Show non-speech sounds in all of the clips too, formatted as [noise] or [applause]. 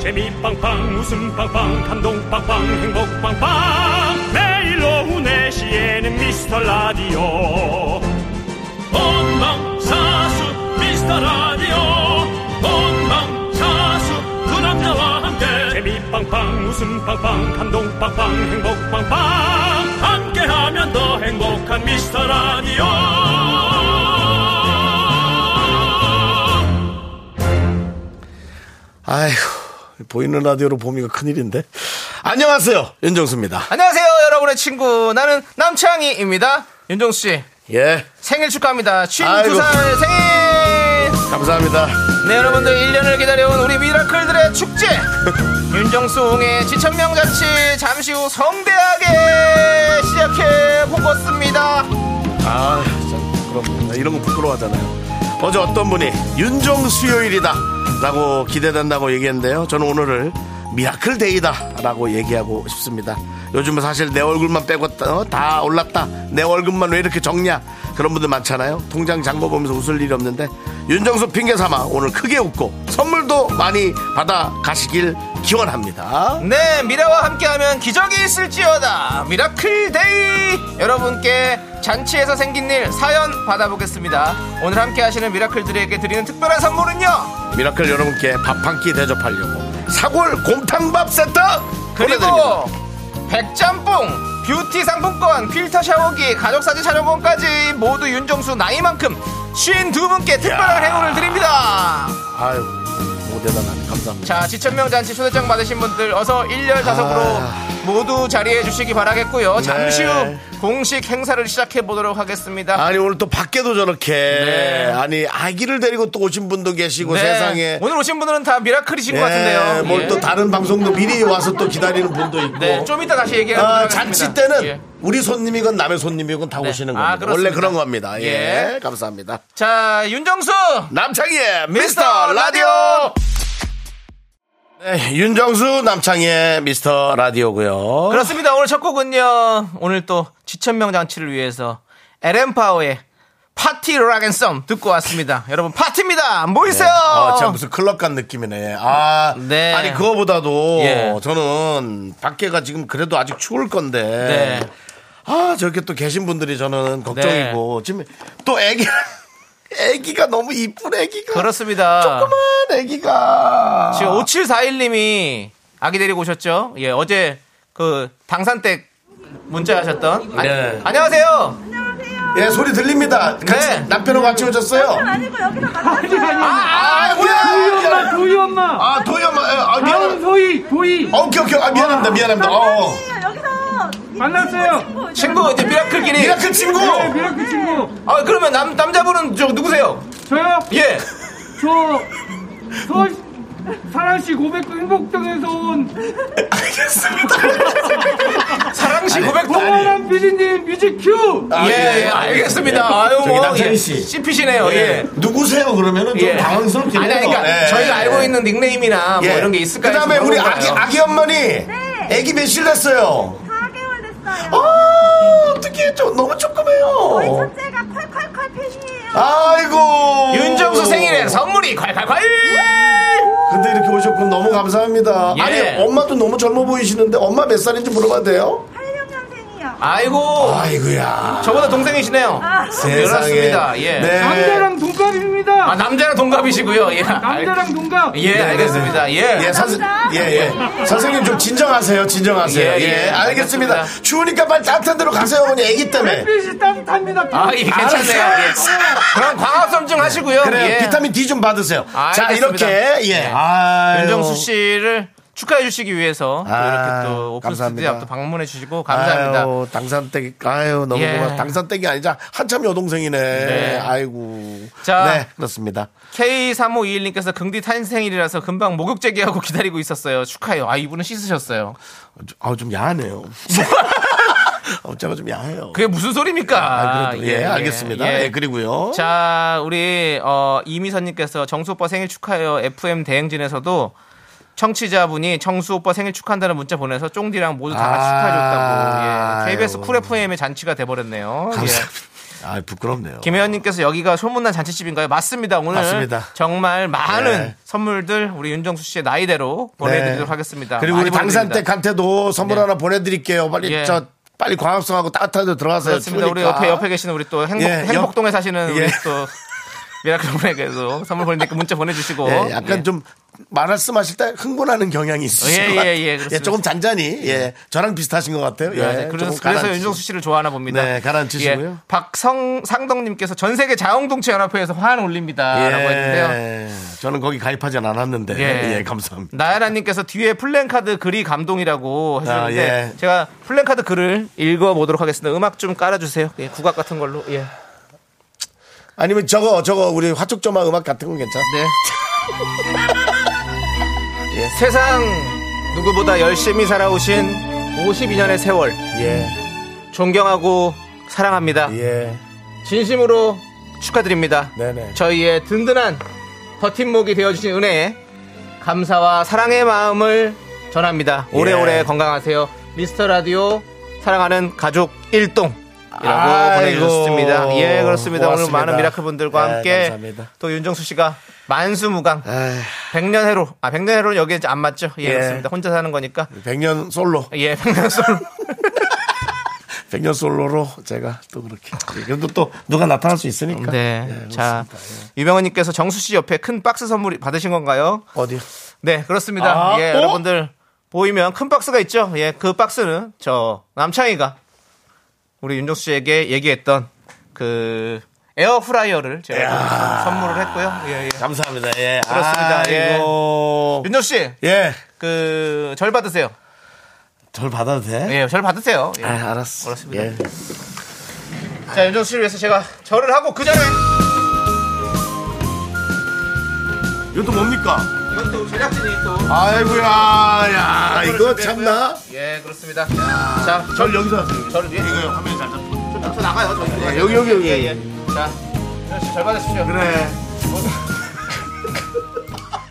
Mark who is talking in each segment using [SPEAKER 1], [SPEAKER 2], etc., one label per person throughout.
[SPEAKER 1] 재미 빵빵 웃음 빵빵 감동 빵빵 행복 빵빵 매일 오후 4시에는 미스터 라디오 본방사수 미스터 라디오 본방사수 그 남자와 함께 재미 빵빵 웃음 빵빵 감동 빵빵 행복 빵빵 함께하면 더 행복한 미스터 라디오
[SPEAKER 2] 아휴, 보이는 라디오로 봄이가 큰일인데. 안녕하세요. 윤정수입니다.
[SPEAKER 3] 안녕하세요, 여러분의 친구. 나는 남창희입니다. 윤정수 씨,
[SPEAKER 2] 예.
[SPEAKER 3] 생일 축하합니다.
[SPEAKER 2] 아이고.
[SPEAKER 3] 52살 생일!
[SPEAKER 2] 감사합니다.
[SPEAKER 3] 네, 여러분들 1년을 기다려온 우리
[SPEAKER 2] [laughs]
[SPEAKER 3] 미라클들의 축제! 윤정수 홍의 지천명 잔치, 잠시 후 성대하게 시작해 보겠습니다.
[SPEAKER 2] 아, 참, 부끄럽네. 이런 거 부끄러워하잖아요. 어제 어떤 분이 윤종 수요일이다. 라고 기대된다고 얘기했는데요. 저는 오늘을 미라클 데이다. 라고 얘기하고 싶습니다. 요즘은 사실 내 얼굴만 빼고 다- 어, 다 올랐다. 내 월급만 왜 이렇게 적냐. 그런 분들 많잖아요. 통장 잔거 보면서 웃을 일이 없는데 윤정수 핑계 삼아 오늘 크게 웃고 선물도 많이 받아 가시길 기원합니다.
[SPEAKER 3] 네, 미라와 함께하면 기적이 있을지어다. 미라클 데이! 여러분께 잔치에서 생긴 일 사연 받아보겠습니다. 오늘 함께하시는 미라클들에게 드리는 특별한 선물은요.
[SPEAKER 2] 미라클 여러분께 밥 한 끼 대접하려고 사골 곰탕밥 세트 보내드립니다.
[SPEAKER 3] 그리고 백짬뽕 뷰티 상품권 필터 샤워기 가족사진 촬영권까지 모두 윤정수 나이만큼 52분께 특별한 행운을 드립니다
[SPEAKER 2] 아유, 뭐 대단하네. 감사합니다.
[SPEAKER 3] 자 지천명 잔치 초대장 받으신 분들 어서 일렬 다섯으로
[SPEAKER 2] 아.
[SPEAKER 3] 모두 자리해 주시기 바라겠고요 잠시 후
[SPEAKER 2] 네.
[SPEAKER 3] 공식 행사를 시작해 보도록 하겠습니다
[SPEAKER 2] 아니, 오늘 또 밖에도 저렇게. 아니, 아기를 데리고 또 오신 분도 계시고
[SPEAKER 3] 네,
[SPEAKER 2] 세상에.
[SPEAKER 3] 오늘 오신 분들은 다 미라클이신 것 같은데요
[SPEAKER 2] 뭘 또
[SPEAKER 3] 예.
[SPEAKER 2] 다른 방송도 미리 와서 또 기다리는 분도 있고.
[SPEAKER 3] 네, 좀 이따 다시 얘기해
[SPEAKER 2] 아,
[SPEAKER 3] 보도록
[SPEAKER 2] 잔치
[SPEAKER 3] 하겠습니다.
[SPEAKER 2] 때는
[SPEAKER 3] 예.
[SPEAKER 2] 우리 손님이건 남의 손님이건 다 오시는
[SPEAKER 3] 아,
[SPEAKER 2] 겁니다. 원래
[SPEAKER 3] 그렇습니다.
[SPEAKER 2] 그런 겁니다. 예.
[SPEAKER 3] 예.
[SPEAKER 2] 감사합니다.
[SPEAKER 3] 자 윤정수
[SPEAKER 2] 남창희의 미스터
[SPEAKER 3] 미스터
[SPEAKER 2] 라디오!
[SPEAKER 3] 라디오!
[SPEAKER 2] 네, 윤정수 남창희의 미스터 라디오고요
[SPEAKER 3] 그렇습니다. 오늘 첫 곡은요. 오늘 또 지천명 잔치를 위해서 에렌파워의 파티 락앤썸 듣고 왔습니다. 여러분 파티입니다. 뭐 모이세요.
[SPEAKER 2] 아, 진짜 무슨 클럽 간 느낌이네. 아,
[SPEAKER 3] 네.
[SPEAKER 2] 아니 그거보다도
[SPEAKER 3] 예.
[SPEAKER 2] 저는 밖에가 지금 그래도 아직 추울 건데.
[SPEAKER 3] 네.
[SPEAKER 2] 아, 저렇게 또 계신 분들이 저는
[SPEAKER 3] 네.
[SPEAKER 2] 걱정이고 지금 또 애기 애기가 너무 이쁜 애기가
[SPEAKER 3] 그렇습니다.
[SPEAKER 2] 조그만 애기가
[SPEAKER 3] 지금 5741님이 아기 데리고 오셨죠? 예, 어제 그 당산댁 문자하셨던 아니,
[SPEAKER 2] 네.
[SPEAKER 3] 안녕하세요.
[SPEAKER 2] 예, 소리 들립니다. 같이
[SPEAKER 3] 네.
[SPEAKER 2] 남편하고 같이 오셨어요?
[SPEAKER 4] 아니고 여기서 만났어요.
[SPEAKER 2] 아, 아,
[SPEAKER 5] 도희 엄마,
[SPEAKER 2] 뭐야?
[SPEAKER 5] 도희 엄마.
[SPEAKER 2] 아, 도희 엄마. 아, 미안.
[SPEAKER 5] 강소희, 도희.
[SPEAKER 2] 어, 오케이, 오케이. 아, 미안합니다. 미안합니다. 어.
[SPEAKER 4] 여기서 이
[SPEAKER 5] 만났어요.
[SPEAKER 4] 친구, 친구,
[SPEAKER 3] 친구 이제 미라클끼리.
[SPEAKER 2] 미라클 친구.
[SPEAKER 6] 어.
[SPEAKER 5] 네, 미라클 친구.
[SPEAKER 3] 아 그러면 남 남자분은 저 누구세요?
[SPEAKER 5] 저요?
[SPEAKER 3] 예.
[SPEAKER 5] 저, 서울, 사랑시 고백구 행복동에서 온
[SPEAKER 3] 사랑시 고백동.
[SPEAKER 5] 동아람 피디님 뮤직큐!
[SPEAKER 2] 아,
[SPEAKER 3] 예, 예, 알겠습니다. 아유,
[SPEAKER 2] 저기
[SPEAKER 3] 뭐,
[SPEAKER 2] 남창희
[SPEAKER 3] 예,
[SPEAKER 2] 씨.
[SPEAKER 3] 씹히시네요, 예.
[SPEAKER 2] 누구세요? 그러면은 좀 당황스럽긴
[SPEAKER 3] 아니,
[SPEAKER 2] 해요.
[SPEAKER 3] 그러니까
[SPEAKER 2] 예.
[SPEAKER 3] 저희가 알고 있는 닉네임이나 뭐 이런 게 있을까
[SPEAKER 2] 그
[SPEAKER 3] 해서
[SPEAKER 2] 다음에 우리
[SPEAKER 3] 물어본
[SPEAKER 2] 아기,
[SPEAKER 3] 거예요.
[SPEAKER 2] 아기 엄마니 아기 몇일 됐어요?
[SPEAKER 4] 4개월 네. 됐어요.
[SPEAKER 2] 아, 어떻게 좀 너무
[SPEAKER 4] 저희
[SPEAKER 2] 조그매요.
[SPEAKER 4] 첫째가 콸콸콸 팬이에요.
[SPEAKER 2] 아이고.
[SPEAKER 3] 윤정수 생일에 선물이 콸콸콸!
[SPEAKER 2] 근데 이렇게 오셨군 너무 감사합니다.
[SPEAKER 3] 예.
[SPEAKER 2] 아니 엄마도 너무 젊어 보이시는데 엄마 몇 살인지 물어봐도 돼요?
[SPEAKER 4] 86년생이요.
[SPEAKER 3] 아이고,
[SPEAKER 2] 아이고야.
[SPEAKER 3] 저보다 동생이시네요.
[SPEAKER 2] 세상에.
[SPEAKER 3] 그렇습니다. 예.
[SPEAKER 2] 네.
[SPEAKER 5] 아. 남자랑 동갑입니다. 아,
[SPEAKER 3] 아, 남자랑 동갑이시고요. 예. 알-
[SPEAKER 5] 남자랑 동갑. 네.
[SPEAKER 3] 예, 알겠습니다.
[SPEAKER 4] 네,
[SPEAKER 3] 예.
[SPEAKER 2] 네. 예, 선생,
[SPEAKER 4] 감사합니다.
[SPEAKER 2] 예,
[SPEAKER 4] 네.
[SPEAKER 2] 예. 선생님 좀 진정하세요, 진정하세요. 예,
[SPEAKER 3] 예, 예.
[SPEAKER 2] 알겠습니다.
[SPEAKER 3] 알겠습니다.
[SPEAKER 2] 추우니까 빨리 따뜻한 데로 가세요, 어머니, 애기 때문에.
[SPEAKER 5] 햇빛이 따뜻합니다.
[SPEAKER 3] 아, 예, 괜찮네요. 예. 그럼 광합성증 하시고요.
[SPEAKER 2] 그래요.
[SPEAKER 3] 예.
[SPEAKER 2] 비타민 D 좀 받으세요.
[SPEAKER 3] 아,
[SPEAKER 2] 자, 이렇게
[SPEAKER 3] 알겠습니다.
[SPEAKER 2] 예. 아유.
[SPEAKER 3] 윤정수 씨를 축하해 주시기 위해서 또
[SPEAKER 2] 아,
[SPEAKER 3] 이렇게 또 오픈
[SPEAKER 2] 감사합니다.
[SPEAKER 3] 스튜디오 앞도 방문해 주시고 감사합니다.
[SPEAKER 2] 아유, 당산댁 아유 너무
[SPEAKER 3] 예.
[SPEAKER 2] 고맙. 당산댁이 아니자 한참 여동생이네.
[SPEAKER 3] 네.
[SPEAKER 2] 아이고.
[SPEAKER 3] 자.
[SPEAKER 2] 네 그렇습니다.
[SPEAKER 3] K3521님께서 긍디 탄생일이라서 금방 목욕 제기하고 [laughs] 기다리고 있었어요. 축하해요. 아, 이분은 씻으셨어요.
[SPEAKER 2] 아좀 야하네요. 어, 제가 좀 야해요.
[SPEAKER 3] 그게 무슨 소리입니까?
[SPEAKER 2] 아, 그래도 예, 알겠습니다. 예, 그리고요.
[SPEAKER 3] 자, 우리, 어, 이미선님께서 정수 오빠 생일 축하해요. FM 대행진에서도 청취자분이 정수 오빠 생일 축한다는 문자 보내서 쫑디랑 모두 다 같이
[SPEAKER 2] 아,
[SPEAKER 3] 축하해줬다고. 예. KBS
[SPEAKER 2] 아유.
[SPEAKER 3] 쿨 FM의 잔치가 돼버렸네요. 예.
[SPEAKER 2] 감사합니다. 아, 부끄럽네요.
[SPEAKER 3] 김혜연님께서 여기가 소문난 잔치집인가요? 맞습니다. 오늘
[SPEAKER 2] 맞습니다.
[SPEAKER 3] 정말 많은
[SPEAKER 2] 네.
[SPEAKER 3] 선물들 우리 윤정수 씨의 나이대로 보내드리도록
[SPEAKER 2] 네.
[SPEAKER 3] 하겠습니다.
[SPEAKER 2] 그리고
[SPEAKER 3] 많이
[SPEAKER 2] 우리
[SPEAKER 3] 보내드립니다.
[SPEAKER 2] 방산댁한테도 선물
[SPEAKER 3] 네.
[SPEAKER 2] 하나 보내드릴게요. 빨리
[SPEAKER 3] 예.
[SPEAKER 2] 저 빨리 광합성하고 따뜻한 데 들어가서
[SPEAKER 3] 그렇습니다. 우리 옆에 옆에 계시는 우리 또 행복,
[SPEAKER 2] 그렇죠. 예, 옆-
[SPEAKER 3] 행복동에 사시는
[SPEAKER 2] 예.
[SPEAKER 3] 우리 또 미라클 분에게도 선물 보내니까 문자 보내주시고
[SPEAKER 2] 약간
[SPEAKER 3] 예.
[SPEAKER 2] 좀 말씀하실 때 흥분하는 경향이 있으신
[SPEAKER 3] 예,
[SPEAKER 2] 것
[SPEAKER 3] 예,
[SPEAKER 2] 같아요.
[SPEAKER 3] 예, 그렇습니다.
[SPEAKER 2] 조금 잔잔히 예, 저랑 비슷하신 것 같아요. 예,
[SPEAKER 3] 네, 그래서,
[SPEAKER 2] 조금
[SPEAKER 3] 그래서
[SPEAKER 2] 가라앉히시고.
[SPEAKER 3] 윤정수 씨를 좋아하나 봅니다. 예,
[SPEAKER 2] 네, 가라앉히시고요.
[SPEAKER 3] 박성 상덕님께서 전 세계 자웅동체 연합회에서 환 아, 올립니다라고 했는데요.
[SPEAKER 2] 예, 저는 거기 가입하진 않았는데 예,
[SPEAKER 3] 예.
[SPEAKER 2] 감사합니다.
[SPEAKER 3] 나야라님께서 뒤에 플랜카드 글이 감동이라고 해주는데
[SPEAKER 2] 아, 예.
[SPEAKER 3] 제가 플랜카드 글을 읽어보도록 하겠습니다. 음악 좀 깔아주세요. 예, 국악 같은 걸로. 예.
[SPEAKER 2] 아니면 저거 저거 우리 화촉점화 음악 같은 건 괜찮아?
[SPEAKER 3] 네. 예, 세상 누구보다 열심히 살아오신 52년의 세월
[SPEAKER 2] 예,
[SPEAKER 3] 존경하고 사랑합니다.
[SPEAKER 2] 예,
[SPEAKER 3] 진심으로 축하드립니다.
[SPEAKER 2] 네네.
[SPEAKER 3] 저희의 든든한 버팀목이 되어주신 은혜에 감사와 사랑의 마음을 전합니다. 오래오래
[SPEAKER 2] 예.
[SPEAKER 3] 건강하세요. 미스터 라디오 사랑하는 가족 일동 이라고
[SPEAKER 2] 아이고,
[SPEAKER 3] 보내주셨습니다. 예, 그렇습니다.
[SPEAKER 2] 고맙습니다.
[SPEAKER 3] 오늘 많은 미라클 분들과
[SPEAKER 2] 네,
[SPEAKER 3] 함께
[SPEAKER 2] 감사합니다.
[SPEAKER 3] 또 윤정수 씨가 만수무강
[SPEAKER 2] 에이,
[SPEAKER 3] 100년 해로 아 100년 해로는 여기에 이제 안 맞죠? 예,
[SPEAKER 2] 예.
[SPEAKER 3] 그렇습니다. 혼자 사는 거니까
[SPEAKER 2] 백년 솔로,
[SPEAKER 3] 예 100년 솔로
[SPEAKER 2] [laughs] [laughs] 백년 솔로로 제가 또 그렇게. 예, 그래도 또 누가 나타날 수 있으니까.
[SPEAKER 3] 네.
[SPEAKER 2] 예,
[SPEAKER 3] 자,
[SPEAKER 2] 그렇습니다.
[SPEAKER 3] 유병헌님께서 정수 씨 옆에 큰 박스 선물 받으신 건가요?
[SPEAKER 2] 예. 어디요?
[SPEAKER 3] 네, 그렇습니다.
[SPEAKER 2] 아,
[SPEAKER 3] 예,
[SPEAKER 2] 어?
[SPEAKER 3] 여러분들 보이면 큰 박스가 있죠. 예, 그 박스는 저 남창희가 우리 윤정수 씨에게 얘기했던 그 에어프라이어를 제가
[SPEAKER 2] 이야.
[SPEAKER 3] 선물을 했고요. 예, 예.
[SPEAKER 2] 감사합니다. 예.
[SPEAKER 3] 그렇습니다. 예.
[SPEAKER 2] 아이고.
[SPEAKER 3] 윤정수 씨,
[SPEAKER 2] 예.
[SPEAKER 3] 그 절 받으세요.
[SPEAKER 2] 절 받아도 돼?
[SPEAKER 3] 예, 절 받으세요. 예.
[SPEAKER 2] 아, 알았어.
[SPEAKER 3] 그렇습니다.
[SPEAKER 2] 예.
[SPEAKER 3] 자, 윤정수 씨를 위해서 제가 절을 하고 그 전에
[SPEAKER 2] 이것도 뭡니까?
[SPEAKER 3] 이건 또 제작진이 또
[SPEAKER 2] 아이고야, 야, 이거
[SPEAKER 3] 준비했고요.
[SPEAKER 2] 참나.
[SPEAKER 3] 예, 그렇습니다. 자,
[SPEAKER 2] 절 여기서 하세요.
[SPEAKER 3] 절을 예.
[SPEAKER 2] 이거요, 화면에 잘 잡고.
[SPEAKER 3] 좀 앞서 나가요. 저희.
[SPEAKER 2] 예, 여기, 여기, 여기.
[SPEAKER 3] 예, 예. 자, 윤정수 씨절 받으십시오.
[SPEAKER 2] 그래. [laughs]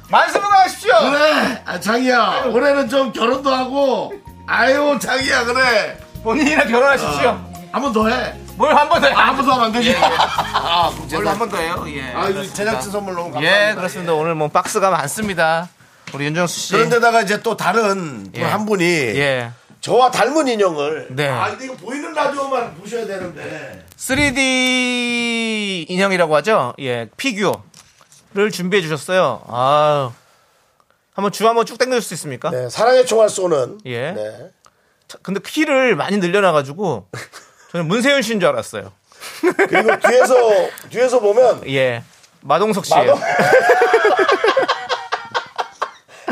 [SPEAKER 3] 만수무강하십시오.
[SPEAKER 2] 그래, 아, 자기야, 올해는 좀 결혼도 하고, 아유, 자기야, 그래. 어.
[SPEAKER 3] 본인이랑 결혼하십시오.
[SPEAKER 2] 한 번 더 해.
[SPEAKER 3] 뭘 한 번 더.
[SPEAKER 2] 아, 한 번 더 하면 안 되지.
[SPEAKER 3] 예, 예.
[SPEAKER 2] 아, 그럼
[SPEAKER 3] 뭘로
[SPEAKER 2] 제가-
[SPEAKER 3] 한 번 더 해요? 예.
[SPEAKER 2] 아, 이거
[SPEAKER 3] 그렇습니다.
[SPEAKER 2] 제작진 선물 너무 감사합니다.
[SPEAKER 3] 예, 그렇습니다. 오늘 뭐 박스가 많습니다. 우리 윤정수 씨.
[SPEAKER 2] 그런데다가 이제 또 다른
[SPEAKER 3] 예.
[SPEAKER 2] 한 분이
[SPEAKER 3] 예.
[SPEAKER 2] 저와 닮은 인형을
[SPEAKER 3] 네.
[SPEAKER 2] 아 근데 이거 보이는 라디오만 보셔야 되는데
[SPEAKER 3] 3D 인형이라고 하죠? 예, 피규어를 준비해 주셨어요. 아. 한번 주 한번 쭉 당겨 줄수 있습니까?
[SPEAKER 2] 네, 사랑의 총알 쏘는
[SPEAKER 3] 예.
[SPEAKER 2] 네.
[SPEAKER 3] 자, 근데 키를 많이 늘려놔 가지고 저는 문세윤 씨인 줄 알았어요.
[SPEAKER 2] 그리고 뒤에서 뒤에서 보면
[SPEAKER 3] 예. 마동석 씨예요.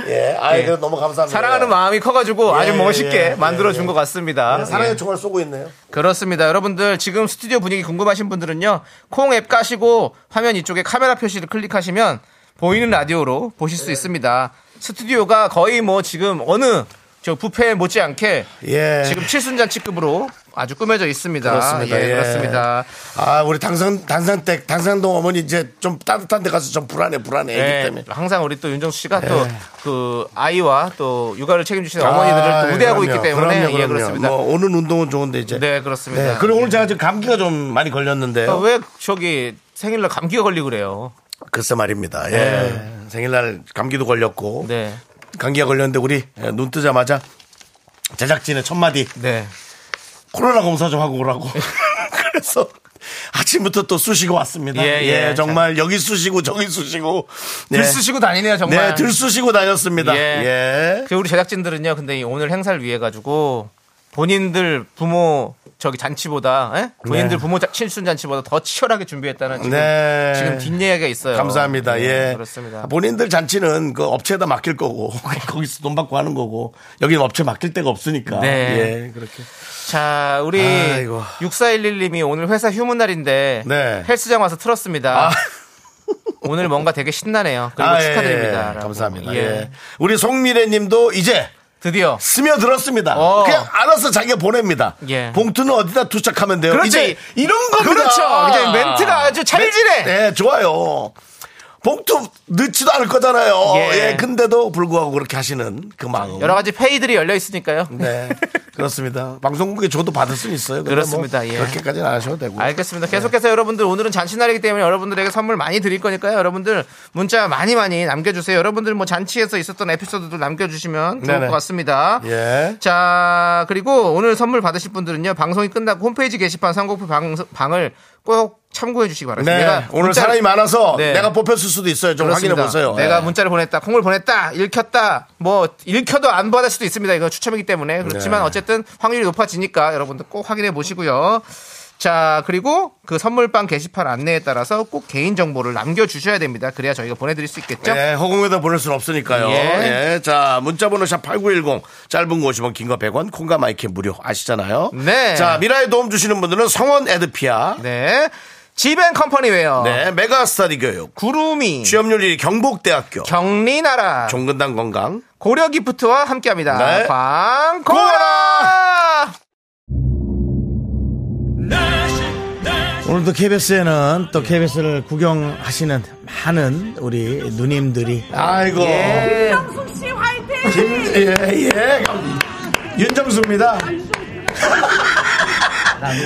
[SPEAKER 2] 예, 아
[SPEAKER 3] 예.
[SPEAKER 2] 이 너무 감사합니다.
[SPEAKER 3] 사랑하는 마음이 커 가지고 아주
[SPEAKER 2] 예,
[SPEAKER 3] 멋있게
[SPEAKER 2] 예, 예,
[SPEAKER 3] 만들어
[SPEAKER 2] 예.
[SPEAKER 3] 준 것 같습니다. 예.
[SPEAKER 2] 사랑의 총알 쏘고 있네요.
[SPEAKER 3] 그렇습니다. 여러분들 지금 스튜디오 분위기 궁금하신 분들은요. 콩 앱 까시고 화면 이쪽에 카메라 표시를 클릭하시면 보이는 라디오로 보실
[SPEAKER 2] 네.
[SPEAKER 3] 수 있습니다. 스튜디오가 거의 뭐 지금 어느 저 부페 못지않게
[SPEAKER 2] 예.
[SPEAKER 3] 지금 칠순잔치급으로 아주 꾸며져 있습니다.
[SPEAKER 2] 그렇습니다.
[SPEAKER 3] 예,
[SPEAKER 2] 예.
[SPEAKER 3] 그렇습니다.
[SPEAKER 2] 아, 우리 당산 단산댁 단산동 어머니 이제 좀 따뜻한 데 가서 좀 불안해 불안해 애기
[SPEAKER 3] 예,
[SPEAKER 2] 때문에.
[SPEAKER 3] 항상 우리 또 윤정수 씨가
[SPEAKER 2] 예.
[SPEAKER 3] 또 그 아이와 또 육아를 책임지시는 어머니들을 또 우대하고
[SPEAKER 2] 그럼요,
[SPEAKER 3] 있기 때문에
[SPEAKER 2] 그럼요,
[SPEAKER 3] 예
[SPEAKER 2] 그럼요.
[SPEAKER 3] 그렇습니다.
[SPEAKER 2] 뭐 오는 운동은 좋은데 이제.
[SPEAKER 3] 네 그렇습니다.
[SPEAKER 2] 네, 그리고 오늘 제가 지금 감기가 좀 많이 걸렸는데요.
[SPEAKER 3] 아, 왜 저기 생일날 감기가 걸리고 그래요?
[SPEAKER 2] 글쎄 말입니다. 예. 생일날 감기도 걸렸고
[SPEAKER 3] 네.
[SPEAKER 2] 감기가 걸렸는데 우리 예, 눈 뜨자마자 제작진의 첫 마디
[SPEAKER 3] 네.
[SPEAKER 2] 코로나 검사 좀 하고 [laughs] 오라고. 그래서 아침부터 또 쑤시고 왔습니다. 예,
[SPEAKER 3] 예, 예.
[SPEAKER 2] 정말 여기 쑤시고 저기 쑤시고 네.
[SPEAKER 3] 들쑤시고 다니네요
[SPEAKER 2] 네,
[SPEAKER 3] 정말.
[SPEAKER 2] 들쑤시고 다녔습니다. 예.
[SPEAKER 3] 예. 그 우리 제작진들은요. 근데 이 오늘 행사를 위해 가지고 본인들 부모 저기 잔치보다 예?
[SPEAKER 2] 네.
[SPEAKER 3] 본인들 부모 자- 칠순 잔치보다 더 치열하게 준비했다는 지금
[SPEAKER 2] 네.
[SPEAKER 3] 지금 뒷얘기가 있어요.
[SPEAKER 2] 감사합니다.
[SPEAKER 3] 네,
[SPEAKER 2] 예.
[SPEAKER 3] 그렇습니다.
[SPEAKER 2] 본인들 잔치는 그 업체에다 맡길 거고 [laughs] 거기서 돈 받고 하는 거고 여기는 업체 맡길 데가 없으니까.
[SPEAKER 3] 네.
[SPEAKER 2] 예, 그렇게.
[SPEAKER 3] 자, 우리
[SPEAKER 2] 아이고.
[SPEAKER 3] 6411님이 오늘 회사 휴무 날인데
[SPEAKER 2] 네.
[SPEAKER 3] 헬스장 와서 틀었습니다.
[SPEAKER 2] 아.
[SPEAKER 3] 오늘 뭔가 되게 신나네요. 그리고
[SPEAKER 2] 아, 예,
[SPEAKER 3] 축하드립니다.
[SPEAKER 2] 예,
[SPEAKER 3] 라고.
[SPEAKER 2] 감사합니다.
[SPEAKER 3] 예.
[SPEAKER 2] 예. 우리 송미래 님도 이제
[SPEAKER 3] 드디어
[SPEAKER 2] 스며들었습니다.
[SPEAKER 3] 어.
[SPEAKER 2] 그냥 알아서 자기가 보냅니다.
[SPEAKER 3] 예.
[SPEAKER 2] 봉투는 어디다 투착하면 돼요.
[SPEAKER 3] 그렇죠.
[SPEAKER 2] 이제 이런 겁니다. 아.
[SPEAKER 3] 그렇죠. 이제 멘트가 아주 찰지네.
[SPEAKER 2] 멘- 네, 좋아요. 복도 늦지도 않을 거잖아요. 예.
[SPEAKER 3] 예.
[SPEAKER 2] 근데도 불구하고 그렇게 하시는 그 마음.
[SPEAKER 3] 여러 가지 페이들이 열려 있으니까요. [laughs]
[SPEAKER 2] 네. 그렇습니다. 방송국에 저도 받을 수는 있어요. 근데
[SPEAKER 3] 그렇습니다.
[SPEAKER 2] 뭐
[SPEAKER 3] 예.
[SPEAKER 2] 그렇게까지는 안 하셔도 되고. 네.
[SPEAKER 3] 알겠습니다. 계속해서 여러분들 오늘은 잔치날이기 때문에 여러분들에게 선물 많이 드릴 거니까요. 여러분들 문자 많이 많이 남겨주세요. 여러분들 뭐 잔치에서 있었던 에피소드도 남겨주시면 좋을
[SPEAKER 2] 네네.
[SPEAKER 3] 것 같습니다.
[SPEAKER 2] 예.
[SPEAKER 3] 자 그리고 오늘 선물 받으실 분들은요 방송이 끝나고 홈페이지 게시판 선곡표 방, 방을 꼭 참고해 주시기 바랍니다.
[SPEAKER 2] 네.
[SPEAKER 3] 내가
[SPEAKER 2] 오늘
[SPEAKER 3] 문자를-
[SPEAKER 2] 사람이 많아서
[SPEAKER 3] 네.
[SPEAKER 2] 내가 뽑혔을 수도 있어요. 좀
[SPEAKER 3] 그렇습니다.
[SPEAKER 2] 확인해 보세요.
[SPEAKER 3] 내가
[SPEAKER 2] 예.
[SPEAKER 3] 문자를 보냈다, 콩을 보냈다, 읽혔다, 뭐 읽혀도 안 받을 수도 있습니다. 이거 추첨이기 때문에 그렇지만
[SPEAKER 2] 네.
[SPEAKER 3] 어쨌든 확률이 높아지니까 여러분들 꼭 확인해 보시고요. 자 그리고 그 선물방 게시판 안내에 따라서 꼭 개인 정보를 남겨주셔야 됩니다. 그래야 저희가 보내드릴 수 있겠죠.
[SPEAKER 2] 예, 허공에다 보낼 수는 없으니까요.
[SPEAKER 3] 예.
[SPEAKER 2] 예, 자, 문자번호 샵8910. 짧은 거 50원, 긴 거 100원, 콩과 마이크 무료. 아시잖아요.
[SPEAKER 3] 네.
[SPEAKER 2] 자, 미라에 도움 주시는 분들은 성원 에드피아. 네.
[SPEAKER 3] 네, 지벤컴퍼니웨어,
[SPEAKER 2] 메가스타디 교육.
[SPEAKER 3] 구루미,
[SPEAKER 2] 취업률 1위 경북대학교.
[SPEAKER 3] 경리나라,
[SPEAKER 2] 종근당 건강.
[SPEAKER 3] 고려기프트와 함께합니다.
[SPEAKER 2] 네.
[SPEAKER 5] 아,
[SPEAKER 3] 광고라.
[SPEAKER 7] 오늘도 KBS에는 또 KBS를 구경하시는 많은 우리 누님들이
[SPEAKER 2] 아이고.
[SPEAKER 3] 예.
[SPEAKER 4] 김성숙 씨 화이팅!
[SPEAKER 2] 예, 예.
[SPEAKER 3] [laughs]
[SPEAKER 2] 윤정수입니다.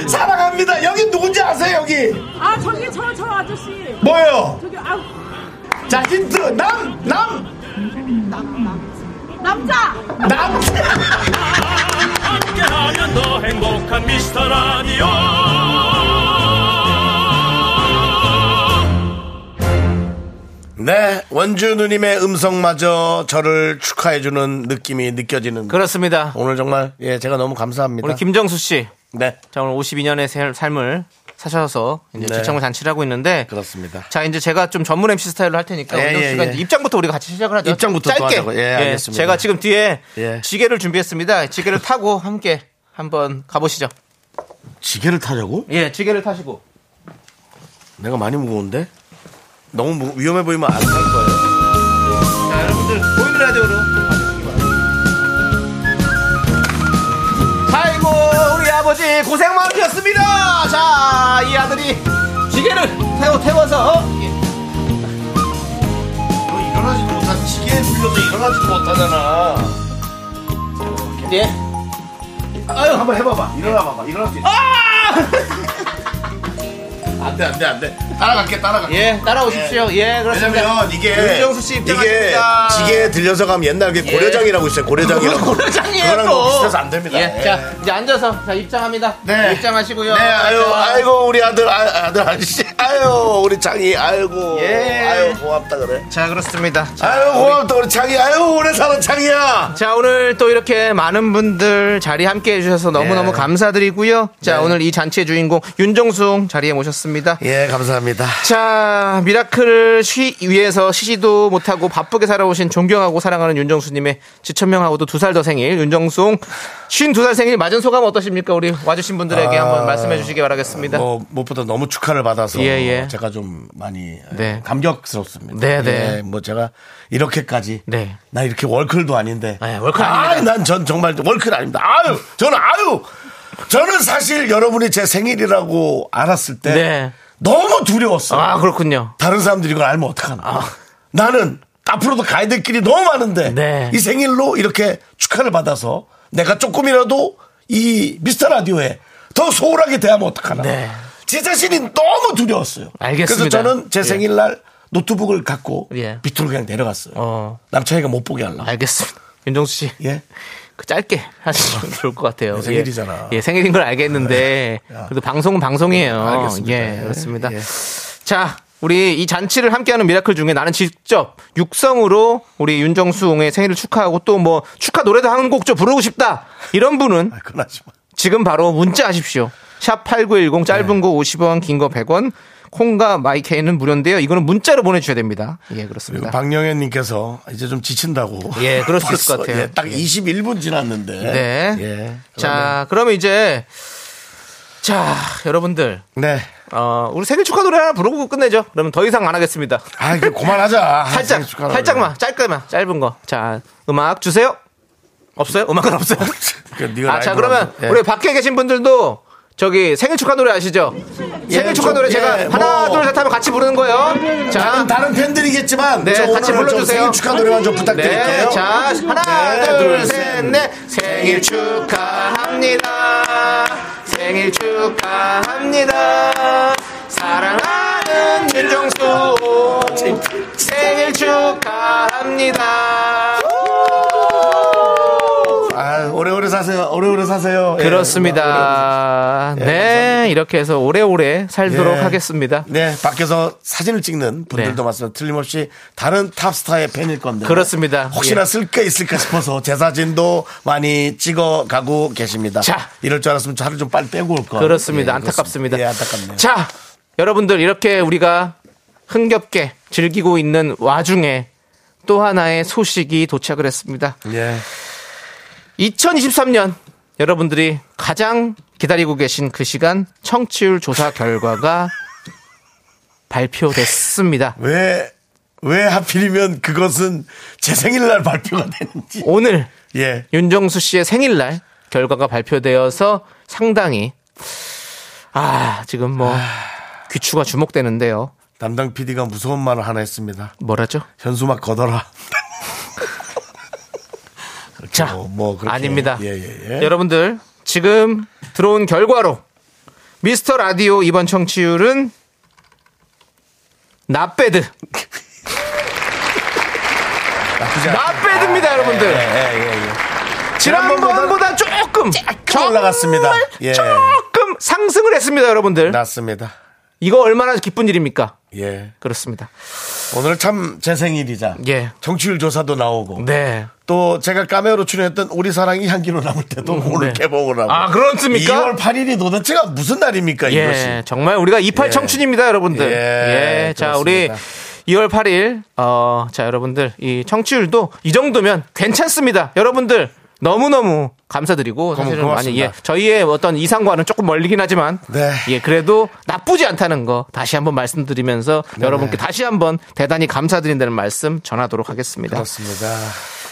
[SPEAKER 2] 사랑합니다. 여기 누군지 아세요, 여기?
[SPEAKER 4] 아 저기 저 저 아저씨
[SPEAKER 2] 뭐예요?
[SPEAKER 4] 저기 아
[SPEAKER 2] 자, 힌트. 남! 남!
[SPEAKER 4] 남자
[SPEAKER 2] 남!
[SPEAKER 1] 함께하면 더 행복한 미스터 라디오
[SPEAKER 2] 네, 원주 누님의 음성마저 저를 축하해주는 느낌이 느껴지는.
[SPEAKER 3] 그렇습니다.
[SPEAKER 2] 오늘 정말, 예, 제가 너무 감사합니다.
[SPEAKER 3] 우리 김정수 씨.
[SPEAKER 2] 네,
[SPEAKER 3] 자, 오늘 52년의 의 삶을 사셔서 이제
[SPEAKER 2] 네.
[SPEAKER 3] 주창을 잔치를 하고 있는데
[SPEAKER 2] 그렇습니다.
[SPEAKER 3] 자, 이제 제가 좀 전문 MC 스타일로 할 테니까
[SPEAKER 2] 예,
[SPEAKER 3] 원정
[SPEAKER 2] 예,
[SPEAKER 3] 씨가
[SPEAKER 2] 예.
[SPEAKER 3] 이제 입장부터 우리가 같이 시작을 하죠.
[SPEAKER 2] 입장부터 또
[SPEAKER 3] 짧게.
[SPEAKER 2] 하자고. 예, 알겠습니다.
[SPEAKER 3] 제가 지금 뒤에
[SPEAKER 2] 예.
[SPEAKER 3] 지게를 준비했습니다. 지게를 타고 함께 한번 가보시죠.
[SPEAKER 2] 지게를 타려고?
[SPEAKER 3] 예, 지게를 타시고.
[SPEAKER 2] 내가 많이 무거운데? 너무 무- 위험해 보이면 안 탈 거예요.
[SPEAKER 3] 자, 여러분들 보이는 라디오로 봐주시기 바랍니다. 아이고 우리 아버지 고생 많으셨습니다. 자, 이 아들이 지게를 태워 태워서
[SPEAKER 2] 일어나지도 못한 지게에 눌려서 일어나지도 못하잖아.
[SPEAKER 3] 예.
[SPEAKER 2] 아유, 한번 해봐봐. 일어나봐봐. 일어날 수 있어.
[SPEAKER 6] 아!
[SPEAKER 2] 안 돼, 안 돼, 안 돼. 따라갈게, 따라갈게.
[SPEAKER 3] 예, 따라오십시오. 예, 그렇습니다.
[SPEAKER 2] 왜냐면 이게
[SPEAKER 3] 윤정수 씨
[SPEAKER 2] 이게
[SPEAKER 3] 입장하십니다.
[SPEAKER 2] 지게 들려서 가면 옛날 게 고려장이라고 있어요. 고려장이라고.
[SPEAKER 3] [laughs] 고려장이에요,
[SPEAKER 2] 그거랑
[SPEAKER 3] 또.
[SPEAKER 2] 비슷해서 안 됩니다.
[SPEAKER 3] 예,
[SPEAKER 2] 예.
[SPEAKER 3] 자 이제 앉아서 자 입장합니다.
[SPEAKER 2] 네.
[SPEAKER 3] 입장하시고요.
[SPEAKER 2] 네, 아유,
[SPEAKER 3] 자,
[SPEAKER 2] 아이고 우리 아들, 아, 아들 아저씨, 아유 우리 장이, 아이고,
[SPEAKER 3] 예.
[SPEAKER 2] 아유 고맙다 그래.
[SPEAKER 3] 자 그렇습니다. 자,
[SPEAKER 2] 아유 고맙다 우리 장이, 아유 오래 살아 장이야.
[SPEAKER 3] 자, 오늘 또 이렇게 많은 분들 자리 함께 해주셔서 너무너무
[SPEAKER 2] 예.
[SPEAKER 3] 감사드리고요. 자
[SPEAKER 2] 네.
[SPEAKER 3] 오늘 이 잔치의 주인공 윤정수 자리에 모셨습니다.
[SPEAKER 2] 예, 감사합니다.
[SPEAKER 3] 자 미라클을 쉬, 위해서 쉬지도 못하고 바쁘게 살아오신 존경하고 사랑하는 윤정수님의 지천명하고도 두 살 더 생일 윤정수 쉰두살 생일 맞은 소감 어떠십니까 우리 와주신 분들에게
[SPEAKER 2] 아,
[SPEAKER 3] 한번 말씀해 주시기 바라겠습니다.
[SPEAKER 2] 뭐 무엇보다 너무 축하를 받아서
[SPEAKER 3] 예, 예.
[SPEAKER 2] 제가 좀 많이
[SPEAKER 3] 네.
[SPEAKER 2] 감격스럽습니다.
[SPEAKER 3] 네, 네.
[SPEAKER 2] 예, 뭐 제가 이렇게까지
[SPEAKER 3] 네.
[SPEAKER 2] 나 이렇게 월클도 아닌데.
[SPEAKER 3] 네, 월클
[SPEAKER 2] 아니,
[SPEAKER 3] 아닙니다.
[SPEAKER 2] 난전 정말 월클 아닙니다. 아유, 저는 아유, 저는 사실 여러분이 제 생일이라고 알았을 때
[SPEAKER 3] 네.
[SPEAKER 2] 너무 두려웠어요.
[SPEAKER 3] 아 그렇군요. 아.
[SPEAKER 2] 다른 사람들이 이걸 알면 어떡하나. 나는 앞으로도 가야 될 길이 너무 많은데
[SPEAKER 3] 네.
[SPEAKER 2] 이 생일로 이렇게 축하를 받아서 내가 조금이라도 이 미스터 라디오에 더 소홀하게 대하면 어떡하나.
[SPEAKER 3] 네.
[SPEAKER 2] 제 자신이 너무 두려웠어요.
[SPEAKER 3] 알겠습니다.
[SPEAKER 2] 그래서 저는 제
[SPEAKER 3] 예.
[SPEAKER 2] 생일날 노트북을 갖고
[SPEAKER 3] 예.
[SPEAKER 2] 밑으로 그냥 내려갔어요.
[SPEAKER 3] 어.
[SPEAKER 2] 남창이가 못 보게 하려고.
[SPEAKER 3] 알겠습니다. 윤정수 씨.
[SPEAKER 2] 예.
[SPEAKER 3] 그 짧게 하시면 좋을 것 같아요.
[SPEAKER 2] 내 네, 생일이잖아. 네.
[SPEAKER 3] 예, 예, 생일인 걸 알겠는데 그래도 방송은 방송이에요.
[SPEAKER 2] 알겠습니다.
[SPEAKER 3] 예,
[SPEAKER 2] 예,
[SPEAKER 3] 그렇습니다.
[SPEAKER 2] 예.
[SPEAKER 3] 자, 우리 이 잔치를 함께하는 미라클 중에 나는 직접 육성으로 우리 윤정수의 생일을 축하하고 또 뭐 축하 노래도 한 곡 좀 부르고 싶다 이런 분은
[SPEAKER 2] 아, 그건 하지 마.
[SPEAKER 3] 지금 바로 문자하십시오. 샵 8910 짧은
[SPEAKER 2] 네.
[SPEAKER 3] 거 50원, 긴 거 100원. 콩과 마이케이는 무료인데요. 이거는 문자로 보내주셔야 됩니다. 예,
[SPEAKER 2] 그리고
[SPEAKER 3] 그렇습니다.
[SPEAKER 2] 박영애님께서 이제 좀 지친다고.
[SPEAKER 3] 예, 그럴 수 있을 것
[SPEAKER 2] 벌써,
[SPEAKER 3] 같아요.
[SPEAKER 2] 예, 딱
[SPEAKER 3] 예.
[SPEAKER 2] 21분 지났는데.
[SPEAKER 3] 네.
[SPEAKER 2] 예.
[SPEAKER 3] 자, 그러면 이제 자, 여러분들
[SPEAKER 2] 네.
[SPEAKER 3] 어, 우리 생일 축하 노래 하나 부르고 끝내죠. 그러면 더 이상 안 하겠습니다.
[SPEAKER 2] 아, 이거 그만하자.
[SPEAKER 3] [laughs] 살짝, 살짝만, 짧게만, 짧은 거. 자, 음악 주세요. 없어요? 음악은 없어요.
[SPEAKER 2] [laughs] 그 네가
[SPEAKER 3] 아, 자,
[SPEAKER 2] 라이브로
[SPEAKER 3] 그러면
[SPEAKER 2] 한번, 예.
[SPEAKER 3] 우리 밖에 계신 분들도 저기 생일 축하 노래 아시죠? 생일 축하
[SPEAKER 2] 좀,
[SPEAKER 3] 노래
[SPEAKER 2] 예,
[SPEAKER 3] 제가 하나
[SPEAKER 2] 뭐.
[SPEAKER 3] 둘 셋 하면 같이 부르는 거예요. 자,
[SPEAKER 2] 다른, 다른 팬들이겠지만
[SPEAKER 3] 네,
[SPEAKER 2] 저 오늘
[SPEAKER 3] 같이
[SPEAKER 2] 좀
[SPEAKER 3] 불러주세요.
[SPEAKER 2] 생일 축하 노래만 좀 부탁드릴게요.
[SPEAKER 3] 네, 자 하나
[SPEAKER 2] 네, 둘,
[SPEAKER 3] 둘
[SPEAKER 2] 셋,
[SPEAKER 3] 셋 넷 생일 축하합니다. 생일 축하합니다. 사랑하는 윤정수 생일 축하합니다.
[SPEAKER 2] 아, 오래오래 사세요. 오래오래 사세요. 예,
[SPEAKER 3] 그렇습니다. 네, 이렇게 해서 오래오래 살도록
[SPEAKER 2] 예.
[SPEAKER 3] 하겠습니다.
[SPEAKER 2] 네, 밖에서 사진을 찍는 분들도
[SPEAKER 3] 네.
[SPEAKER 2] 많습니다. 틀림없이 다른 탑스타의 팬일 겁니다.
[SPEAKER 3] 그렇습니다.
[SPEAKER 2] 네. 혹시나
[SPEAKER 3] 예.
[SPEAKER 2] 쓸 게 있을까 싶어서 제 사진도 많이 찍어 가고 계십니다.
[SPEAKER 3] 자.
[SPEAKER 2] 이럴 줄 알았으면 차를 좀 빨리 빼고 올 거.
[SPEAKER 3] 그렇습니다.
[SPEAKER 2] 예,
[SPEAKER 3] 안타깝습니다.
[SPEAKER 2] 예, 안타깝네요.
[SPEAKER 3] 자, 여러분들 이렇게 우리가 흥겹게 즐기고 있는 와중에 또 하나의 소식이 도착을 했습니다.
[SPEAKER 2] 예.
[SPEAKER 3] 2023년 여러분들이 가장 기다리고 계신 그 시간 청취율 조사 결과가 발표됐습니다.
[SPEAKER 2] 왜, 왜 하필이면 그것은 제 생일날 발표가 되는지.
[SPEAKER 3] 오늘
[SPEAKER 2] 예.
[SPEAKER 3] 윤정수 씨의 생일날 결과가 발표되어서 상당히 아 지금 뭐 귀추가 주목되는데요.
[SPEAKER 2] 담당 PD가 무서운 말을 하나 했습니다.
[SPEAKER 3] 뭐라죠?
[SPEAKER 2] 현수막
[SPEAKER 3] [laughs]
[SPEAKER 2] 걷어라. 그렇게
[SPEAKER 3] 자,
[SPEAKER 2] 뭐, 뭐 그렇게.
[SPEAKER 3] 아닙니다.
[SPEAKER 2] 예, 예, 예.
[SPEAKER 3] 여러분들 지금 들어온 결과로 미스터 라디오 이번 청취율은 나빼드
[SPEAKER 2] 나쁘지 않-
[SPEAKER 3] 나빼드입니다, 여러분들.
[SPEAKER 2] 예, 예, 예.
[SPEAKER 3] 지난번보다 조금
[SPEAKER 2] 조금 올라갔습니다. 예.
[SPEAKER 3] 조금 상승을 했습니다, 여러분들.
[SPEAKER 2] 났습니다.
[SPEAKER 3] 이거 얼마나 기쁜 일입니까?
[SPEAKER 2] 예.
[SPEAKER 3] 그렇습니다.
[SPEAKER 2] 오늘 참 제 생일이자.
[SPEAKER 3] 예.
[SPEAKER 2] 정치율 조사도 나오고.
[SPEAKER 3] 네.
[SPEAKER 2] 또 제가 카메오로 출연했던 우리 사랑이 향기로 남을 때도 오늘
[SPEAKER 3] 네.
[SPEAKER 2] 개봉을 하고.
[SPEAKER 3] 아, 그렇습니까?
[SPEAKER 2] 2월 8일이 도대체가 무슨 날입니까,
[SPEAKER 3] 예,
[SPEAKER 2] 이것이.
[SPEAKER 3] 정말 우리가
[SPEAKER 2] 예.
[SPEAKER 3] 이팔 청춘입니다, 여러분들.
[SPEAKER 2] 예,
[SPEAKER 3] 예, 자 우리
[SPEAKER 2] 그렇습니다.
[SPEAKER 3] 2월 8일 어, 자 여러분들 이 청취율도 이 정도면 괜찮습니다, 여러분들. 너무너무 감사드리고
[SPEAKER 2] 고마-
[SPEAKER 3] 사실은 많이
[SPEAKER 2] 고맙습니다.
[SPEAKER 3] 예, 저희의 어떤 이상과는 조금 멀리긴 하지만
[SPEAKER 2] 네.
[SPEAKER 3] 예 그래도 나쁘지 않다는 거 다시 한번 말씀드리면서 여러분께 다시 한번 대단히 감사드린다는 말씀 전하도록 하겠습니다.
[SPEAKER 2] 그렇습니다.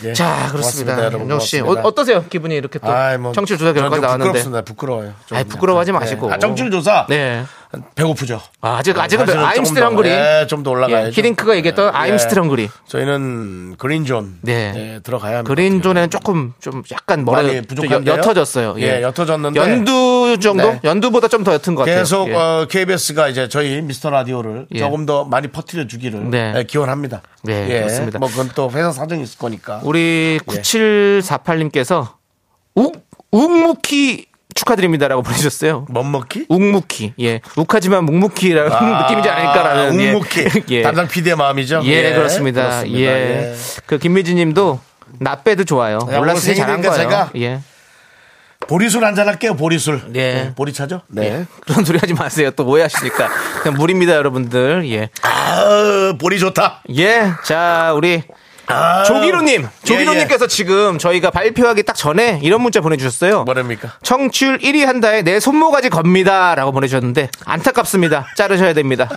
[SPEAKER 2] 예.
[SPEAKER 3] 자 그렇습니다.
[SPEAKER 2] 고맙습니다,
[SPEAKER 3] 윤정 씨 어,
[SPEAKER 2] 고맙습니다.
[SPEAKER 3] 어떠세요? 기분이 이렇게 또
[SPEAKER 2] 아이, 뭐,
[SPEAKER 3] 청취율 조사
[SPEAKER 2] 저는
[SPEAKER 3] 결과
[SPEAKER 2] 좀
[SPEAKER 3] 나왔는데
[SPEAKER 2] 부끄럽습니다. 부끄러워요. 좀
[SPEAKER 3] 아이, 부끄러워하지
[SPEAKER 2] 약간.
[SPEAKER 3] 마시고.
[SPEAKER 2] 네. 아, 정치율 조사.
[SPEAKER 3] 네.
[SPEAKER 2] 배고프죠.
[SPEAKER 3] 아, 아직 아직은
[SPEAKER 2] 사실은
[SPEAKER 3] 아임
[SPEAKER 2] 조금 더,
[SPEAKER 3] 스틸 한글이
[SPEAKER 2] 예, 좀더 올라가야죠. 네,
[SPEAKER 3] 예, 히딩크가 얘기했던 아임 스틸 한글이
[SPEAKER 2] 저희는 그린존
[SPEAKER 3] 네.
[SPEAKER 2] 예, 들어가야 합니다.
[SPEAKER 3] 그린존에는 조금 좀 약간 뭐라
[SPEAKER 2] 많이
[SPEAKER 3] 그래야- 좀
[SPEAKER 2] 부족한데요?
[SPEAKER 3] 여- 옅어졌어요.
[SPEAKER 2] 예, 옅어졌는데.
[SPEAKER 3] 연두 정도?
[SPEAKER 2] 네.
[SPEAKER 3] 연두보다 좀 더 옅은 것 같아요.
[SPEAKER 2] 계속
[SPEAKER 3] 예.
[SPEAKER 2] 어, KBS가 이제 저희 미스터 라디오를
[SPEAKER 3] 예.
[SPEAKER 2] 조금 더 많이 퍼뜨려 주기를
[SPEAKER 3] 네.
[SPEAKER 2] 기원합니다.
[SPEAKER 3] 네,
[SPEAKER 2] 예,
[SPEAKER 3] 그렇습니다.
[SPEAKER 2] 뭐 그건 또 회사 사정이 있을 거니까.
[SPEAKER 3] 우리 [laughs] 9748님께서 욱 욱무키 축하드립니다라고 보내주셨어요.
[SPEAKER 2] 못 먹기?
[SPEAKER 3] 욱무키 예 욱하지만 묵묵히라는 아,
[SPEAKER 2] 아,
[SPEAKER 3] 느낌이지 않을까라는 예.
[SPEAKER 2] 묵묵히.
[SPEAKER 3] [laughs] 예.
[SPEAKER 2] 담당 PD의 마음이죠.
[SPEAKER 3] 예, 그렇습니다. 예.
[SPEAKER 2] 예.
[SPEAKER 3] 그 김미지님도 나빼도 좋아요.
[SPEAKER 2] 야,
[SPEAKER 3] 몰랐으니
[SPEAKER 2] 오늘
[SPEAKER 3] 잘한
[SPEAKER 2] 생일이니까
[SPEAKER 3] 거예요.
[SPEAKER 2] 제가
[SPEAKER 3] 예.
[SPEAKER 2] 보리술 한잔 할게요. 보리술.
[SPEAKER 3] 예.
[SPEAKER 2] 네, 보리차죠? [laughs] 네.
[SPEAKER 3] 예. 그런 소리 하지 마세요. 또 오해하시니까. 그냥 물입니다, 여러분들. 예.
[SPEAKER 2] 아, 보리 좋다.
[SPEAKER 3] 예. 자, 우리
[SPEAKER 2] 아,
[SPEAKER 3] 조기로님.
[SPEAKER 2] 예, 예.
[SPEAKER 3] 조기로님께서 지금 저희가 발표하기 딱 전에 이런 문자 보내주셨어요.
[SPEAKER 2] 뭐랍니까?
[SPEAKER 3] 청취율 1위 한다에 내 손모가지 겁니다. 라고 보내주셨는데 안타깝습니다. 자르셔야 됩니다.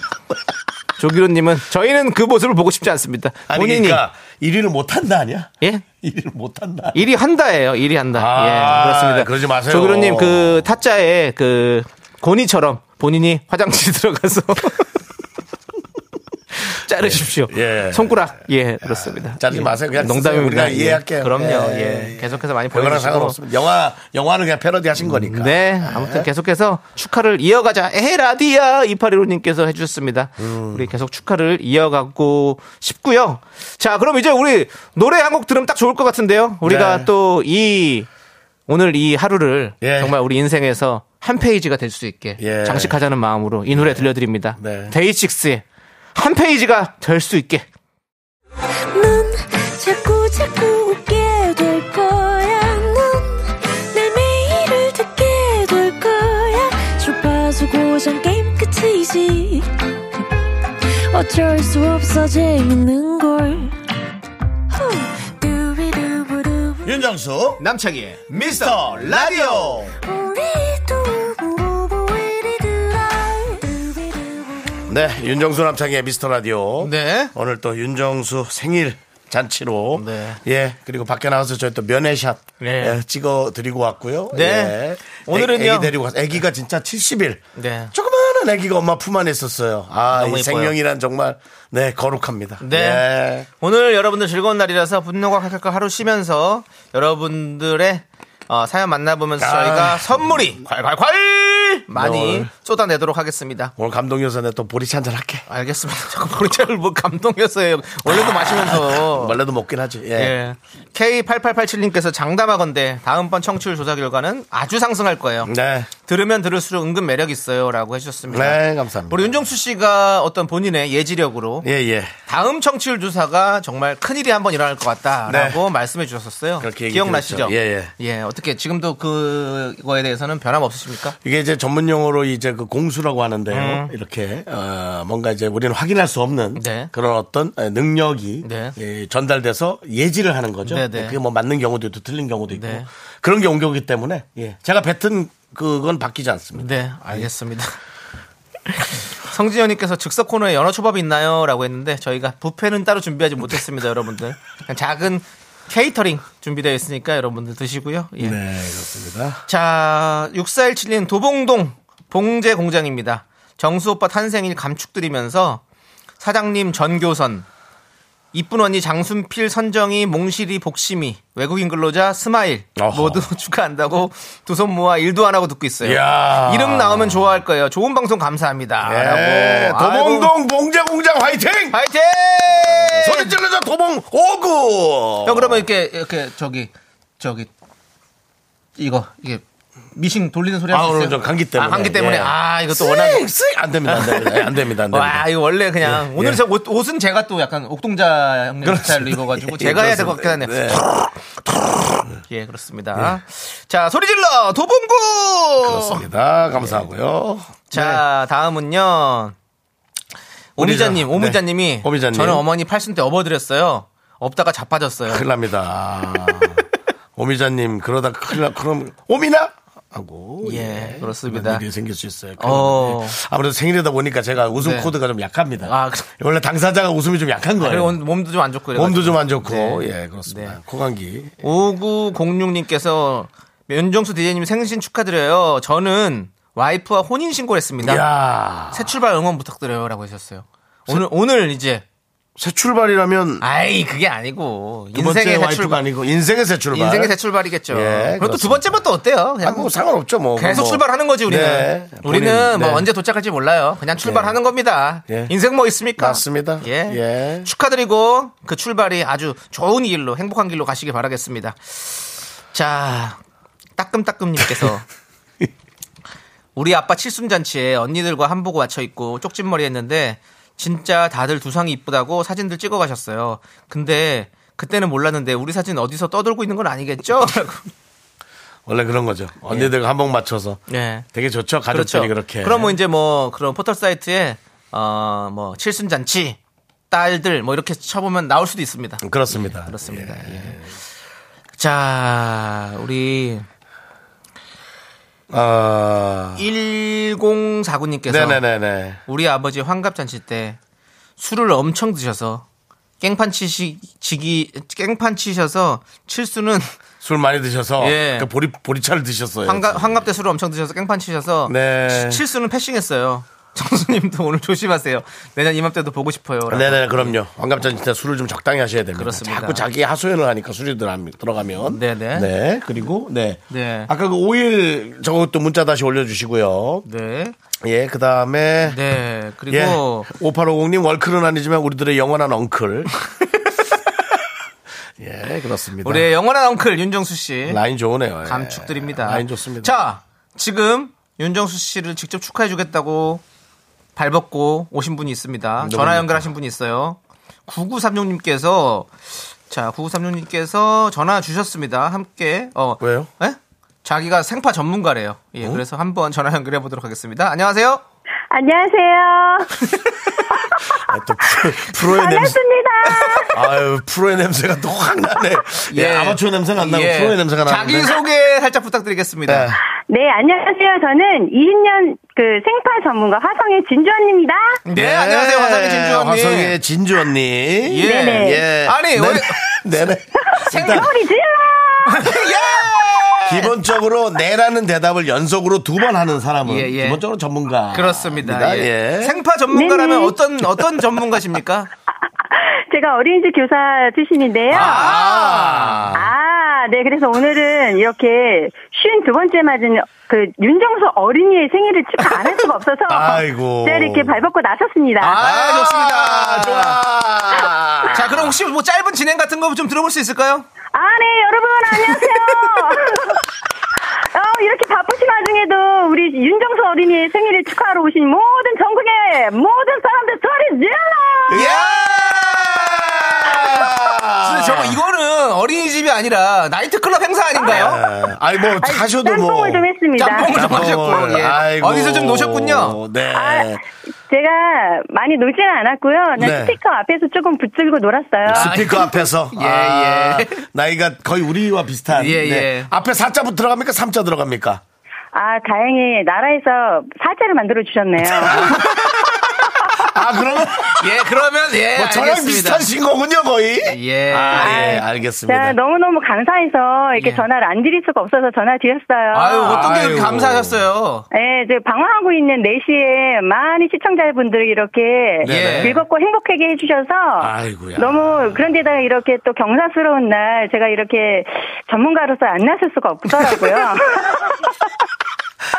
[SPEAKER 3] 조기로님은 저희는 그 모습을 보고 싶지 않습니다.
[SPEAKER 2] 아니
[SPEAKER 3] 본인이.
[SPEAKER 2] 그러니까 1위를 못 한다 아니야?
[SPEAKER 3] 예?
[SPEAKER 2] 1위를 못 한다.
[SPEAKER 3] 1위 한다예요. 1위 한다.
[SPEAKER 2] 아,
[SPEAKER 3] 예, 그렇습니다.
[SPEAKER 2] 그러지 마세요.
[SPEAKER 3] 조기로님 그 타짜에 그 고니처럼 본인이 화장실 [laughs] 들어가서 자르십시오.
[SPEAKER 2] 예, 예.
[SPEAKER 3] 손가락. 예, 그렇습니다.
[SPEAKER 2] 자르지
[SPEAKER 3] 예.
[SPEAKER 2] 마세요. 그냥 쓰세요.
[SPEAKER 3] 농담입니다.
[SPEAKER 2] 우리가 이해할게요.
[SPEAKER 3] 그럼요.
[SPEAKER 2] 예,
[SPEAKER 3] 예. 계속해서 많이
[SPEAKER 2] 별거랑
[SPEAKER 3] 보내주시고.
[SPEAKER 2] 상관없습니다. 영화 영화는 그냥 패러디 하신 거니까.
[SPEAKER 3] 네, 아무튼 계속해서 축하를 이어가자. 에헤라디야 2815님께서 해주셨습니다.
[SPEAKER 2] 음.
[SPEAKER 3] 우리 계속 축하를 이어가고 싶고요. 자, 그럼 이제 우리 노래 한 곡 들으면 딱 좋을 것 같은데요. 우리가
[SPEAKER 2] 네.
[SPEAKER 3] 또 이 오늘 이 하루를
[SPEAKER 2] 예.
[SPEAKER 3] 정말 우리 인생에서 한 페이지가 될 수 있게
[SPEAKER 2] 예.
[SPEAKER 3] 장식하자는 마음으로 이 노래 들려드립니다.
[SPEAKER 2] 네.
[SPEAKER 3] 데이식스의 한 페이지가 될 수 있게.
[SPEAKER 6] 넌 자꾸 자꾸 웃게 될 거야. 넌내 매일을 듣게 될 거야. 주파수 고정 게임 끝이지. 어쩔 수 없어 재밌는 걸. 후. 두비두부두.
[SPEAKER 2] 윤정수
[SPEAKER 3] 남창희의
[SPEAKER 2] 미스터 라디오.
[SPEAKER 6] 우리 두부부부리두라. 두비두부부.
[SPEAKER 2] 네, 윤정수 남창의 미스터 라디오.
[SPEAKER 3] 네.
[SPEAKER 2] 오늘 또 윤정수 생일 잔치로
[SPEAKER 3] 네.
[SPEAKER 2] 예 그리고 밖에 나와서 저희 또 면회샷
[SPEAKER 3] 네.
[SPEAKER 2] 예, 찍어 드리고 왔고요.
[SPEAKER 3] 네.
[SPEAKER 2] 예.
[SPEAKER 3] 오늘은요.
[SPEAKER 2] 애기 데리고 가서 애기가 진짜 70일.
[SPEAKER 3] 네.
[SPEAKER 2] 조그마한 애기가 엄마 품 안에 있었어요. 아,
[SPEAKER 3] 너무
[SPEAKER 2] 이
[SPEAKER 3] 예뻐요.
[SPEAKER 2] 생명이란 정말 네 거룩합니다.
[SPEAKER 3] 네.
[SPEAKER 2] 예.
[SPEAKER 3] 오늘 여러분들 즐거운 날이라서 분노가 칼칼칼 하루 쉬면서 여러분들의 어, 사연
[SPEAKER 2] 아.
[SPEAKER 3] 만나보면서 저희가 선물이 콸콸콸 많이
[SPEAKER 2] 네.
[SPEAKER 3] 쏟아내도록 하겠습니다.
[SPEAKER 2] 오늘 감동 여선에 또 보리차 한잔 할게.
[SPEAKER 3] 알겠습니다. [laughs] 자꾸 보리차를 뭐 감동이었어요. 원래도 마시면서.
[SPEAKER 2] [laughs] 원래도 먹긴 하지. 예.
[SPEAKER 3] 예. K8887님께서 장담하건대 다음번 청취율 조사 결과는 아주 상승할 거예요.
[SPEAKER 2] 네.
[SPEAKER 3] 들으면 들을수록 은근 매력 있어요라고 해주셨습니다.
[SPEAKER 2] 네, 감사합니다.
[SPEAKER 3] 우리 윤정수 씨가 어떤 본인의 예지력으로
[SPEAKER 2] 예, 예.
[SPEAKER 3] 다음 청취율 조사가 정말 큰일이 한번 일어날 것 같다라고 말씀해 주셨었어요.
[SPEAKER 2] 네. 그렇게 얘기
[SPEAKER 3] 기억나시죠?
[SPEAKER 2] 드렸죠. 예,
[SPEAKER 3] 어떻게 지금도 그거에 대해서는 변함 없으십니까?
[SPEAKER 2] 이게 이제 전문 용어로 이제 그 공수라고 하는데요. 이렇게 어, 뭔가 이제 우리는 확인할 수 없는
[SPEAKER 3] 음. 네.
[SPEAKER 2] 그런 어떤 에, 능력이
[SPEAKER 3] 네.
[SPEAKER 2] 예, 전달돼서 예지를 하는 거죠.
[SPEAKER 3] 네, 네.
[SPEAKER 2] 그게 뭐 맞는 경우도 있고 틀린 경우도 있고
[SPEAKER 3] 네.
[SPEAKER 2] 그런 게 옮겨오기 때문에 예, 제가 뱉은 그건 바뀌지 않습니다.
[SPEAKER 3] 네, 알겠습니다. 성진현님께서 즉석 코너에 연어 초밥이 있나요?라고 했는데 저희가 부페는 따로 준비하지 못했습니다, 여러분들. 그냥 작은 케이터링 준비되어 있으니까 여러분들 드시고요. 예.
[SPEAKER 2] 네, 그렇습니다.
[SPEAKER 3] 자, 6417님 도봉동 봉제 공장입니다. 정수 오빠 탄생일 감축드리면서 사장님 전교선 이쁜 언니 장순필 선정이 몽실이 복심이 외국인 근로자 스마일
[SPEAKER 2] 어허.
[SPEAKER 3] 모두 [laughs] 축하한다고 두 손 모아 일도 안 하고 듣고 있어요.
[SPEAKER 2] 이야.
[SPEAKER 3] 이름 나오면 좋아할 거예요. 좋은 방송 감사합니다.
[SPEAKER 2] 예,
[SPEAKER 3] 라고. 아이고,
[SPEAKER 2] 도봉동 봉제공장 화이팅!
[SPEAKER 3] 화이팅!
[SPEAKER 2] 소리 질러서 도봉 오구!
[SPEAKER 3] 형 그러면 이렇게 이렇게 저기 저기 이거 이게 미싱 돌리는 소리
[SPEAKER 2] 아,
[SPEAKER 3] 할수 있어요?
[SPEAKER 2] 오늘 좀 감기 때문에.
[SPEAKER 3] 아, 감기 때문에.
[SPEAKER 2] 예.
[SPEAKER 3] 아, 이것도
[SPEAKER 2] 쓱,
[SPEAKER 3] 워낙
[SPEAKER 2] 쓱! 안 됩니다, 안 됩니다. 예, 안 됩니다, 안 됩니다.
[SPEAKER 3] 와 이거 원래 그냥
[SPEAKER 2] 예,
[SPEAKER 3] 오늘
[SPEAKER 2] 예.
[SPEAKER 3] 저 옷, 옷은 제가 또 약간 옥동자 형님 스타일로 입어가지고
[SPEAKER 2] 예,
[SPEAKER 3] 제가 해야 될 것 같긴 하네요.
[SPEAKER 2] 네.
[SPEAKER 3] 예 그렇습니다. 자 소리 질러 도봉구.
[SPEAKER 2] 그렇습니다. 감사하고요. 네.
[SPEAKER 3] 자 다음은요 오미자님
[SPEAKER 2] 오미자.
[SPEAKER 3] 오미자님이
[SPEAKER 2] 네. 오미자님.
[SPEAKER 3] 저는 어머니 팔순 때 업어드렸어요. 없다가 자빠졌어요.
[SPEAKER 2] 큰일
[SPEAKER 3] [laughs]
[SPEAKER 2] 납니다. 오미자님 그러다 큰일 나 그럼 오미나 하고
[SPEAKER 3] 예, 그렇습니다.
[SPEAKER 2] 그런 일이 생길 수 있어요. 큰일
[SPEAKER 3] 어.
[SPEAKER 2] 나는데. 아무래도 생일이다 보니까 제가 웃음
[SPEAKER 3] 네.
[SPEAKER 2] 코드가 좀 약합니다.
[SPEAKER 3] 아, 그-
[SPEAKER 2] 원래 당사자가 웃음이 좀 약한
[SPEAKER 3] 아, 그리고
[SPEAKER 2] 거예요.
[SPEAKER 3] 오늘 몸도 좀 안 좋고 이래가지고.
[SPEAKER 2] 몸도 좀 안 좋고
[SPEAKER 3] 네.
[SPEAKER 2] 예 그렇습니다. 코감기
[SPEAKER 3] 5906님께서 윤정수 DJ님 생신 축하드려요. 저는 와이프와 혼인 신고를 했습니다.
[SPEAKER 2] 야,
[SPEAKER 3] 새 출발 응원 부탁드려요라고 하셨어요. 오늘 오늘 이제
[SPEAKER 2] 새 출발이라면
[SPEAKER 3] 아이 그게 아니고
[SPEAKER 2] 두 번째
[SPEAKER 3] 인생의 새
[SPEAKER 2] 와이프가
[SPEAKER 3] 출발
[SPEAKER 2] 아니고 인생의 새 출발.
[SPEAKER 3] 인생의 새 출발이겠죠.
[SPEAKER 2] 예,
[SPEAKER 3] 그리고 또
[SPEAKER 2] 그렇습니다.
[SPEAKER 3] 두 번째면 또 어때요?
[SPEAKER 2] 아,
[SPEAKER 3] 그냥
[SPEAKER 2] 뭐 상관없죠 뭐.
[SPEAKER 3] 계속
[SPEAKER 2] 뭐.
[SPEAKER 3] 출발하는 거지 우리는.
[SPEAKER 2] 네.
[SPEAKER 3] 우리는
[SPEAKER 2] 본인,
[SPEAKER 3] 뭐
[SPEAKER 2] 네.
[SPEAKER 3] 언제 도착할지 몰라요. 그냥 출발하는 겁니다.
[SPEAKER 2] 예.
[SPEAKER 3] 인생 뭐 있습니까?
[SPEAKER 2] 맞습니다.
[SPEAKER 3] 예.
[SPEAKER 2] 예.
[SPEAKER 3] 축하드리고 그 출발이 아주 좋은 길로 행복한 길로 가시길 바라겠습니다. 자,
[SPEAKER 2] [laughs]
[SPEAKER 3] 따끔따끔님께서 우리 아빠 칠순 잔치에 언니들과 한복 맞춰 입고 쪽집머리 했는데 진짜 다들 두상이 이쁘다고 사진들 찍어 가셨어요. 근데 그때는 몰랐는데 우리 사진 어디서 떠돌고 있는 건
[SPEAKER 2] [laughs]
[SPEAKER 3] 아니겠죠? 라고.
[SPEAKER 2] 원래 그런 거죠. 언니들 한복 맞춰서
[SPEAKER 3] 예.
[SPEAKER 2] 되게 좋죠 가족들이 그렇게
[SPEAKER 3] 그럼 뭐 이제 뭐 그런 포털 사이트에 어뭐 칠순 잔치 딸들 뭐 이렇게 쳐보면 나올 수도 있습니다.
[SPEAKER 2] 그렇습니다.
[SPEAKER 3] 그렇습니다. 예. 자, 우리
[SPEAKER 2] 아,
[SPEAKER 3] 1049님께서
[SPEAKER 2] 네네네네.
[SPEAKER 3] 우리 아버지 환갑 잔치 때 술을 엄청 드셔서 깽판 치시 지기 깽판 치셔서 칠수는
[SPEAKER 2] 술 많이 드셔서
[SPEAKER 3] 예.
[SPEAKER 2] 그 보리 보리차를 드셨어요.
[SPEAKER 3] 환갑 환갑 때 술을 엄청 드셔서 깽판 치셔서
[SPEAKER 2] 네.
[SPEAKER 3] 칠수는 패싱했어요. [laughs] 정수님도 오늘 조심하세요. 내년 이맘때도 보고 싶어요. 라고.
[SPEAKER 2] 네네 그럼요. 환갑전 진짜 술을 좀 적당히 하셔야 됩니다.
[SPEAKER 3] 그렇습니다.
[SPEAKER 2] 자꾸 자기 하소연을 하니까 술이 들어가면- 들어가면.
[SPEAKER 3] 네네.
[SPEAKER 2] 네 그리고 네.
[SPEAKER 3] 네.
[SPEAKER 2] 아까 그 오일 저것도 문자 다시 올려주시고요.
[SPEAKER 3] 네.
[SPEAKER 2] 예 그다음에
[SPEAKER 3] 네. 그리고
[SPEAKER 2] 예. 5850님 월클은 아니지만 우리들의 영원한 엉클. [laughs] 예 그렇습니다.
[SPEAKER 3] 우리의 영원한 엉클 윤정수 씨
[SPEAKER 2] 라인 좋으네요. 예.
[SPEAKER 3] 감축드립니다.
[SPEAKER 2] 라인 좋습니다.
[SPEAKER 3] 자, 지금 윤정수 씨를 직접 축하해 주겠다고 발벗고 오신 분이 있습니다. 전화 연결하신 분이 있어요. 9936님께서 자, 9936님께서 전화 주셨습니다. 함께 어
[SPEAKER 2] 왜요? 어?
[SPEAKER 3] 예? 자기가 생파 전문가래요. 예, 그래서 한번 전화 연결해 보도록 하겠습니다. 안녕하세요.
[SPEAKER 8] 안녕하세요.
[SPEAKER 2] 아, 또 프로,
[SPEAKER 8] [laughs]
[SPEAKER 2] 프로의 냄새.
[SPEAKER 8] 반갑습니다.
[SPEAKER 2] 아유 프로의 냄새가 또 확 나네. 예, 아마추어 냄새가 안 나고
[SPEAKER 3] 예.
[SPEAKER 2] 프로의 냄새가 나는데.
[SPEAKER 3] 자기 소개 살짝 부탁드리겠습니다.
[SPEAKER 2] 네.
[SPEAKER 8] 네, 안녕하세요. 저는 20년 그 생파 전문가 화성의 진주 언니입니다.
[SPEAKER 3] 네, 안녕하세요. 화성의 진주 언니.
[SPEAKER 2] 화성의 진주 언니.
[SPEAKER 3] 예.
[SPEAKER 8] 네네.
[SPEAKER 2] 예.
[SPEAKER 3] 아니,
[SPEAKER 2] 네네.
[SPEAKER 3] 원래-
[SPEAKER 2] 네네.
[SPEAKER 3] 생각.
[SPEAKER 8] 소리 질러!
[SPEAKER 3] [laughs] 예!
[SPEAKER 2] 기본적으로 네라는 대답을 연속으로 두 번 하는 사람은
[SPEAKER 3] 예, 예.
[SPEAKER 2] 뭐, 기본적으로 전문가.
[SPEAKER 3] 그렇습니다. 예.
[SPEAKER 2] 예.
[SPEAKER 3] 생파 전문가라면
[SPEAKER 8] 네네.
[SPEAKER 3] 어떤 어떤 전문가십니까?
[SPEAKER 8] 제가 어린이집 교사 출신인데요. 아,
[SPEAKER 3] 아.
[SPEAKER 8] 네. 그래서 오늘은 이렇게 52번째 맞은 그 윤정수 어린이의 생일을 축하 안 할 수가 없어서
[SPEAKER 2] [laughs] 아이고.
[SPEAKER 8] 제가 이렇게 발벗고 나섰습니다.
[SPEAKER 3] 아, 좋습니다.
[SPEAKER 2] 좋아.
[SPEAKER 3] 자, 그럼 혹시 뭐 짧은 진행 같은 거 좀 들어볼 수 있을까요?
[SPEAKER 8] 아, 네, 여러분,
[SPEAKER 3] [laughs]
[SPEAKER 8] 안녕하세요. 어, 이렇게 바쁘신 와중에도 우리 윤정수 어린이의 생일을 축하하러 오신 모든 전국의 모든 사람들 소리 질러!
[SPEAKER 2] 예!
[SPEAKER 3] 아. 근데 저거 이거는 어린이집이 아니라 나이트클럽 행사 아닌가요?
[SPEAKER 2] 예. 아니 뭐 가셔도 뭐.
[SPEAKER 8] 짬뽕을 좀 했습니다.
[SPEAKER 3] 짬뽕을 좀 하셨고, 아, 예.
[SPEAKER 2] 아이고.
[SPEAKER 3] 어디서 좀 노셨군요. 아,
[SPEAKER 2] 네.
[SPEAKER 8] 제가 많이 놀지는 않았고요. 그냥
[SPEAKER 2] 네. 아,
[SPEAKER 8] 스티커 앞에서 조금 붙들고 놀았어요.
[SPEAKER 2] 스피커 앞에서
[SPEAKER 3] 아. [laughs] 예,
[SPEAKER 2] 아,
[SPEAKER 3] 예.
[SPEAKER 2] 나이가 거의 우리와 비슷한
[SPEAKER 3] 예,
[SPEAKER 2] 네.
[SPEAKER 3] 예.
[SPEAKER 2] 앞에 사자부 들어갑니까 삼자 들어갑니까
[SPEAKER 8] 아, 다행히 나라에서 사제를 만들어주셨네요.
[SPEAKER 2] [laughs] 아 그러면
[SPEAKER 3] 예, 그러면 예,
[SPEAKER 2] 뭐 저랑
[SPEAKER 3] 알겠습니다.
[SPEAKER 2] 비슷하신 거군요 거의
[SPEAKER 3] 예.
[SPEAKER 2] 아, 예 알겠습니다
[SPEAKER 8] 제가 너무너무 감사해서 이렇게
[SPEAKER 3] 예.
[SPEAKER 8] 전화를 안 드릴 수가 없어서 전화 드렸어요.
[SPEAKER 3] 아유, 어떤 게 그렇게
[SPEAKER 2] 아이고.
[SPEAKER 3] 감사하셨어요?
[SPEAKER 8] 네, 이제 방황하고 있는 4시에 많이 시청자분들이 이렇게
[SPEAKER 3] 네네.
[SPEAKER 8] 즐겁고 행복하게 해주셔서
[SPEAKER 2] 아이고야.
[SPEAKER 8] 너무 그런데다가 이렇게 또 경사스러운 날 제가 이렇게 전문가로서 안 나설 수가 없더라고요.
[SPEAKER 2] [laughs]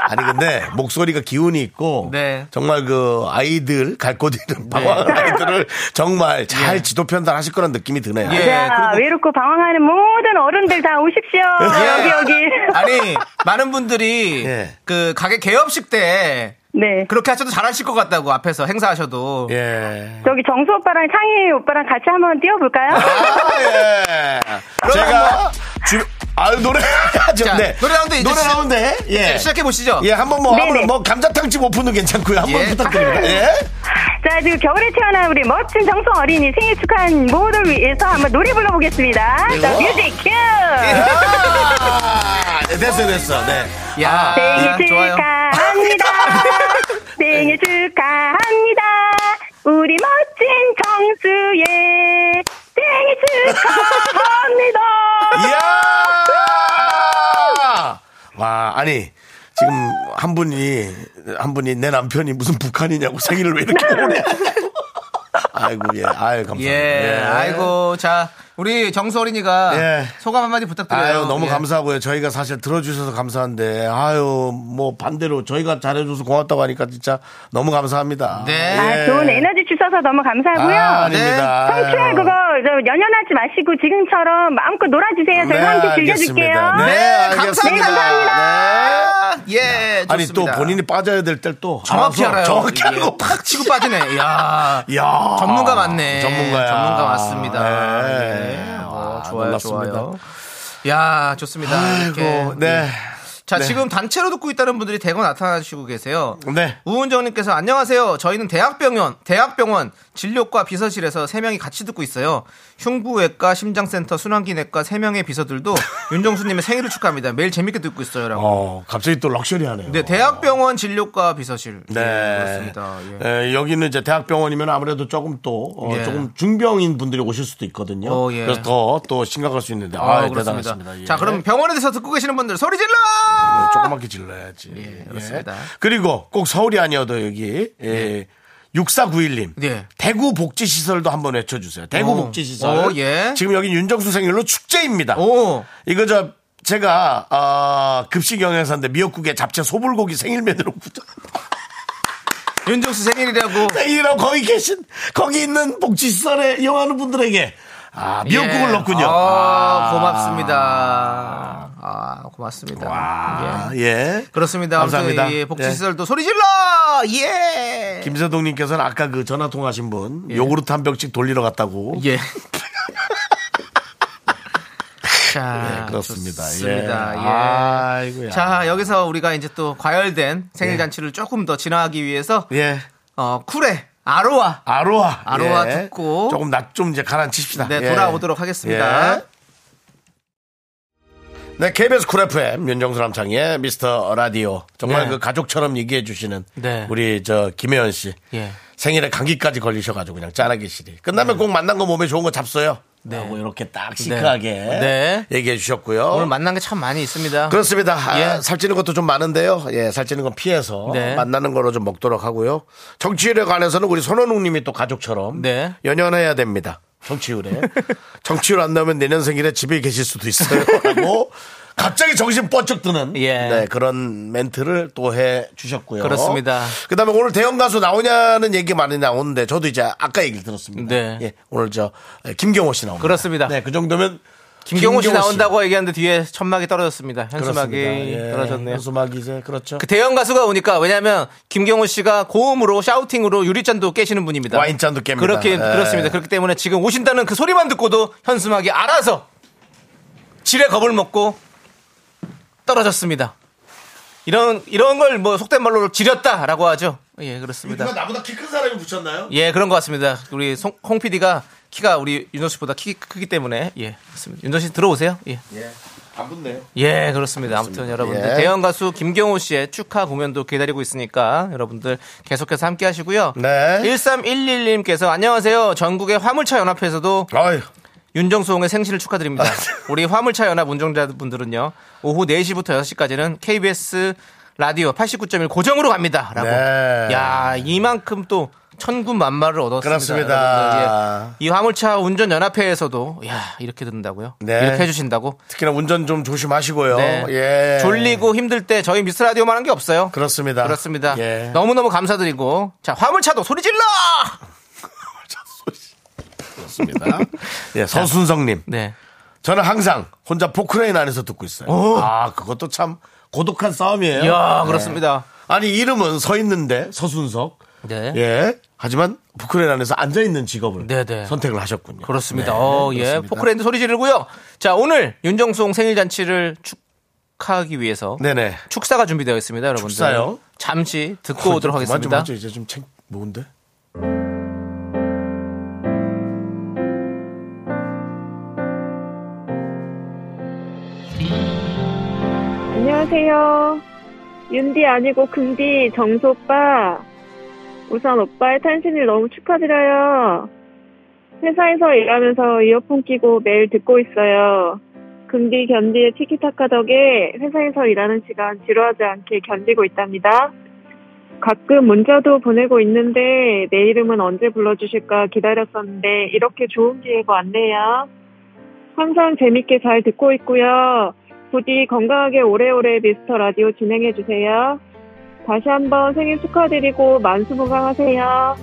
[SPEAKER 2] 아니 근데 목소리가 기운이 있고
[SPEAKER 3] 네.
[SPEAKER 2] 정말 그 아이들 갈곳 잃은 방황하는 아이들을 정말 잘 지도 편달하실 거란 느낌이 드네요
[SPEAKER 3] 예.
[SPEAKER 8] 자,
[SPEAKER 3] 그리고-
[SPEAKER 8] 외롭고 방황하는 모든 어른들 다 오십시오. 여기 여기.
[SPEAKER 3] [laughs] 아니, 많은 분들이
[SPEAKER 2] 예.
[SPEAKER 3] 그 가게 개업식 때
[SPEAKER 8] 네.
[SPEAKER 3] 그렇게 하셔도 잘하실 것 같다고 앞에서 행사하셔도.
[SPEAKER 2] 예.
[SPEAKER 8] 저기 정수 오빠랑 창희 오빠랑 같이 한번 뛰어볼까요?
[SPEAKER 2] 아, 예. 제가 주 아유 노래 하죠.
[SPEAKER 3] 자,
[SPEAKER 2] 네.
[SPEAKER 3] 노래 라운드 이제
[SPEAKER 2] 노래
[SPEAKER 3] 시작-
[SPEAKER 2] 라운드 해? 예.
[SPEAKER 3] 시작해 보시죠.
[SPEAKER 2] 예, 한번 뭐
[SPEAKER 8] 네네.
[SPEAKER 2] 아무나 뭐 감자탕집 오픈은 괜찮고요. 한번
[SPEAKER 3] 예.
[SPEAKER 2] 부탁드립니다. 예.
[SPEAKER 8] 자, 지금 겨울에 태어난 우리 멋진 정수 어린이 생일 축하한 모두를 위해서 한번 노래 불러보겠습니다.
[SPEAKER 2] 예.
[SPEAKER 8] 자, 뮤직 큐!
[SPEAKER 2] 아, 됐어 됐어. 네.
[SPEAKER 3] 야,
[SPEAKER 8] 생일
[SPEAKER 3] 아, 예. 좋아요.
[SPEAKER 8] 축하합니다. 생일 축하합니다. 우리 멋진 정수의 생일 축하합니다.
[SPEAKER 2] 이야! 와, 아니 지금 한 분이 한 분이 내 남편이 무슨 북한이냐고 생일을 왜 이렇게 오래 하냐고. 아이고 예. 아유 감사합니다.
[SPEAKER 3] 예, 아이고, 자, 우리 정수 어린이가
[SPEAKER 2] 예.
[SPEAKER 3] 소감 한마디 부탁드려요.
[SPEAKER 2] 아유 너무
[SPEAKER 3] 예.
[SPEAKER 2] 감사하고요. 저희가 사실 들어주셔서 감사한데 아유 뭐 반대로 저희가 잘해줘서 고맙다고 하니까 진짜 너무 감사합니다. 예.
[SPEAKER 3] 네.
[SPEAKER 8] 아, 좋은 에너지 주셔서 너무 감사하고요.
[SPEAKER 2] 아, 아닙니다. 네,
[SPEAKER 8] 청취할 그거 저 연연하지 마시고 지금처럼 마음껏 놀아주세요. 저희가 함께 즐겨줄게요.
[SPEAKER 2] 알겠습니다. 네,
[SPEAKER 3] 감사합니다.
[SPEAKER 2] 알겠습니다. 네.
[SPEAKER 3] 예,
[SPEAKER 2] 아니 또
[SPEAKER 3] 좋습니다.
[SPEAKER 2] 본인이 빠져야 될 때 또
[SPEAKER 3] 정확히
[SPEAKER 2] 알아서
[SPEAKER 3] 알아요. 예.
[SPEAKER 2] 정확히 알고 팍
[SPEAKER 3] 팍 치고 빠지네. 야.
[SPEAKER 2] [laughs] 이야.
[SPEAKER 3] 전문가 맞네.
[SPEAKER 2] 전문가야.
[SPEAKER 3] 전문가 맞습니다.
[SPEAKER 2] 네.
[SPEAKER 3] 예. 어,
[SPEAKER 2] 아,
[SPEAKER 3] 좋아요,
[SPEAKER 2] 놀랐습니다.
[SPEAKER 3] 좋아요. 야, 좋습니다.
[SPEAKER 2] 아이고,
[SPEAKER 3] 이렇게. 예.
[SPEAKER 2] 네.
[SPEAKER 3] 자,
[SPEAKER 2] 네.
[SPEAKER 3] 지금 단체로 듣고 있다는 분들이 대거 나타나시고 계세요.
[SPEAKER 2] 네.
[SPEAKER 3] 우은정님께서 안녕하세요. 저희는 대학병원, 대학병원 진료과 비서실에서 세 명이 같이 듣고 있어요. 흉부외과, 심장센터, 순환기내과 세
[SPEAKER 2] [laughs]
[SPEAKER 3] 명의 비서들도 윤정수님의 생일을 축하합니다. 매일 재밌게 듣고 있어요라고.
[SPEAKER 2] 어, 갑자기 또 럭셔리하네요.
[SPEAKER 3] 네, 대학병원 진료과 비서실.
[SPEAKER 2] 네.
[SPEAKER 3] 예, 그렇습니다. 예.
[SPEAKER 2] 에, 여기는 이제 대학병원이면 아무래도 조금 또, 어,
[SPEAKER 3] 예.
[SPEAKER 2] 조금 중병인 분들이 오실 수도 있거든요.
[SPEAKER 3] 어, 예.
[SPEAKER 2] 그래서 더 또 심각할 수 있는데.
[SPEAKER 3] 아,
[SPEAKER 2] 아,
[SPEAKER 3] 그렇습니다.
[SPEAKER 2] 대단하십니다. 예.
[SPEAKER 3] 자, 그럼 병원에 대해서 듣고 계시는 분들 소리 질러!
[SPEAKER 2] 네, 조그맣게 질러야지. 예,
[SPEAKER 3] 그렇습니다.
[SPEAKER 2] 그리고 꼭 서울이 아니어도 여기 예. 6491님.
[SPEAKER 3] 네.
[SPEAKER 2] 대구 복지 시설도 한번 외쳐 주세요. 대구
[SPEAKER 3] 어.
[SPEAKER 2] 복지 시설.
[SPEAKER 3] 어, 예. 어.
[SPEAKER 2] 지금 여기 윤정수 생일로 축제입니다.
[SPEAKER 3] 오!
[SPEAKER 2] 이거 저 제가 아, 급식 영양사인데 미역국에 잡채 소불고기 생일 메뉴로 구워-
[SPEAKER 3] [laughs] 윤정수 생일이라고.
[SPEAKER 2] 생일이라고 거기 계신 거기 있는 복지 시설에 이용하는 분들에게 아, 미역국을
[SPEAKER 3] 예.
[SPEAKER 2] 넣었군요.
[SPEAKER 3] 아,
[SPEAKER 2] 아.
[SPEAKER 3] 고맙습니다. 아, 고맙습니다.
[SPEAKER 2] 아,
[SPEAKER 3] 예.
[SPEAKER 2] 예.
[SPEAKER 3] 그렇습니다.
[SPEAKER 2] 감사합니다.
[SPEAKER 3] 아무튼 이 복지
[SPEAKER 2] 예.
[SPEAKER 3] 시설도 소리 질러! 예!
[SPEAKER 2] 김세동님께서는 아까 그 전화 통화하신 분 요구르트 한 병씩 돌리러 갔다고 [laughs]
[SPEAKER 3] 예. 자,
[SPEAKER 2] 예, 그렇습니다.
[SPEAKER 3] 아, 좋습니다.
[SPEAKER 2] 예.
[SPEAKER 3] 예.
[SPEAKER 2] 아이고야.
[SPEAKER 3] 자, 여기서 우리가 이제 또 과열된 생일
[SPEAKER 2] 예.
[SPEAKER 3] 잔치를 조금 더 진화하기 위해서
[SPEAKER 2] 예.
[SPEAKER 3] 어, 쿨의 아로아
[SPEAKER 2] 아로아.
[SPEAKER 3] 아로아
[SPEAKER 2] 예.
[SPEAKER 3] 듣고.
[SPEAKER 2] 조금 낮 좀 이제 가라앉히십시다.
[SPEAKER 3] 네,
[SPEAKER 2] 예.
[SPEAKER 3] 돌아오도록 하겠습니다.
[SPEAKER 2] 예. 네, KBS 쿨 FM 윤정수 남창희의 미스터 라디오 정말
[SPEAKER 3] 네.
[SPEAKER 2] 그 가족처럼 얘기해 주시는
[SPEAKER 3] 네.
[SPEAKER 2] 우리 저 김혜연 씨
[SPEAKER 3] 예.
[SPEAKER 2] 생일에 감기까지 걸리셔가지고 그냥 짜라기시리 끝나면 꼭 만난 거 몸에 좋은 거 잡숴요
[SPEAKER 3] 네.
[SPEAKER 2] 하고 이렇게 딱 시크하게
[SPEAKER 3] 네.
[SPEAKER 2] 얘기해 주셨고요
[SPEAKER 3] 오늘 만난 게 참 많이 있습니다.
[SPEAKER 2] 어? 그렇습니다. 아,
[SPEAKER 3] 예.
[SPEAKER 2] 살찌는 것도 좀 많은데요. 예, 살찌는 건 피해서
[SPEAKER 3] 네.
[SPEAKER 2] 만나는 거로 좀 먹도록 하고요. 정치율에 관해서는 우리 손원웅님이 또 가족처럼
[SPEAKER 3] 네.
[SPEAKER 2] 연연해야 됩니다.
[SPEAKER 3] [laughs]
[SPEAKER 2] 정치율에 정치율 안 나오면 내년 생일에 집에 계실 수도 있어요. [laughs] 라고 갑자기 정신 번쩍 드는
[SPEAKER 3] 예.
[SPEAKER 2] 네, 그런 멘트를 또 해 주셨고요.
[SPEAKER 3] 그렇습니다.
[SPEAKER 2] 그다음에 오늘 대형 가수 나오냐는 얘기 많이 나오는데 저도 이제 아까 얘기를 들었습니다.
[SPEAKER 3] 네.
[SPEAKER 2] 예, 오늘 저 김경호 씨 나옵니다.
[SPEAKER 3] 그렇습니다.
[SPEAKER 2] 네, 그 정도면
[SPEAKER 3] 김경호 씨 나온다고 얘기하는데 뒤에 천막이 떨어졌습니다. 현수막이
[SPEAKER 2] 그렇습니다. 예,
[SPEAKER 3] 떨어졌네요.
[SPEAKER 2] 현수막이 이제 그렇죠.
[SPEAKER 3] 그 대형 가수가 오니까 왜냐하면 김경호 씨가 고음으로 샤우팅으로 유리잔도 깨시는 분입니다.
[SPEAKER 2] 와인잔도 깹니다.
[SPEAKER 3] 그렇게
[SPEAKER 2] 예.
[SPEAKER 3] 그렇습니다. 그렇기 때문에 지금 오신다는 그 소리만 듣고도 현수막이 알아서 지레 겁을 먹고 떨어졌습니다. 이런 이런 걸 뭐 속된 말로 지렸다라고 하죠. 예 그렇습니다.
[SPEAKER 2] 나보다 키 큰 사람이 붙였나요?
[SPEAKER 3] 예, 그런 것 같습니다. 우리 송, 홍 PD가 키가 우리 윤호 씨보다 키 크기 때문에 예, 그렇습니다. 윤호 씨 들어오세요. 예.
[SPEAKER 2] 예. 안 붙네요.
[SPEAKER 3] 예, 그렇습니다. 아무튼 여러분들
[SPEAKER 2] 예.
[SPEAKER 3] 대형 가수 김경호 씨의 축하 공연도 기다리고 있으니까 여러분들 계속해서 함께 하시고요.
[SPEAKER 2] 네.
[SPEAKER 3] 1311님께서 안녕하세요. 전국의 화물차 연합회에서도
[SPEAKER 2] 아유,
[SPEAKER 3] 윤정수 홍의 생신을 축하드립니다.
[SPEAKER 2] 아,
[SPEAKER 3] 우리 화물차 연합 운전자분들은요. 오후 4시부터 6시까지는 KBS 라디오 89.1 고정으로 갑니다. 라고.
[SPEAKER 2] 네.
[SPEAKER 3] 야, 이만큼 또 천군만마를 얻었습니다.
[SPEAKER 2] 그렇습니다.
[SPEAKER 3] 여러분들, 예. 이 화물차 운전 연합회에서도 야, 이렇게 듣는다고요?
[SPEAKER 2] 네.
[SPEAKER 3] 이렇게 해 주신다고?
[SPEAKER 2] 특히나 운전 좀 조심하시고요. 예.
[SPEAKER 3] 네. 졸리고 힘들 때 저희 미스 라디오만 한 게 없어요.
[SPEAKER 2] 그렇습니다.
[SPEAKER 3] 그렇습니다.
[SPEAKER 2] 예.
[SPEAKER 3] 너무너무 감사드리고 자, 화물차도 소리 질러! [laughs]
[SPEAKER 2] 그렇습니다. 예, 서순성님.
[SPEAKER 3] 네.
[SPEAKER 2] 저는 항상 혼자 포크레인 안에서 듣고 있어요. 아, 그것도 참 고독한 싸움이에요.
[SPEAKER 3] 이야,
[SPEAKER 2] 예.
[SPEAKER 3] 그렇습니다.
[SPEAKER 2] 아니, 이름은 서 있는데, 서순석.
[SPEAKER 3] 네.
[SPEAKER 2] 예. 하지만 포크레인 안에서 앉아있는 직업을
[SPEAKER 3] 네, 네.
[SPEAKER 2] 선택을 하셨군요.
[SPEAKER 3] 그렇습니다.
[SPEAKER 2] 네,
[SPEAKER 3] 어, 예.
[SPEAKER 2] 그렇습니다.
[SPEAKER 3] 포크랜드 소리 지르고요. 자, 오늘 윤정수홍 생일 잔치를 축하하기 위해서
[SPEAKER 2] 네네.
[SPEAKER 3] 축사가 준비되어 있습니다, 여러분들.
[SPEAKER 2] 축사요?
[SPEAKER 3] 잠시 듣고 오도록
[SPEAKER 2] 그만 어, 좀
[SPEAKER 3] 하겠습니다.
[SPEAKER 2] 하죠. 이제 좀 챙, 뭔데?
[SPEAKER 8] 안녕하세요. 윤디 아니고 금디 정수 오빠. 우선 오빠의 탄신일 너무 축하드려요. 회사에서 일하면서 이어폰 끼고 매일 듣고 있어요. 금디 견디의 티키타카 덕에 회사에서 일하는 시간 지루하지 않게 견디고 있답니다. 가끔 문자도 보내고 있는데 내 이름은 언제 불러주실까 기다렸었는데 이렇게 좋은 기회가 왔네요. 항상 재밌게 잘 듣고 있고요. 부디 건강하게 오래오래 미스터 라디오 진행해주세요. 다시 한번 생일 축하드리고 만수무강하세요.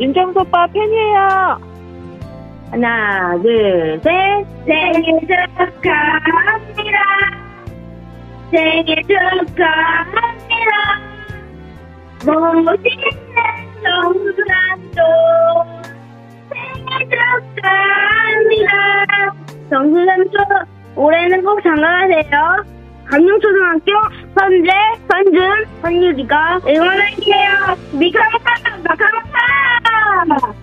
[SPEAKER 8] 윤정수 오빠 팬이에요. 하나, 둘, 셋. 생일 축하합니다. 생일 축하합니다. 멋있는 정수남도 생일 축하합니다. 정수남도 올해는 꼭 장가가세요. 강릉초등학교 선재, 선준, 선유리가 응원할게요. 미카마카, 마카마카!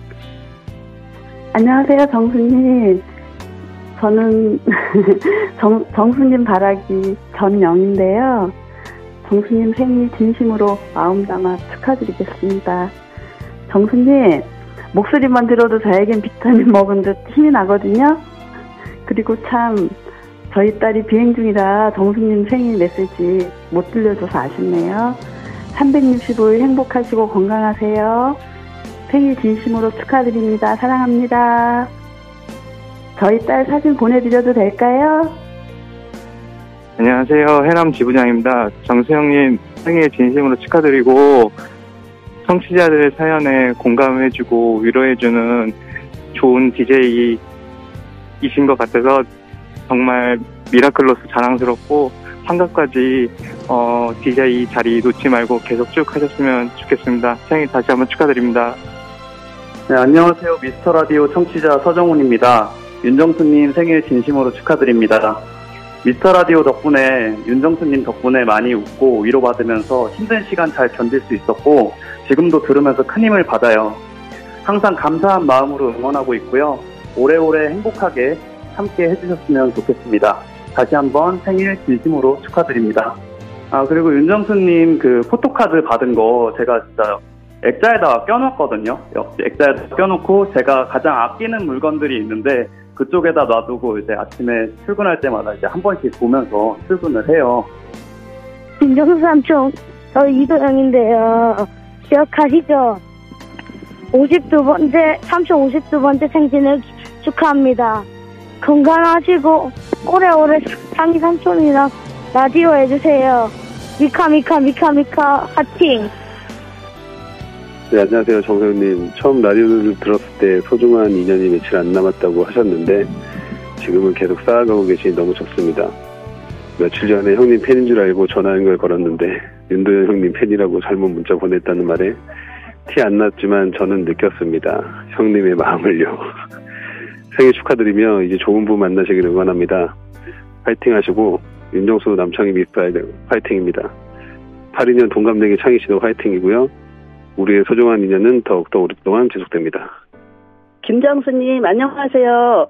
[SPEAKER 9] 안녕하세요, 정수님. 저는 [laughs] 정, 정수님 바라기 전영인데요. 정수님 생일 진심으로 마음 담아 축하드리겠습니다. 정수님, 목소리만 들어도 저에겐 비타민 먹은 듯 힘이 나거든요. 그리고 참, 저희 딸이 비행 중이라 정수님 생일 메시지 못 들려줘서 아쉽네요. 365일 행복하시고 건강하세요. 생일 진심으로 축하드립니다. 사랑합니다. 저희 딸 사진 보내드려도 될까요?
[SPEAKER 10] 안녕하세요. 해남 지부장입니다. 정수영님 생일 진심으로 축하드리고 청취자들의 사연에 공감해주고 위로해주는 좋은 DJ이신 것 같아서 정말 미라클로서 자랑스럽고 환갑까지 어, DJ 자리 놓지 말고 계속 쭉 하셨으면 좋겠습니다. 생일 다시 한번 축하드립니다.
[SPEAKER 11] 네, 안녕하세요. 미스터 라디오 청취자 서정훈입니다. 윤정수님 생일 진심으로 축하드립니다. 미스터 라디오 덕분에, 윤정수님 덕분에 많이 웃고 위로받으면서 힘든 시간 잘 견딜 수 있었고, 지금도 들으면서 큰 힘을 받아요. 항상 감사한 마음으로 응원하고 있고요. 오래오래 행복하게 함께 해주셨으면 좋겠습니다. 다시 한번 생일 진심으로 축하드립니다. 아, 그리고 윤정수님 그 포토카드 받은 거 제가 진짜 액자에다가 껴놓거든요. 액자에다 껴놓고 제가 가장 아끼는 물건들이 있는데 그쪽에다 놔두고 이제 아침에 출근할 때마다 이제 한 번씩 보면서 출근을 해요.
[SPEAKER 12] 김정수 삼촌, 저 이도영인데요. 기억하시죠? 52번째, 삼촌 52번째 생신을 주- 축하합니다. 건강하시고, 오래오래 상이 삼촌이랑 라디오 해주세요. 미카, 미카, 미카, 미카, 하팅.
[SPEAKER 13] 네, 안녕하세요. 정세훈님. 처음 라디오를 들었을 때 소중한 인연이 며칠 안 남았다고 하셨는데 지금은 계속 쌓아가고 계시니 너무 좋습니다. 며칠 전에 형님 팬인 줄 알고 전화 연결 걸었는데 윤도현 형님 팬이라고 잘못 문자 보냈다는 말에 티 안 났지만 저는 느꼈습니다. 형님의 마음을요. [laughs] 생일 축하드리며 이제 좋은 분 만나시길 응원합니다. 파이팅 하시고 윤정수 남창희 미스터아이들 파이팅입니다. 82년 동갑내기 창희 씨도 파이팅이고요. 우리의 소중한 인연은 더욱더 오랫동안 지속됩니다.
[SPEAKER 14] 김정수님, 안녕하세요.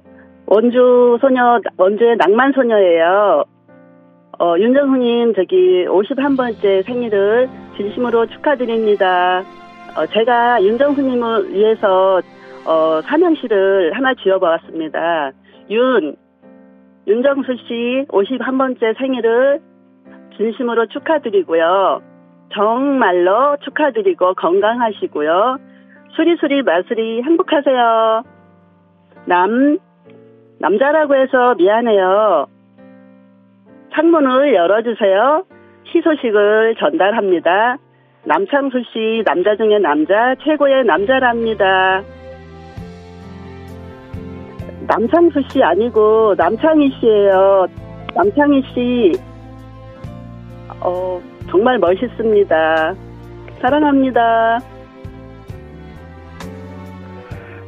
[SPEAKER 14] 원주 소녀, 원주의 낭만 소녀예요. 어, 윤정수님, 저기 51번째 생일을 진심으로 축하드립니다. 어, 제가 윤정수님을 위해서 어, 삼행시를 하나 지어보았습니다. 윤, 윤정수 씨 51번째 생일을 진심으로 축하드리고요. 정말로 축하드리고 건강하시고요. 수리수리 마수리 행복하세요. 남, 남자라고 해서 미안해요. 창문을 열어주세요. 희소식을 전달합니다. 남창수 씨, 남자 중에 남자, 최고의 남자랍니다. 남창수 씨 아니고 남창희 씨예요. 남창희 씨, 어, 정말 멋있습니다. 사랑합니다.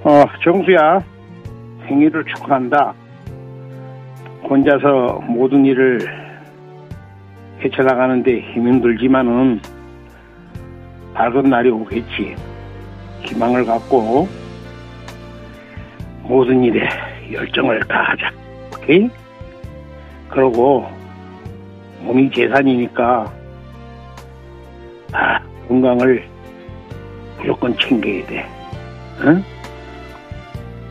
[SPEAKER 15] 어, 정수야, 생일을 축하한다. 혼자서 모든 일을 헤쳐나가는데 힘들지만은 밝은 날이 오겠지. 희망을 갖고 모든 일에 열정을 다하자. 오케이? 그러고 몸이 재산이니까 아, 건강을 무조건 챙겨야 돼. 응?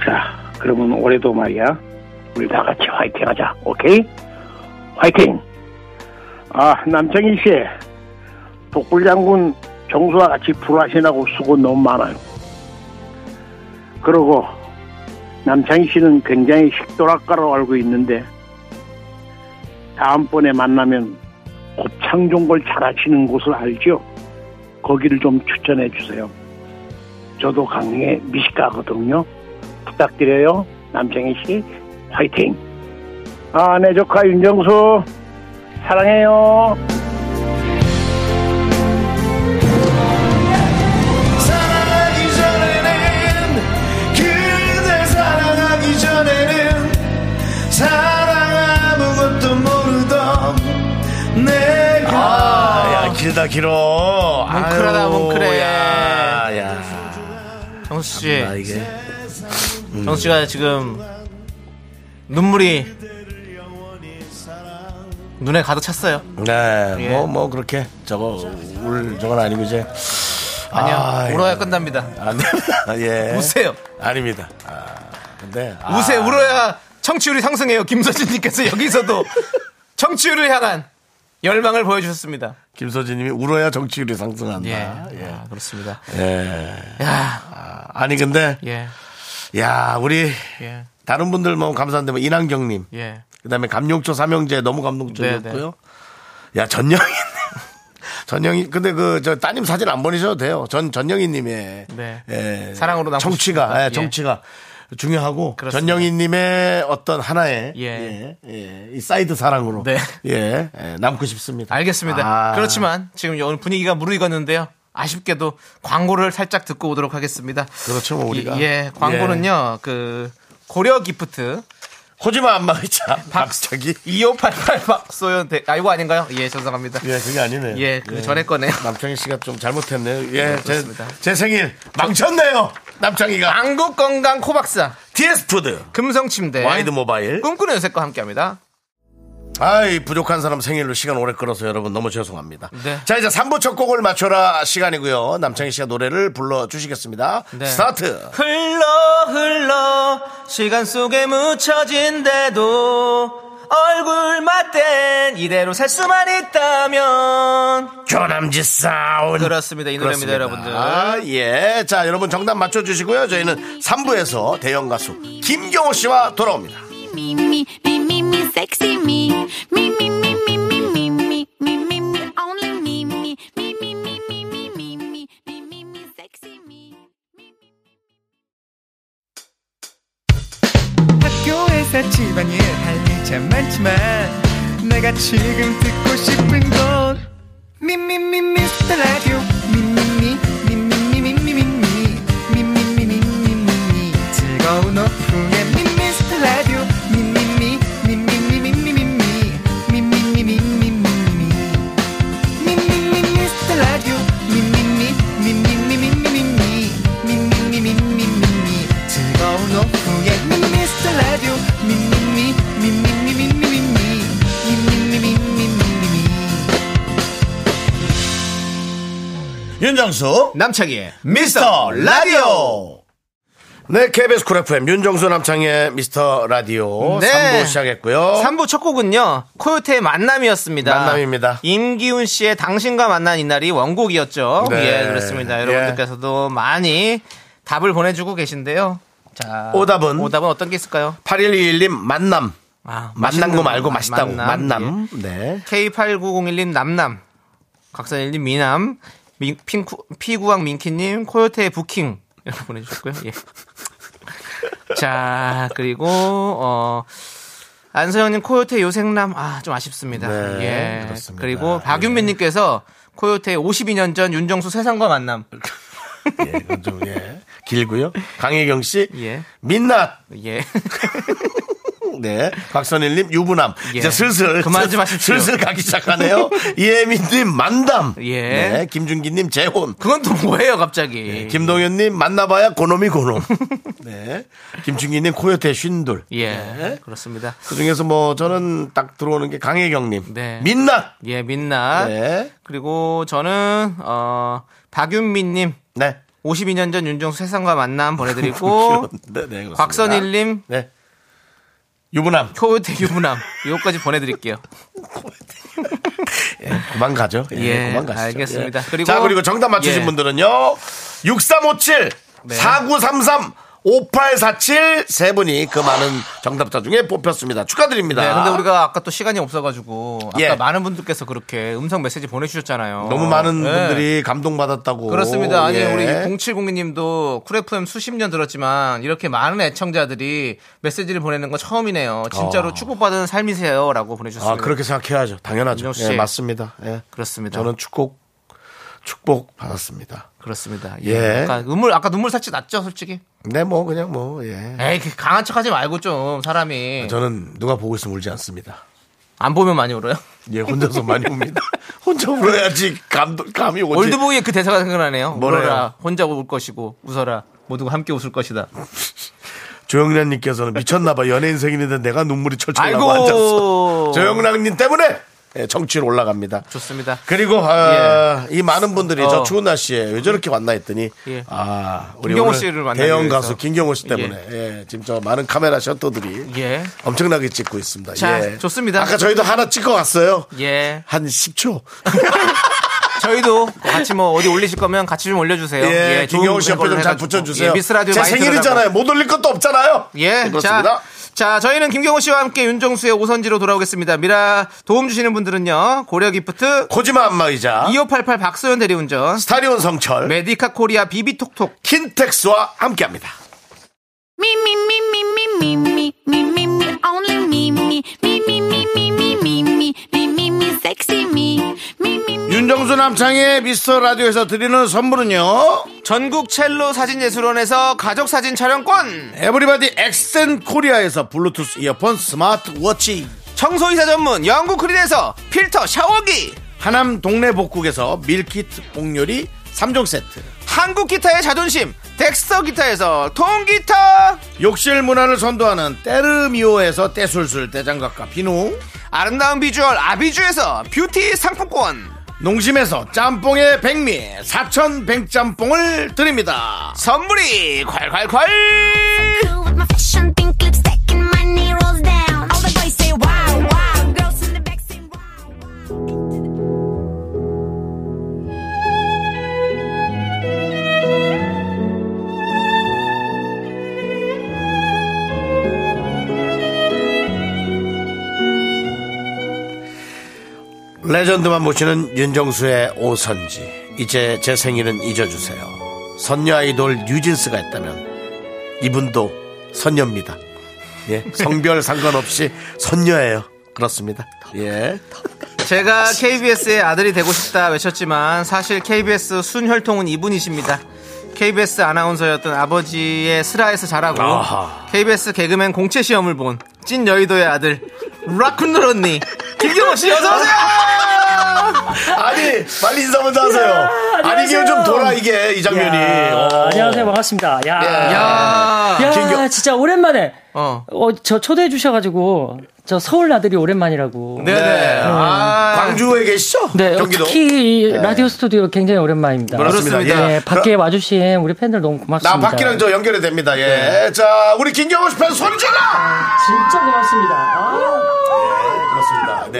[SPEAKER 15] 자, 그러면 올해도 말이야. 우리 다 같이 화이팅 하자. 오케이? 화이팅! 아, 남창희 씨. 독불 장군 정수와 같이 불하시나고 수고 너무 많아요. 그러고, 남창희 씨는 굉장히 식도락가로 알고 있는데, 다음번에 만나면 곱창 종골 잘하시는 곳을 알죠? 거기를 좀 추천해 주세요. 저도 강릉에 미식가거든요. 부탁드려요. 남정희 씨, 화이팅! 아, 내 조카 윤정수, 사랑해요.
[SPEAKER 7] 사랑하기 전에는 그대 사랑하기 전에는 사랑 아무것도 모르던 내가
[SPEAKER 2] 아, 야, 길다, 길어.
[SPEAKER 3] 뭉클하다,
[SPEAKER 2] 아유,
[SPEAKER 3] 뭉클해.
[SPEAKER 2] 야, 야.
[SPEAKER 3] 정수 씨.
[SPEAKER 2] 음.
[SPEAKER 3] 정수 씨가 지금 눈물이 눈에 가득 찼어요.
[SPEAKER 2] 네,
[SPEAKER 3] 예.
[SPEAKER 2] 뭐, 뭐, 그렇게. 저거, 울, 저건 아니고, 이제.
[SPEAKER 3] 아니요.
[SPEAKER 2] 아, 예.
[SPEAKER 3] 울어야 끝납니다.
[SPEAKER 2] 안 돼. [laughs] 예.
[SPEAKER 3] 우세요.
[SPEAKER 2] 아닙니다. 아, 근데. 아,
[SPEAKER 3] 우세 울어야 청취율이 상승해요. 김서진님께서
[SPEAKER 2] [laughs]
[SPEAKER 3] 여기서도 청취율을 향한 열망을 보여주셨습니다.
[SPEAKER 2] 김서진님이 울어야 정치율이 상승한다.
[SPEAKER 3] 예,
[SPEAKER 2] 예.
[SPEAKER 3] 아, 그렇습니다.
[SPEAKER 2] 예. 아, 아니 근데
[SPEAKER 3] 예,
[SPEAKER 2] 야 우리
[SPEAKER 3] 예,
[SPEAKER 2] 다른 분들 뭐 감사한데 뭐 이난경님,
[SPEAKER 3] 예. 네,
[SPEAKER 2] 그다음에 감룡초 삼형제 너무 감동적이었고요. 야 전영희, [laughs] 전영희 근데 그 저 따님 사진 안 보내셔도 돼요. 전 전영희님의
[SPEAKER 3] 네.
[SPEAKER 2] 예,
[SPEAKER 3] 사랑으로 남고
[SPEAKER 2] 정치가
[SPEAKER 3] 싶습니다. 예.
[SPEAKER 2] 예, 정치가 중요하고
[SPEAKER 3] 그렇습니다.
[SPEAKER 2] 전영희님의 어떤 하나의
[SPEAKER 3] 예.
[SPEAKER 2] 예, 이 사이드 사랑으로
[SPEAKER 3] 네.
[SPEAKER 2] 예, 예, 남고 싶습니다.
[SPEAKER 3] 알겠습니다. 그렇죠.
[SPEAKER 2] 아.
[SPEAKER 3] 그렇지만 지금 오늘 분위기가 무르익었는데요. 아쉽게도 광고를 살짝 듣고 오도록 하겠습니다.
[SPEAKER 2] 그렇죠 뭐 우리가
[SPEAKER 3] 이- 예, 광고는요. 그 고려 기프트
[SPEAKER 2] 코지마 안마 의자 갑자기
[SPEAKER 3] 2588 박소연 대... 아 이거 아닌가요? 예, 죄송합니다.
[SPEAKER 2] 예, 그게 아니네요.
[SPEAKER 3] 예, 그 전에 거네요.
[SPEAKER 2] 남창희 씨가 좀 잘못했네요.
[SPEAKER 3] 네,
[SPEAKER 2] 예, 제,
[SPEAKER 3] 그렇습니다.
[SPEAKER 2] 제 생일 망쳤네요. 남창희가.
[SPEAKER 3] 한국 건강 코박사
[SPEAKER 2] 디에스푸드
[SPEAKER 3] 금성침대
[SPEAKER 2] 와이드 모바일
[SPEAKER 3] 꿈꾸는 요새과 함께합니다.
[SPEAKER 2] 아이 부족한 사람 생일로 시간 오래 끌어서 여러분 너무 죄송합니다. 자 이제 3부 첫 곡을 맞춰라 시간이고요. 남창희 씨가 노래를 불러주시겠습니다.
[SPEAKER 3] 네.
[SPEAKER 2] 스타트.
[SPEAKER 3] 흘러 흘러 시간 속에 묻혀진대도 얼굴 맞댄 이대로 살 수만 있다면
[SPEAKER 2] 조남지 사운
[SPEAKER 3] 그렇습니다 이 노래입니다
[SPEAKER 2] 그렇습니다.
[SPEAKER 3] 여러분들
[SPEAKER 2] 아, 예. 자 여러분 정답 맞춰주시고요. 저희는 3부에서 대형 가수 김경호 씨와 돌아옵니다.
[SPEAKER 16] Me, me, me, me, me, sexy me. Me, me, me, me, me, me, me, me, me, me, only me, me, me, me, me, me, me, me, me, me, me, me, sexy me.
[SPEAKER 17] 학교에서 집안일 할 일 참 많지만 내가 지금 듣고 싶은 건 미미미 미스터 라디오 미미미 미미미 미미미 미미미 미미미 즐거운 오후에 미스터 라디오 미미미 미미미 미미미 미미미 미미미 미미미 미스터 라디오 미미미 미미미 미미미 미미미 미미미 즐거운 오후에 미스터 라디오 미미미 미미미 미미미 미미미 미미미
[SPEAKER 2] 윤정수
[SPEAKER 3] 남창희의 어,
[SPEAKER 2] 미스터 라디오 네 KBS 쿨 FM 윤정수 남창희의 미스터 라디오
[SPEAKER 3] 네.
[SPEAKER 2] 3부 시작했고요.
[SPEAKER 3] 3부 첫 곡은요 코요태의 만남이었습니다
[SPEAKER 2] 만남입니다.
[SPEAKER 3] 임기훈 씨의 당신과 만난 이날이 원곡이었죠
[SPEAKER 2] 네.
[SPEAKER 3] 예 그렇습니다
[SPEAKER 2] 예.
[SPEAKER 3] 여러분들께서도 많이 답을 보내주고 계신데요 자
[SPEAKER 2] 오답은?
[SPEAKER 3] 오답은 어떤 게 있을까요
[SPEAKER 2] 8121님 만남
[SPEAKER 3] 아,
[SPEAKER 2] 만난 거
[SPEAKER 3] 맛있는
[SPEAKER 2] 말고
[SPEAKER 3] 거.
[SPEAKER 2] 맛있다고
[SPEAKER 3] 만남. 예.
[SPEAKER 2] 만남 네
[SPEAKER 3] K8901님 남남 각선일님 미남 민, 핑쿠, 피구왕 민키님 코요태의 부킹 이렇게 보내주셨고요 예. [laughs] 자 그리고 어 안서영님 코요태 요생남 아 좀 아쉽습니다
[SPEAKER 2] 네,
[SPEAKER 3] 예
[SPEAKER 2] 그렇습니다.
[SPEAKER 3] 리고 박윤민님께서 코요태 52년 전 윤정수 세상과 만남 [laughs]
[SPEAKER 2] 길고요. 강혜경 씨
[SPEAKER 3] 예.
[SPEAKER 2] 민낯
[SPEAKER 3] 예.
[SPEAKER 2] [laughs] 네, 박선일님 유부남
[SPEAKER 3] 예.
[SPEAKER 2] 이제 슬슬
[SPEAKER 3] 그만 좀 하십시오.
[SPEAKER 2] 슬슬 가기
[SPEAKER 3] [laughs]
[SPEAKER 2] 시작하네요. 이혜민님 만담.
[SPEAKER 3] 예.
[SPEAKER 2] 네, 김준기님 재혼.
[SPEAKER 3] 그건 또 뭐예요 갑자기
[SPEAKER 2] 네, 김동현님 만나봐야 고놈이 고놈. [laughs] 네, 김준기님 코요태 쉰돌.
[SPEAKER 3] 예 그렇습니다
[SPEAKER 2] 그 중에서 뭐 저는 딱 들어오는 게 강혜경님.
[SPEAKER 3] 네.
[SPEAKER 2] 민낯. 네.
[SPEAKER 3] 예, 민낯. 그리고 저는 어 박윤민님. 52년 전 윤종수 세상과
[SPEAKER 2] [laughs]
[SPEAKER 3] 만남 보내드리고
[SPEAKER 2] 네, 네, 그렇습니다.
[SPEAKER 3] 곽선일님.
[SPEAKER 2] 네. 유부남.
[SPEAKER 3] 효대 유부남. 이거까지
[SPEAKER 2] [laughs]
[SPEAKER 3] 보내드릴게요.
[SPEAKER 2] 그만 가죠.
[SPEAKER 3] 예,
[SPEAKER 2] 그만 가시죠.
[SPEAKER 3] 알겠습니다.
[SPEAKER 2] 예.
[SPEAKER 3] 그리고-
[SPEAKER 2] 자, 그리고 정답 맞추신
[SPEAKER 3] 예.
[SPEAKER 2] 분들은요. 6357,
[SPEAKER 3] 네.
[SPEAKER 2] 4933, 5847, 세 분이 그 많은 정답자 중에 뽑혔습니다. 축하드립니다.
[SPEAKER 3] 네, 근데 우리가 아까 또 시간이 없어가지고 아까
[SPEAKER 2] 예.
[SPEAKER 3] 많은 분들께서 그렇게 음성 메시지 보내주셨잖아요.
[SPEAKER 2] 어, 너무 많은
[SPEAKER 3] 예.
[SPEAKER 2] 분들이 감동받았다고.
[SPEAKER 3] 그렇습니다. 아니
[SPEAKER 2] 예.
[SPEAKER 3] 우리 0702님도 쿨 FM 수십 년 들었지만 이렇게 많은 애청자들이 메시지를 보내는 건 처음이네요. 진짜로
[SPEAKER 2] 어.
[SPEAKER 3] 축복받은 삶이세요라고 보내주셨습니다.
[SPEAKER 2] 아, 그렇게 생각해야죠. 당연하죠.
[SPEAKER 3] 윤정 씨.
[SPEAKER 2] 예, 맞습니다. 예.
[SPEAKER 3] 그렇습니다.
[SPEAKER 2] 저는 축복, 축복 받았습니다.
[SPEAKER 3] 그렇습니다.
[SPEAKER 2] 예.
[SPEAKER 3] 아까 그러니까 눈물 아까 눈물 살짝 났죠, 솔직히.
[SPEAKER 2] 네, 뭐, 그냥 뭐, 예.
[SPEAKER 3] 에이, 그 강한 척하지 말고 좀 사람이
[SPEAKER 2] 저는 누가 보고 있으면 울지 않습니다.
[SPEAKER 3] 예. 안 보면 많이 울어요.
[SPEAKER 2] 예, 혼자서 많이 웁니다. 혼자 울어야지 감, 감이 오지.
[SPEAKER 3] 올드보이의 그 대사가 생각나네요.
[SPEAKER 2] 뭐래요?
[SPEAKER 3] 울어라, 혼자 울 것이고 웃어라, 모두가 함께
[SPEAKER 2] [laughs]
[SPEAKER 3] 웃을 것이다.
[SPEAKER 2] 조영란님께서는 미쳤나봐 연예인 생일인데 내가 눈물이 철철 나고
[SPEAKER 3] 아이고.
[SPEAKER 2] 앉았어. 조영란님 때문에 예, 정치로 올라갑니다.
[SPEAKER 3] 좋습니다.
[SPEAKER 2] 그리고 아, 이 많은 분들이
[SPEAKER 3] 어.
[SPEAKER 2] 저 추운 날씨에 왜 저렇게 왔나 했더니
[SPEAKER 3] 예.
[SPEAKER 2] 아 우리
[SPEAKER 3] 김경호
[SPEAKER 2] 오늘
[SPEAKER 3] 씨를 만나기
[SPEAKER 2] 대형
[SPEAKER 3] 위해서.
[SPEAKER 2] 가수 김경호 씨 때문에 예, 지금 저 많은 카메라 셔터들이
[SPEAKER 3] 예.
[SPEAKER 2] 엄청나게 찍고 있습니다.
[SPEAKER 3] 자,
[SPEAKER 2] 예.
[SPEAKER 3] 좋습니다.
[SPEAKER 2] 아까 저희도 하나 찍어 왔어요.
[SPEAKER 3] 예.
[SPEAKER 2] 한 10초.
[SPEAKER 3] [laughs] 저희도 같이 뭐 어디 올리실 거면 같이 좀 올려주세요.
[SPEAKER 2] 예, 김경호 씨 옆에 좀 잘
[SPEAKER 3] 해가지고.
[SPEAKER 2] 붙여주세요.
[SPEAKER 3] 예, 미스 라디오
[SPEAKER 2] 제
[SPEAKER 3] 많이
[SPEAKER 2] 생일이잖아요.
[SPEAKER 3] 들어가고.
[SPEAKER 2] 못 올릴 것도 없잖아요.
[SPEAKER 3] 예,
[SPEAKER 2] 네, 그렇습니다.
[SPEAKER 3] 자, 자, 저희는 김경호 씨와 함께 윤정수의 오선지로 돌아오겠습니다. 미라 도움 주시는 분들은요. 고려 기프트,
[SPEAKER 2] 코지마 안마의자,
[SPEAKER 3] 2588 박소연 대리운전,
[SPEAKER 2] 스타리온 성철,
[SPEAKER 3] 메디카 코리아 비비톡톡,
[SPEAKER 2] 킨텍스와 함께합니다.
[SPEAKER 16] Me, me, me, me, me, me, me, me, me, me, only me, me, me, me, me, me, me, me, me, me, me, me, sexy me.
[SPEAKER 2] 윤정수 남창의 미스터 라디오에서 드리는 선물은요.
[SPEAKER 3] 전국 첼로 사진예술원에서 어, 가족 사진 촬영권,
[SPEAKER 2] 에브리바디 엑센 코리아에서 블루투스 이어폰 스마트워치
[SPEAKER 3] 청소이사 전문 영국 크린에서 필터 샤워기,
[SPEAKER 2] 하남 동네 복국에서 밀키트 복요리 3종 세트
[SPEAKER 3] 한국 기타의 자존심 덱스터 기타에서 통기타
[SPEAKER 2] 욕실 문화를 선도하는 때르미오에서 떼술술 떼장갑과 비누
[SPEAKER 3] 아름다운 비주얼 아비주에서 뷰티 상품권
[SPEAKER 7] 농심에서 짬뽕의 백미 사천 백짬뽕을 드립니다.
[SPEAKER 3] 선물이 콸콸콸
[SPEAKER 2] 레전드만 모시는 윤정수의 오선지. 이제 제 생일은 잊어주세요. 선녀 아이돌 뉴진스가 했다면 이분도 선녀입니다. 예, 성별 상관없이 선녀예요. 그렇습니다. 예.
[SPEAKER 3] 제가 KBS의 아들이 되고 싶다 외쳤지만 사실 KBS 순혈통은 이분이십니다. KBS 아나운서였던 아버지의 슬하에서 자라고
[SPEAKER 2] 아하.
[SPEAKER 3] KBS 개그맨 공채 시험을 본 찐 여의도의 아들 락쿤롤 언니 김경호 씨 어서 오세요.
[SPEAKER 2] 아니, 빨리 인사 먼저 하세요. 아니, 이게 좀 돌아, 이게, 이 장면이.
[SPEAKER 18] 야,
[SPEAKER 2] 어.
[SPEAKER 18] 안녕하세요, 반갑습니다. 야,
[SPEAKER 2] 예.
[SPEAKER 18] 야,
[SPEAKER 2] 야. 김경-
[SPEAKER 18] 진짜 오랜만에.
[SPEAKER 3] 어.
[SPEAKER 18] 저 초대해 주셔가지고 저 서울 아들이 오랜만이라고.
[SPEAKER 2] 네네. 아, 광주에 계시죠?
[SPEAKER 18] 네,
[SPEAKER 2] 경기도.
[SPEAKER 18] 특히 이
[SPEAKER 2] 네.
[SPEAKER 18] 라디오 스튜디오 굉장히 오랜만입니다.
[SPEAKER 2] 그렇습니다. 그렇습니다. 예.
[SPEAKER 18] 네, 밖에 와주신 우리 팬들 너무
[SPEAKER 2] 나
[SPEAKER 18] 고맙습니다.
[SPEAKER 2] 바퀴랑 저 연결이 됩니다. 예. 자, 우리 김경호 씨팬 소리 질러!
[SPEAKER 18] 아, 진짜 고맙습니다. 아.
[SPEAKER 2] 네, 그렇습니다. 네.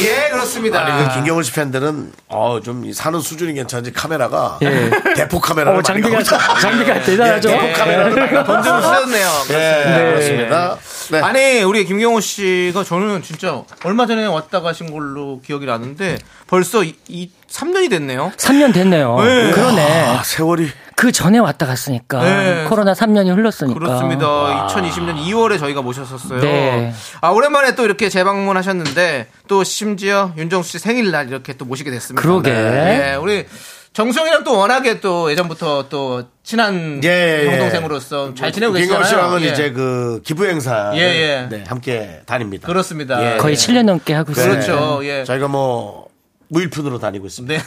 [SPEAKER 3] 예, 그렇습니다.
[SPEAKER 2] 아니, 그 김경호 씨 팬들은, 어, 좀이 사는 수준이 괜찮은지 카메라가.
[SPEAKER 18] 예.
[SPEAKER 2] 대포 카메라를.
[SPEAKER 18] 어,
[SPEAKER 2] 많이
[SPEAKER 18] 장비가-
[SPEAKER 2] 갖고
[SPEAKER 18] 장비가 대단하죠.
[SPEAKER 2] 예, 대포 카메라를.
[SPEAKER 18] 예.
[SPEAKER 2] 많이 갖고
[SPEAKER 3] 돈 좀 아, 쓰셨네요.
[SPEAKER 2] 예, 그렇습니다. 네.
[SPEAKER 3] 아니 우리 김경호 씨가 저는 진짜 얼마 전에 왔다 가신 걸로 기억이 나는데 벌써 이, 이 3년이 됐네요.
[SPEAKER 18] 3년 됐네요.
[SPEAKER 3] 네.
[SPEAKER 18] 그러네.
[SPEAKER 2] 예. 아, 세월이. 예.
[SPEAKER 18] 그 전에 왔다 갔으니까.
[SPEAKER 3] 네.
[SPEAKER 18] 코로나 3년이 흘렀으니까.
[SPEAKER 3] 그렇습니다. 2020년 2월에 저희가 모셨었어요.
[SPEAKER 18] 아, 네.
[SPEAKER 3] 아 오랜만에 또 이렇게 재방문하셨는데 또 심지어 윤정수 씨 생일날 이렇게 또 모시게 됐습니다.
[SPEAKER 18] 그러게.
[SPEAKER 3] 네. 예, 우리 정수영이랑 또 워낙에 또 예전부터 또 친한
[SPEAKER 2] 예, 예.
[SPEAKER 3] 형동생으로서 잘 지내고
[SPEAKER 2] 김경호
[SPEAKER 3] 계시잖아요.
[SPEAKER 2] 씨랑은
[SPEAKER 3] 예.
[SPEAKER 2] 이제 그 기부 행사.
[SPEAKER 3] 예, 예.
[SPEAKER 2] 네, 함께 다닙니다. 예.
[SPEAKER 3] 그렇습니다.
[SPEAKER 18] 거의 7년 넘게 하고 있어요.
[SPEAKER 3] 그렇죠. 예.
[SPEAKER 2] 네. 저희가 뭐, 무일푼으로 다니고 있습니다.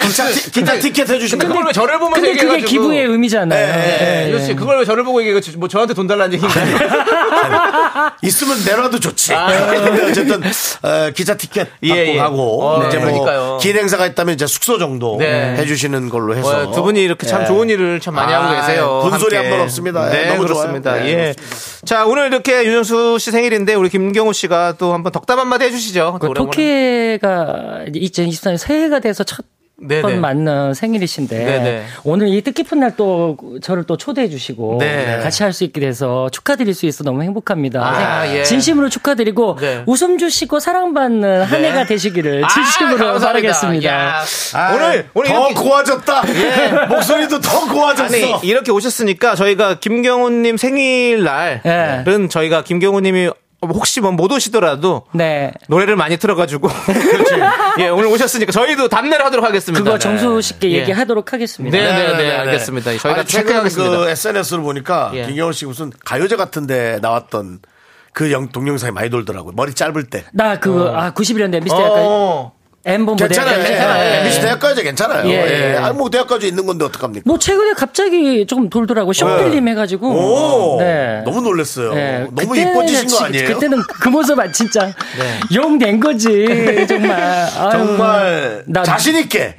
[SPEAKER 3] 기차,
[SPEAKER 2] [laughs] 기차 티켓 해주시면
[SPEAKER 3] 그걸 왜 저를 보면서
[SPEAKER 18] 근데 그게
[SPEAKER 3] 얘기해가지고.
[SPEAKER 18] 기부의 의미잖아요.
[SPEAKER 3] 예,
[SPEAKER 18] 예,
[SPEAKER 3] 예. 역시 그걸 왜 저를 보고 얘기해 뭐 저한테 돈 달라는 얘기인가요? 아.
[SPEAKER 2] 있으면 내놔도 좋지. 근데 [laughs] 어쨌든 어, 기차 티켓 받고
[SPEAKER 3] 예, 예.
[SPEAKER 2] 가고
[SPEAKER 3] 어,
[SPEAKER 2] 이제
[SPEAKER 3] 네. 그러니까요.
[SPEAKER 2] 뭐긴 행사가 있다면 이제 숙소 정도
[SPEAKER 3] 네.
[SPEAKER 2] 해주시는 걸로 해서
[SPEAKER 3] 어, 두 분이 이렇게 참
[SPEAKER 2] 예.
[SPEAKER 3] 좋은 일을 참 많이 하고
[SPEAKER 2] 아,
[SPEAKER 3] 계세요.
[SPEAKER 2] 분소리
[SPEAKER 3] 함께.
[SPEAKER 2] 한 번 없습니다. 예,
[SPEAKER 3] 네,
[SPEAKER 2] 너무
[SPEAKER 3] 그렇습니다.
[SPEAKER 2] 좋아요. 네,
[SPEAKER 3] 예. 자, 오늘 이렇게 윤정수 씨 생일인데 우리 김경호 씨가 또 한번 덕담 한마디 해주시죠. 또
[SPEAKER 18] 그
[SPEAKER 3] 오랜만에.
[SPEAKER 18] 도케가 2024년 새해가 돼서 첫.
[SPEAKER 3] 네네.
[SPEAKER 18] 번 맞는 생일이신데
[SPEAKER 3] 네네.
[SPEAKER 18] 오늘 이 뜻깊은 날 또 저를 또 초대해 주시고
[SPEAKER 3] 네.
[SPEAKER 18] 같이 할 수 있게 돼서 축하드릴 수 있어 너무 행복합니다.
[SPEAKER 3] 아, 예.
[SPEAKER 18] 진심으로 축하드리고
[SPEAKER 3] 네.
[SPEAKER 18] 웃음 주시고 사랑받는 한
[SPEAKER 3] 네.
[SPEAKER 18] 해가 되시기를
[SPEAKER 3] 아,
[SPEAKER 18] 진심으로
[SPEAKER 3] 감사합니다.
[SPEAKER 18] 바라겠습니다.
[SPEAKER 2] 아,
[SPEAKER 3] 야. 아, 오늘 오늘
[SPEAKER 2] 더 고와졌다. 예. 목소리도 더 고와졌어.
[SPEAKER 3] 아니 이렇게 오셨으니까 저희가 김경호님 생일날은 저희가 김경호님이 혹시 뭐 못 오시더라도
[SPEAKER 18] 네.
[SPEAKER 3] 노래를 많이 틀어가지고 예 오늘 오셨으니까 저희도 답례를 하도록 하겠습니다.
[SPEAKER 18] 그거
[SPEAKER 3] 네.
[SPEAKER 18] 정수 씨께
[SPEAKER 3] 예.
[SPEAKER 18] 얘기하도록 하겠습니다.
[SPEAKER 3] 네네네 알겠습니다. 저희가
[SPEAKER 2] 아니, 최근
[SPEAKER 3] 체크하겠습니다.
[SPEAKER 2] 그 SNS를 보니까
[SPEAKER 3] 예.
[SPEAKER 2] 김경호 씨 무슨 가요제 같은데 나왔던 그 영, 동영상이 많이 돌더라고요. 머리 짧을 때.
[SPEAKER 18] 나 그거
[SPEAKER 3] 어.
[SPEAKER 18] 아 91년대 MBC 때 약간
[SPEAKER 2] 어.
[SPEAKER 18] M본 무대
[SPEAKER 2] 괜찮아요.
[SPEAKER 18] 약간-
[SPEAKER 2] 괜찮아요.
[SPEAKER 18] 예.
[SPEAKER 2] MBC 대학까지 괜찮아요.
[SPEAKER 18] 예,
[SPEAKER 2] 예.
[SPEAKER 18] 예.
[SPEAKER 2] 아니, 뭐 대학까지 있는 건데 어떡합니까?
[SPEAKER 18] 뭐 최근에 갑자기 조금 돌더라고
[SPEAKER 3] 네.
[SPEAKER 18] 쇼필림 해가지고
[SPEAKER 2] 오, 너무 놀랐어요.
[SPEAKER 18] 네.
[SPEAKER 2] 너무
[SPEAKER 18] 그때는
[SPEAKER 2] 이뻐지신 거
[SPEAKER 18] 지-
[SPEAKER 2] 아니에요? 네.
[SPEAKER 18] 그때는 그 모습은 진짜
[SPEAKER 3] 네.
[SPEAKER 18] 용된
[SPEAKER 2] [laughs]
[SPEAKER 18] 거지 그 정말 아유,
[SPEAKER 2] 정말
[SPEAKER 18] 나-
[SPEAKER 2] 자신 있게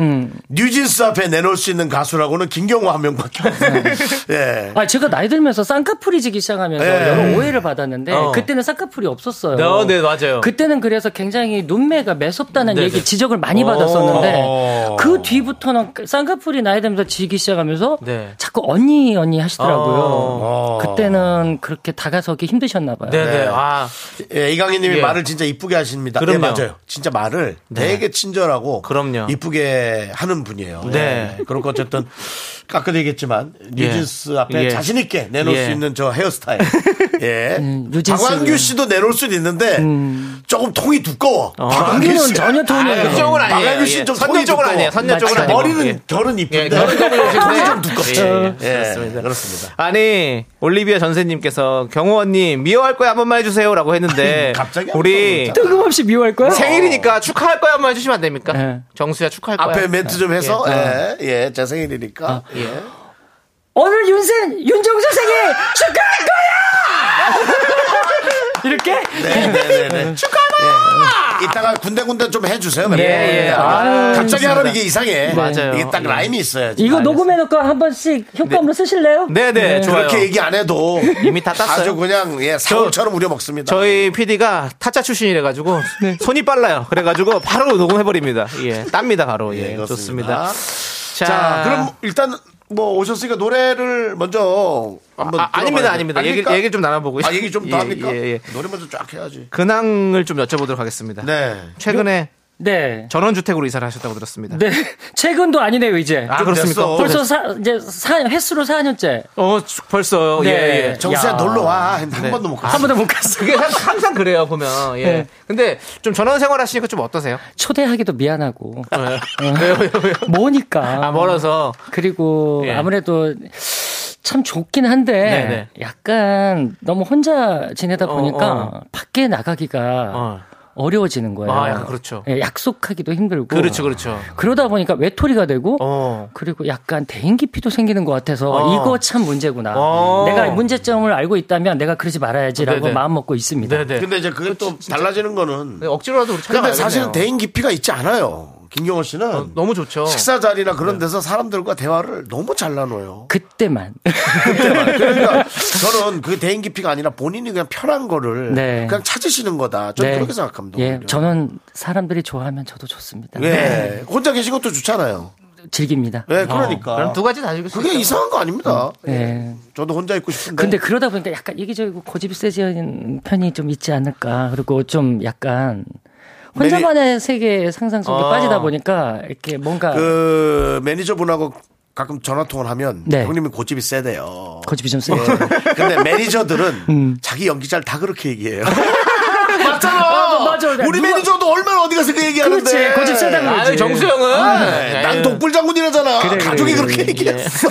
[SPEAKER 2] 뉴진스 앞에 내놓을 수 있는 가수라고는 김경호 한 명밖에 없어요. [laughs] 예.
[SPEAKER 18] 아 제가 나이 들면서 쌍꺼풀이 지기 시작하면서
[SPEAKER 2] 예.
[SPEAKER 18] 여러 오해를 받았는데
[SPEAKER 3] 어.
[SPEAKER 18] 그때는 쌍꺼풀이 없었어요.
[SPEAKER 3] 어,
[SPEAKER 2] 뭐.
[SPEAKER 3] 네, 맞아요.
[SPEAKER 18] 그때는 그래서 굉장히 눈매가 매섭다는
[SPEAKER 3] 네네.
[SPEAKER 18] 얘기 지적을 많이
[SPEAKER 2] 어.
[SPEAKER 3] 오.
[SPEAKER 18] 받았었는데 그 뒤부터는 쌍꺼풀이 나이 들면서 지기 시작하면서
[SPEAKER 3] 네.
[SPEAKER 18] 자꾸 언니 언니 하시더라고요.
[SPEAKER 2] 어.
[SPEAKER 18] 그때는 그렇게 다가서기 힘드셨나 봐요.
[SPEAKER 3] 네네 아
[SPEAKER 2] 예, 이강인님이
[SPEAKER 3] 예.
[SPEAKER 2] 말을 진짜 이쁘게 하십니다. 예,
[SPEAKER 3] 그럼요.
[SPEAKER 2] 맞아요. 진짜 말을
[SPEAKER 3] 네.
[SPEAKER 2] 되게 친절하고
[SPEAKER 3] 그럼요.
[SPEAKER 2] 이쁘게 하는 분이에요.
[SPEAKER 3] 네.
[SPEAKER 2] 예. 그렇고 어쨌든 아까도 얘기했지만
[SPEAKER 3] 예.
[SPEAKER 2] 뉴진스 앞에
[SPEAKER 3] 예.
[SPEAKER 2] 자신 있게 내놓을
[SPEAKER 3] 예.
[SPEAKER 2] 수 있는 저 헤어스타일. 예.
[SPEAKER 18] 뉴진스. 음.
[SPEAKER 2] 박완규 씨도 내놓을 수는 있는데 조금 통이 두꺼워. 박완규
[SPEAKER 18] 어. 박완규는
[SPEAKER 2] 씨
[SPEAKER 18] 전혀 통이
[SPEAKER 3] 아,
[SPEAKER 18] 없어요.
[SPEAKER 3] 그쪽은 아니에요.
[SPEAKER 2] 박완규 씨는
[SPEAKER 3] 예.
[SPEAKER 2] 좀
[SPEAKER 3] 선녀
[SPEAKER 2] 통이
[SPEAKER 3] 쪽은
[SPEAKER 2] 두꺼워.
[SPEAKER 3] 아니에요. 선녀 쪽은
[SPEAKER 2] 맞아요.
[SPEAKER 3] 아니고.
[SPEAKER 2] 머리는
[SPEAKER 3] 예.
[SPEAKER 2] 결은 이쁜데
[SPEAKER 3] 예,
[SPEAKER 2] [laughs]
[SPEAKER 3] 결은 결은
[SPEAKER 2] 통이
[SPEAKER 3] 이쁜데.
[SPEAKER 2] 좀 두껍죠.
[SPEAKER 3] 예, 예.
[SPEAKER 2] 예.
[SPEAKER 3] 그렇습니다.
[SPEAKER 2] 그렇습니다.
[SPEAKER 3] 아니 올리비아 전세님께서 경호 언니 미워할 거야 한 번만 해주세요라고 했는데
[SPEAKER 2] 갑자기 한
[SPEAKER 3] 우리
[SPEAKER 18] 뜬금없이 미워할 거야? 예.
[SPEAKER 3] 생일이니까 축하할 거야 한번 해주시면 안 됩니까? 정수야 축하할 거야.
[SPEAKER 2] 앞에 멘트 좀 해서
[SPEAKER 3] 예. 어.
[SPEAKER 2] 예, 예, 제 생일이니까 예.
[SPEAKER 18] 오늘 윤생 윤정수 생일 축하할 거야!
[SPEAKER 3] [laughs]
[SPEAKER 18] 이렇게?
[SPEAKER 2] 네네네. 축하합니다! 이따가 군데군데 좀 해주세요. 그러면.
[SPEAKER 18] 예, 예.
[SPEAKER 2] 아,
[SPEAKER 18] 아유,
[SPEAKER 2] 갑자기
[SPEAKER 18] 좋습니다.
[SPEAKER 2] 하면 이게 이상해.
[SPEAKER 18] 맞아요.
[SPEAKER 2] 이게 딱
[SPEAKER 18] 예.
[SPEAKER 2] 라임이 있어야지. 네.
[SPEAKER 18] 이거 녹음해놓고 한 번씩 효과음으로 쓰실래요? 네.
[SPEAKER 2] 그렇게 얘기 안 해도
[SPEAKER 3] [laughs] 이미 다 땄어요.
[SPEAKER 2] 아주 그냥 예, 사우처럼 우려 먹습니다.
[SPEAKER 3] 저희 PD가 타짜 출신이래가지고
[SPEAKER 18] 네.
[SPEAKER 3] 손이 빨라요. 그래가지고 바로 녹음해버립니다. 예, 땁니다 바로. 예, 좋습니다.
[SPEAKER 2] 자, 그럼 일단 뭐 오셨으니까 노래를 먼저 한번
[SPEAKER 3] 아, 아닙니다,
[SPEAKER 2] 들어봐야
[SPEAKER 3] 아닙니다.
[SPEAKER 2] 돼.
[SPEAKER 3] 얘기를-
[SPEAKER 2] 아닙니까?
[SPEAKER 3] 얘기를 좀 나눠보고
[SPEAKER 2] 아, 얘기 좀 더
[SPEAKER 3] 예,
[SPEAKER 2] 합니까?
[SPEAKER 3] 예, 예.
[SPEAKER 2] 노래 먼저 쫙 해야지.
[SPEAKER 3] 근황을 좀 여쭤보도록 하겠습니다.
[SPEAKER 2] 네.
[SPEAKER 3] 최근에
[SPEAKER 18] 네.
[SPEAKER 3] 전원주택으로 이사를 하셨다고 들었습니다.
[SPEAKER 18] 네. 최근도 아니네요, 이제.
[SPEAKER 3] 아, 그렇습니까? 됐어.
[SPEAKER 18] 벌써 사, 이제 사, 횟수로 4년째.
[SPEAKER 3] 어, 수- 벌써
[SPEAKER 18] 네.
[SPEAKER 3] 예, 네. 예.
[SPEAKER 18] 정수야, 야. 놀러 와. 한 번도 못 갔어. 한 번도 못 갔어.
[SPEAKER 3] 그게 항- 항상 그래요 보면. 예.
[SPEAKER 18] 네.
[SPEAKER 3] 근데 좀 전원 생활 하시니까 좀 어떠세요? [laughs]
[SPEAKER 18] 초대하기도 미안하고. 어.
[SPEAKER 2] 네.
[SPEAKER 18] 뭐니까.
[SPEAKER 3] 아, 멀어서.
[SPEAKER 18] 그리고
[SPEAKER 3] 예.
[SPEAKER 18] 아무래도 참 좋긴 한데
[SPEAKER 3] 네네.
[SPEAKER 18] 약간 너무 혼자 지내다
[SPEAKER 3] 어,
[SPEAKER 18] 보니까
[SPEAKER 3] 어.
[SPEAKER 18] 밖에 나가기가 어. 려워지는 거예요.
[SPEAKER 3] 아, 약간 그렇죠.
[SPEAKER 18] 예, 약속하기도 힘들고.
[SPEAKER 3] 그렇죠, 그렇죠.
[SPEAKER 18] 그러다 보니까 외톨이가 되고 그리고 약간 대인기피도 생기는 것 같아서
[SPEAKER 3] 어.
[SPEAKER 18] 이거 참 문제구나.
[SPEAKER 2] 어.
[SPEAKER 18] 내가 문제점을 알고 있다면 내가 그러지 말아야지라고
[SPEAKER 2] 네네.
[SPEAKER 18] 마음 먹고 있습니다.
[SPEAKER 2] 근데 이제 그게 또 달라지는 거는
[SPEAKER 3] 뭐 억지로라도
[SPEAKER 2] 근데
[SPEAKER 18] 찾아봐야겠네요.
[SPEAKER 2] 사실은 대인 깊이가 있지 않아요. 김경호 씨는
[SPEAKER 3] 어, 너무 좋죠. 네.
[SPEAKER 2] 식사 자리나 그런 데서 사람들과 대화를 너무 잘 나눠요.
[SPEAKER 18] 그때만
[SPEAKER 2] 그러니까 저는 그 대인 깊이가 아니라 본인이 그냥 편한 거를
[SPEAKER 18] 네.
[SPEAKER 2] 그냥 찾으시는 거다. 저는
[SPEAKER 18] 네.
[SPEAKER 2] 그렇게 생각합니다.
[SPEAKER 18] 예, 저는 사람들이 좋아하면 저도 좋습니다.
[SPEAKER 2] 예. 혼자 계신 것도 좋잖아요.
[SPEAKER 18] 네. 즐깁니다.
[SPEAKER 2] 예, 그러니까.
[SPEAKER 18] 그럼 두
[SPEAKER 3] 가지 다 즐길
[SPEAKER 18] 수
[SPEAKER 2] 그게
[SPEAKER 18] 있다고.
[SPEAKER 2] 이상한 거 아닙니다.
[SPEAKER 18] 예.
[SPEAKER 2] 예. 저도 혼자 있고 싶은데.
[SPEAKER 18] 근데 그러다 보니까 약간 이기적이고 고집이 세지는 편이 좀 있지 않을까. 그리고 좀 약간
[SPEAKER 2] 그
[SPEAKER 18] 혼자만의 세계의 상상 속에
[SPEAKER 2] 아.
[SPEAKER 18] 빠지다 보니까 이렇게 뭔가
[SPEAKER 2] 그 매니저분하고 가끔 전화 통화를 하면
[SPEAKER 18] 네.
[SPEAKER 2] 형님이 고집이 세대요.
[SPEAKER 18] 고집이 좀 세요. 음.
[SPEAKER 2] 예. 근데
[SPEAKER 18] [laughs]
[SPEAKER 2] 매니저들은 자기 연기자를 다 그렇게 얘기해요. 맞잖아.
[SPEAKER 18] 아, 맞아.
[SPEAKER 2] 우리
[SPEAKER 18] 아, 누가-
[SPEAKER 2] 매니저도 얼마나 어디 가서 그 얘기하는데.
[SPEAKER 18] 그렇지. 고집 세다고 그러지. 아유, 정수 형은. 예.
[SPEAKER 2] 아, 난 독불 장군이라잖아.
[SPEAKER 18] 그래, 그래,
[SPEAKER 2] 가족이
[SPEAKER 18] 그래,
[SPEAKER 2] 그렇게
[SPEAKER 18] 그래. 예.
[SPEAKER 2] 얘기했어.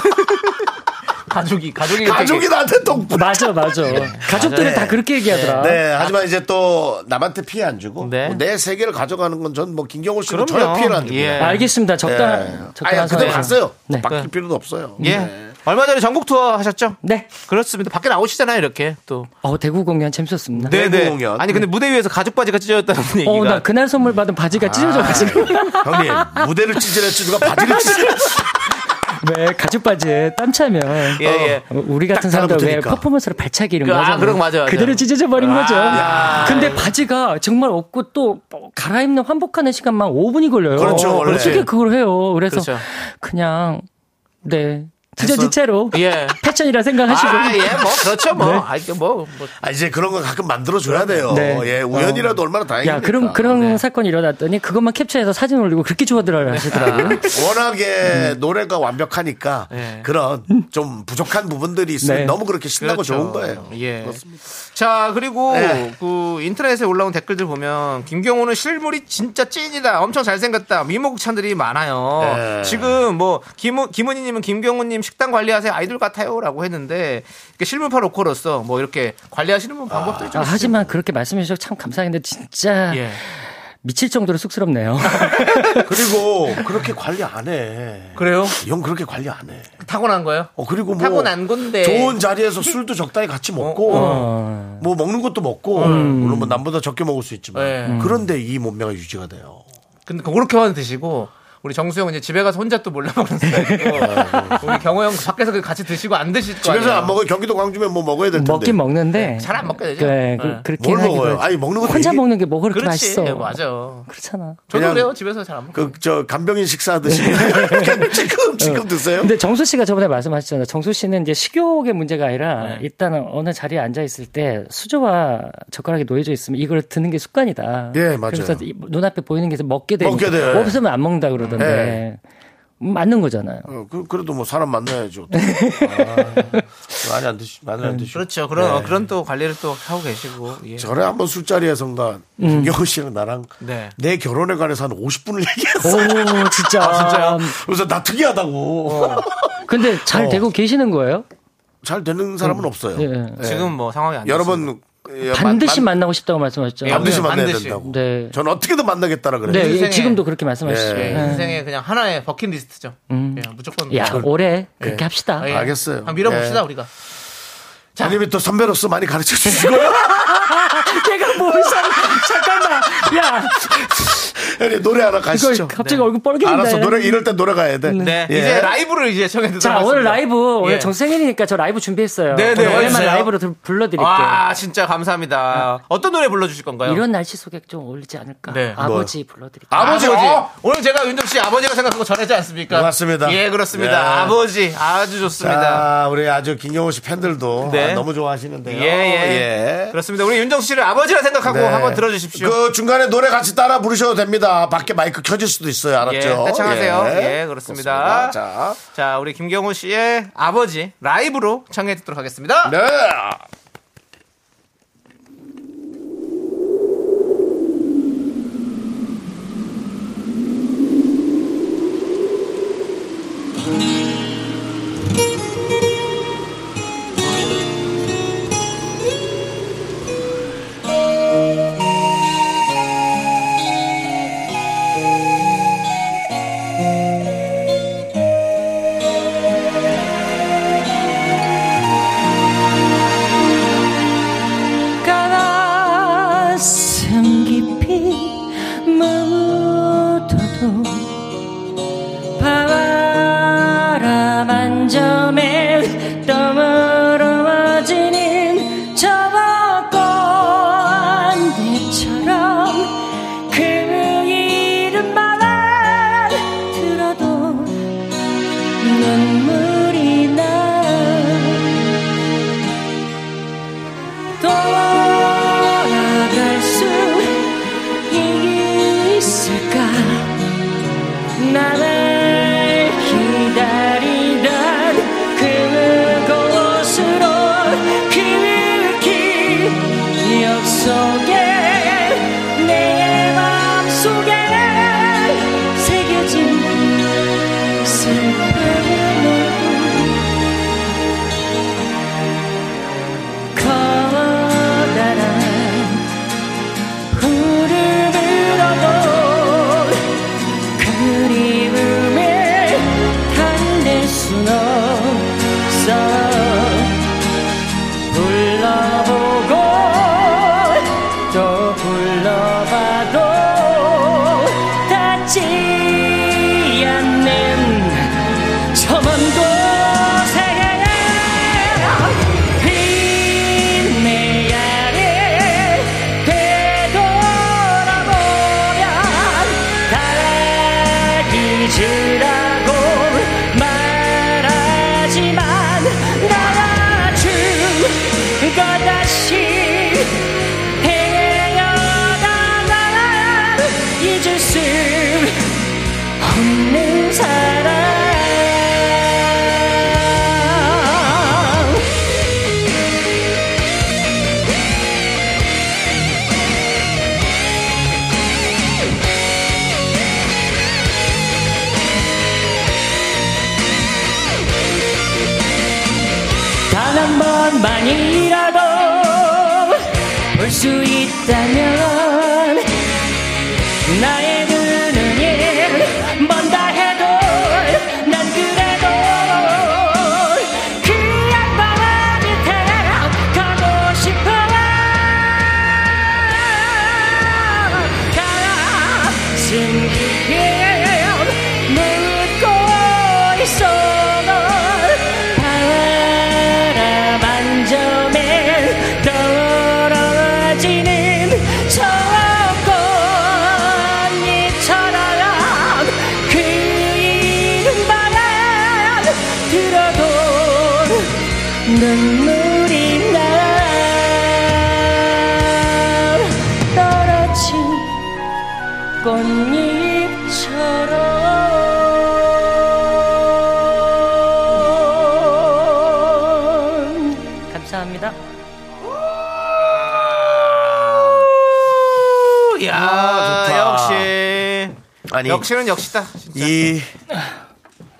[SPEAKER 3] 가족이 가족이 네.
[SPEAKER 2] 가족이 나한테 독불.
[SPEAKER 18] 맞아, 맞아. 가족들은
[SPEAKER 2] 맞아요.
[SPEAKER 18] 다 그렇게 얘기하더라. 네.
[SPEAKER 2] 네, 네, 하지만 이제 또 남한테 피해 안 주고 뭐내 세계를 가져가는 건 전 뭐
[SPEAKER 3] 아,
[SPEAKER 2] 김경호 씨는
[SPEAKER 18] 그럼요.
[SPEAKER 2] 전혀 피해를 안 주고.
[SPEAKER 18] 예. 알겠습니다. 적당한- 적당한
[SPEAKER 2] 아니, 그대로
[SPEAKER 18] 선에서.
[SPEAKER 2] 갔어요.
[SPEAKER 18] 네.
[SPEAKER 2] 바뀔 필요도 없어요.
[SPEAKER 3] 예.
[SPEAKER 2] 네.
[SPEAKER 3] 얼마 전에 전국 투어 하셨죠?
[SPEAKER 18] 네.
[SPEAKER 3] 그렇습니다. 밖에 나오시잖아요, 이렇게 또.
[SPEAKER 18] 어, 대구 공연 재밌었습니다.
[SPEAKER 2] 네,
[SPEAKER 3] 네, 아니 근데 무대 위에서 가죽 바지가 찢어졌다는 얘기가.
[SPEAKER 18] 어, 나 그날 선물
[SPEAKER 2] 아.
[SPEAKER 18] 받은 바지가 찢어져가지고.
[SPEAKER 2] [laughs] 형님, 무대를 찢으랬지 누가
[SPEAKER 3] [laughs] 네.
[SPEAKER 2] 바지를 찢으랬지.
[SPEAKER 18] 왜 가죽 바지에 땀 차면
[SPEAKER 2] 예, 예.
[SPEAKER 18] 어, 우리 같은
[SPEAKER 2] 딱
[SPEAKER 18] 사람들 왜
[SPEAKER 2] 달라붙으니까.
[SPEAKER 18] 퍼포먼스를 발차기 이런
[SPEAKER 3] 그,
[SPEAKER 18] 거
[SPEAKER 3] 아,
[SPEAKER 18] 하잖아요.
[SPEAKER 3] 그런 거 맞아요, 맞아요.
[SPEAKER 18] 그대로 찢어져 버린
[SPEAKER 3] 아,
[SPEAKER 18] 거죠.
[SPEAKER 3] 야.
[SPEAKER 18] 근데 바지가 정말 없고 또 갈아입는 환복하는 시간만 5분이 걸려요.
[SPEAKER 3] 그렇죠, 원래.
[SPEAKER 18] 어떻게 그걸 해요? 그래서
[SPEAKER 3] 그렇죠.
[SPEAKER 18] 그냥 네. 찢어진
[SPEAKER 3] 됐어.
[SPEAKER 18] 채로
[SPEAKER 3] 예.
[SPEAKER 18] 패션이라 생각하시고
[SPEAKER 3] 아, 예, 뭐 그렇죠, 뭐.
[SPEAKER 18] 네.
[SPEAKER 3] 아, 이게 뭐, 뭐.
[SPEAKER 2] 아, 이제 그런 건 가끔 만들어줘야 돼요.
[SPEAKER 18] 네.
[SPEAKER 2] 예, 우연이라도 얼마나 다행입니까.
[SPEAKER 18] 야, 그런 그런
[SPEAKER 3] 네.
[SPEAKER 18] 사건이 일어났더니 그것만 캡처해서 사진 올리고 그렇게 좋아하더라
[SPEAKER 3] 네.
[SPEAKER 18] 하시더라고요.
[SPEAKER 2] [laughs]
[SPEAKER 18] 음.
[SPEAKER 2] 워낙에 노래가 완벽하니까
[SPEAKER 18] 네.
[SPEAKER 2] 그런 좀 부족한 부분들이 있으면
[SPEAKER 3] 네.
[SPEAKER 2] 너무 그렇게 신나고
[SPEAKER 3] 그렇죠.
[SPEAKER 2] 좋은 거예요.
[SPEAKER 3] 예. 자, 그리고
[SPEAKER 2] 네.
[SPEAKER 3] 그 인터넷에 올라온 댓글들 보면 김경호는 실물이 진짜 찐이다. 엄청 잘생겼다. 미모국찬들이 많아요.
[SPEAKER 2] 네.
[SPEAKER 3] 지금 뭐 김은 김은희 님은 김경호 님 식단 관리하세요. 아이돌 같아요라고 했는데 이렇게 실물파 로커로서 뭐 이렇게 관리하시는 분 방법도
[SPEAKER 18] 아,
[SPEAKER 3] 좀 있어요.
[SPEAKER 18] 하지만 그렇게 말씀해 주셔서 참 감사했는데 진짜
[SPEAKER 3] 예.
[SPEAKER 18] 미칠 정도로 쑥스럽네요. [laughs]
[SPEAKER 2] 그리고 그렇게 관리 안 해.
[SPEAKER 3] 그래요?
[SPEAKER 2] 형 그렇게 관리 안 해.
[SPEAKER 3] 타고난 거예요?
[SPEAKER 2] 어, 그리고 뭐
[SPEAKER 3] 타고난 건데.
[SPEAKER 2] 좋은 자리에서 술도 적당히 같이 먹고
[SPEAKER 18] 어.
[SPEAKER 2] 뭐 먹는 것도 먹고 물론 뭐 남보다 적게 먹을 수 있지만
[SPEAKER 3] 음. 네. 음.
[SPEAKER 2] 그런데 이 몸매가 유지가 돼요.
[SPEAKER 3] 근데 그렇게만 드시고 우리 정수형 이제 집에 가서 혼자 또 몰라 먹는 스타일이고 우리 경호 형 밖에서 그 같이 드시고 안 드실 거예요.
[SPEAKER 2] 아, 네. 집에서 안 먹어요. 경기도 광주면 뭐 먹어야 될 텐데.
[SPEAKER 18] 먹긴 먹는데
[SPEAKER 3] 잘 안 먹게 되죠.
[SPEAKER 18] 그래,
[SPEAKER 3] 네.
[SPEAKER 18] 그, 렇게
[SPEAKER 2] 뭘 먹어요? 아니, 먹는 것도
[SPEAKER 18] 혼자
[SPEAKER 2] 얘기-
[SPEAKER 18] 먹는 게 뭐 그렇게
[SPEAKER 3] 그렇지.
[SPEAKER 18] 맛있어?
[SPEAKER 3] 예, 맞아.
[SPEAKER 18] 그렇잖아.
[SPEAKER 3] 저도 그래요. 집에서 잘 안 먹어요.
[SPEAKER 2] 그 저 간병인 식사
[SPEAKER 18] [laughs]
[SPEAKER 2] 하듯이 그냥 지금
[SPEAKER 18] 어.
[SPEAKER 2] 지금 드세요.
[SPEAKER 18] 근데 정수 씨가 저번에 말씀하셨잖아요. 정수 씨는 이제 식욕의 문제가
[SPEAKER 2] 네.
[SPEAKER 18] 아니라 일단 은 어느 자리에 앉아 있을 때 수저와 젓가락이 놓여져 있으면 이걸 드는 게 습관이다.
[SPEAKER 2] 예, 맞아요.
[SPEAKER 18] 그래서 이- 눈앞에 보이는 게 있으면 먹게 되니까
[SPEAKER 2] 먹게 돼요. 예.
[SPEAKER 18] 없으면 안 먹는다 그러던데 맞는 거잖아요.
[SPEAKER 2] 어, 그, 그래도 뭐 사람 만나야지. 어떡해. 아, 많이 안 드시, 많이 안 네. 드시.
[SPEAKER 3] 그렇죠. 그런 그런 또 관리를 또 하고 계시고. 예.
[SPEAKER 2] 전에 한번 술자리에선가
[SPEAKER 18] 음.
[SPEAKER 2] 김경호 씨랑 나랑
[SPEAKER 3] 네.
[SPEAKER 2] 내 결혼에 관해서 한 50분을 얘기했어. 아,
[SPEAKER 18] 오 진짜. 어.
[SPEAKER 2] 그래서 나 특이하다고.
[SPEAKER 18] 근데 잘
[SPEAKER 2] 어.
[SPEAKER 18] 되고 계시는 거예요?
[SPEAKER 2] 잘 되는 사람은 없어요.
[SPEAKER 18] 예.
[SPEAKER 2] 예.
[SPEAKER 3] 지금 뭐 상황이 안
[SPEAKER 2] 여러분 예,
[SPEAKER 18] 반드시
[SPEAKER 2] 만-
[SPEAKER 18] 만나고 싶다고
[SPEAKER 2] 만-
[SPEAKER 18] 말씀하셨잖아요.
[SPEAKER 2] 반드시 만나야
[SPEAKER 3] 반드시.
[SPEAKER 2] 된다고.
[SPEAKER 18] 네.
[SPEAKER 2] 전 어떻게든 만나겠다라 그래요.
[SPEAKER 18] 네,
[SPEAKER 3] 인생에-
[SPEAKER 18] 지금도 그렇게 말씀하시죠. 네.
[SPEAKER 3] 예,
[SPEAKER 2] 예.
[SPEAKER 3] 인생의 그냥 하나의 버킷리스트죠.
[SPEAKER 18] 음.
[SPEAKER 3] 예, 무조건.
[SPEAKER 18] 야,
[SPEAKER 3] 무조건.
[SPEAKER 18] 올해 그렇게 합시다.
[SPEAKER 3] 예.
[SPEAKER 2] 알겠어요.
[SPEAKER 3] 한번 밀어봅시다
[SPEAKER 2] 예.
[SPEAKER 3] 우리가.
[SPEAKER 2] 아니면 또 선배로서 많이 가르쳐
[SPEAKER 18] [laughs]
[SPEAKER 2] 주시고요.
[SPEAKER 18] [laughs] 내가 뭘 사, 잠깐만. 야.
[SPEAKER 2] 형님, 노래 하나 가시죠.
[SPEAKER 18] 갑자기 얼굴 뻘개진다.
[SPEAKER 2] 알았어, 노래, 이럴 땐 노래 가야 돼.
[SPEAKER 3] 네.
[SPEAKER 2] 예.
[SPEAKER 3] 이제 라이브를 이제 청해 듣도록
[SPEAKER 18] 자, 오늘 라이브, 오늘
[SPEAKER 3] 예.
[SPEAKER 18] 정생일이니까 저 라이브 준비했어요.
[SPEAKER 3] 네, 네,
[SPEAKER 18] 오랜만에
[SPEAKER 3] 해주세요.
[SPEAKER 18] 라이브로 들- 불러드릴게요.
[SPEAKER 3] 아, 진짜 감사합니다. 어떤 노래 불러주실 건가요?
[SPEAKER 18] 이런 날씨 속에 좀 어울리지 않을까?
[SPEAKER 3] 네.
[SPEAKER 18] 아버지
[SPEAKER 3] 뭐요?
[SPEAKER 18] 불러드릴게요.
[SPEAKER 3] 아버지,
[SPEAKER 18] 어?
[SPEAKER 3] 오늘 제가 윤종 씨 아버지가 생각하고 전하지 않습니까?
[SPEAKER 2] 맞습니다.
[SPEAKER 3] 예, 그렇습니다.
[SPEAKER 2] 예.
[SPEAKER 3] 아버지, 아주 좋습니다.
[SPEAKER 2] 자, 우리 아주 김경호 씨 팬들도
[SPEAKER 3] 네.
[SPEAKER 2] 아, 너무 좋아하시는데요.
[SPEAKER 3] 예, 예, 그렇습니다. 우리 윤정 씨를 아버지라 생각하고
[SPEAKER 2] 네.
[SPEAKER 3] 한번 들어주십시오.
[SPEAKER 2] 그 중간에 노래 같이 따라 부르셔도 됩니다. 밖에 마이크 켜질 수도 있어요. 알았죠?
[SPEAKER 3] 예, 대창하세요. 예,
[SPEAKER 2] 그렇습니다.
[SPEAKER 3] 그렇습니다.
[SPEAKER 2] 자.
[SPEAKER 3] 자, 우리 김경호 씨의 아버지 라이브로 청해 듣도록 하겠습니다.
[SPEAKER 2] 네.
[SPEAKER 6] 가슴 깊이 묻어도 바람 한 점에 떠물어지는 저 벚꽃처럼 그 이름만 들어도 눈물이 나 돌아갈 수 있을까 나를 기다리던 그 무곳으로 그 기억 속에 내 맘속에 새겨진 슬픔을 커다란 구름을 얻어 그리움을 달랠 순 없어 불러보고 또 불러봐도 닿지 않는 저먼 그 곳에 빛내 아래 되돌아보면 다 잊으라고 말하지만 나와 죽어 다시 헤어다 날 잊을 수 없는 사람 단 한 번만이라도 볼 수 있다면 나의 눈은 먼다 해도 난 그래도 그 악마와 밑에 가고 싶어 가슴 깊게 묻고 있어도 바람 한 점에 떨어지는 저 꽃잎처럼 그 이른 바람 들어도 눈물이 나 떨어진 꽃잎처럼 감사합니다.
[SPEAKER 3] 야,
[SPEAKER 2] 아, 좋다.
[SPEAKER 3] 역시.
[SPEAKER 2] 아니.
[SPEAKER 3] 역시는 역시다.
[SPEAKER 2] 이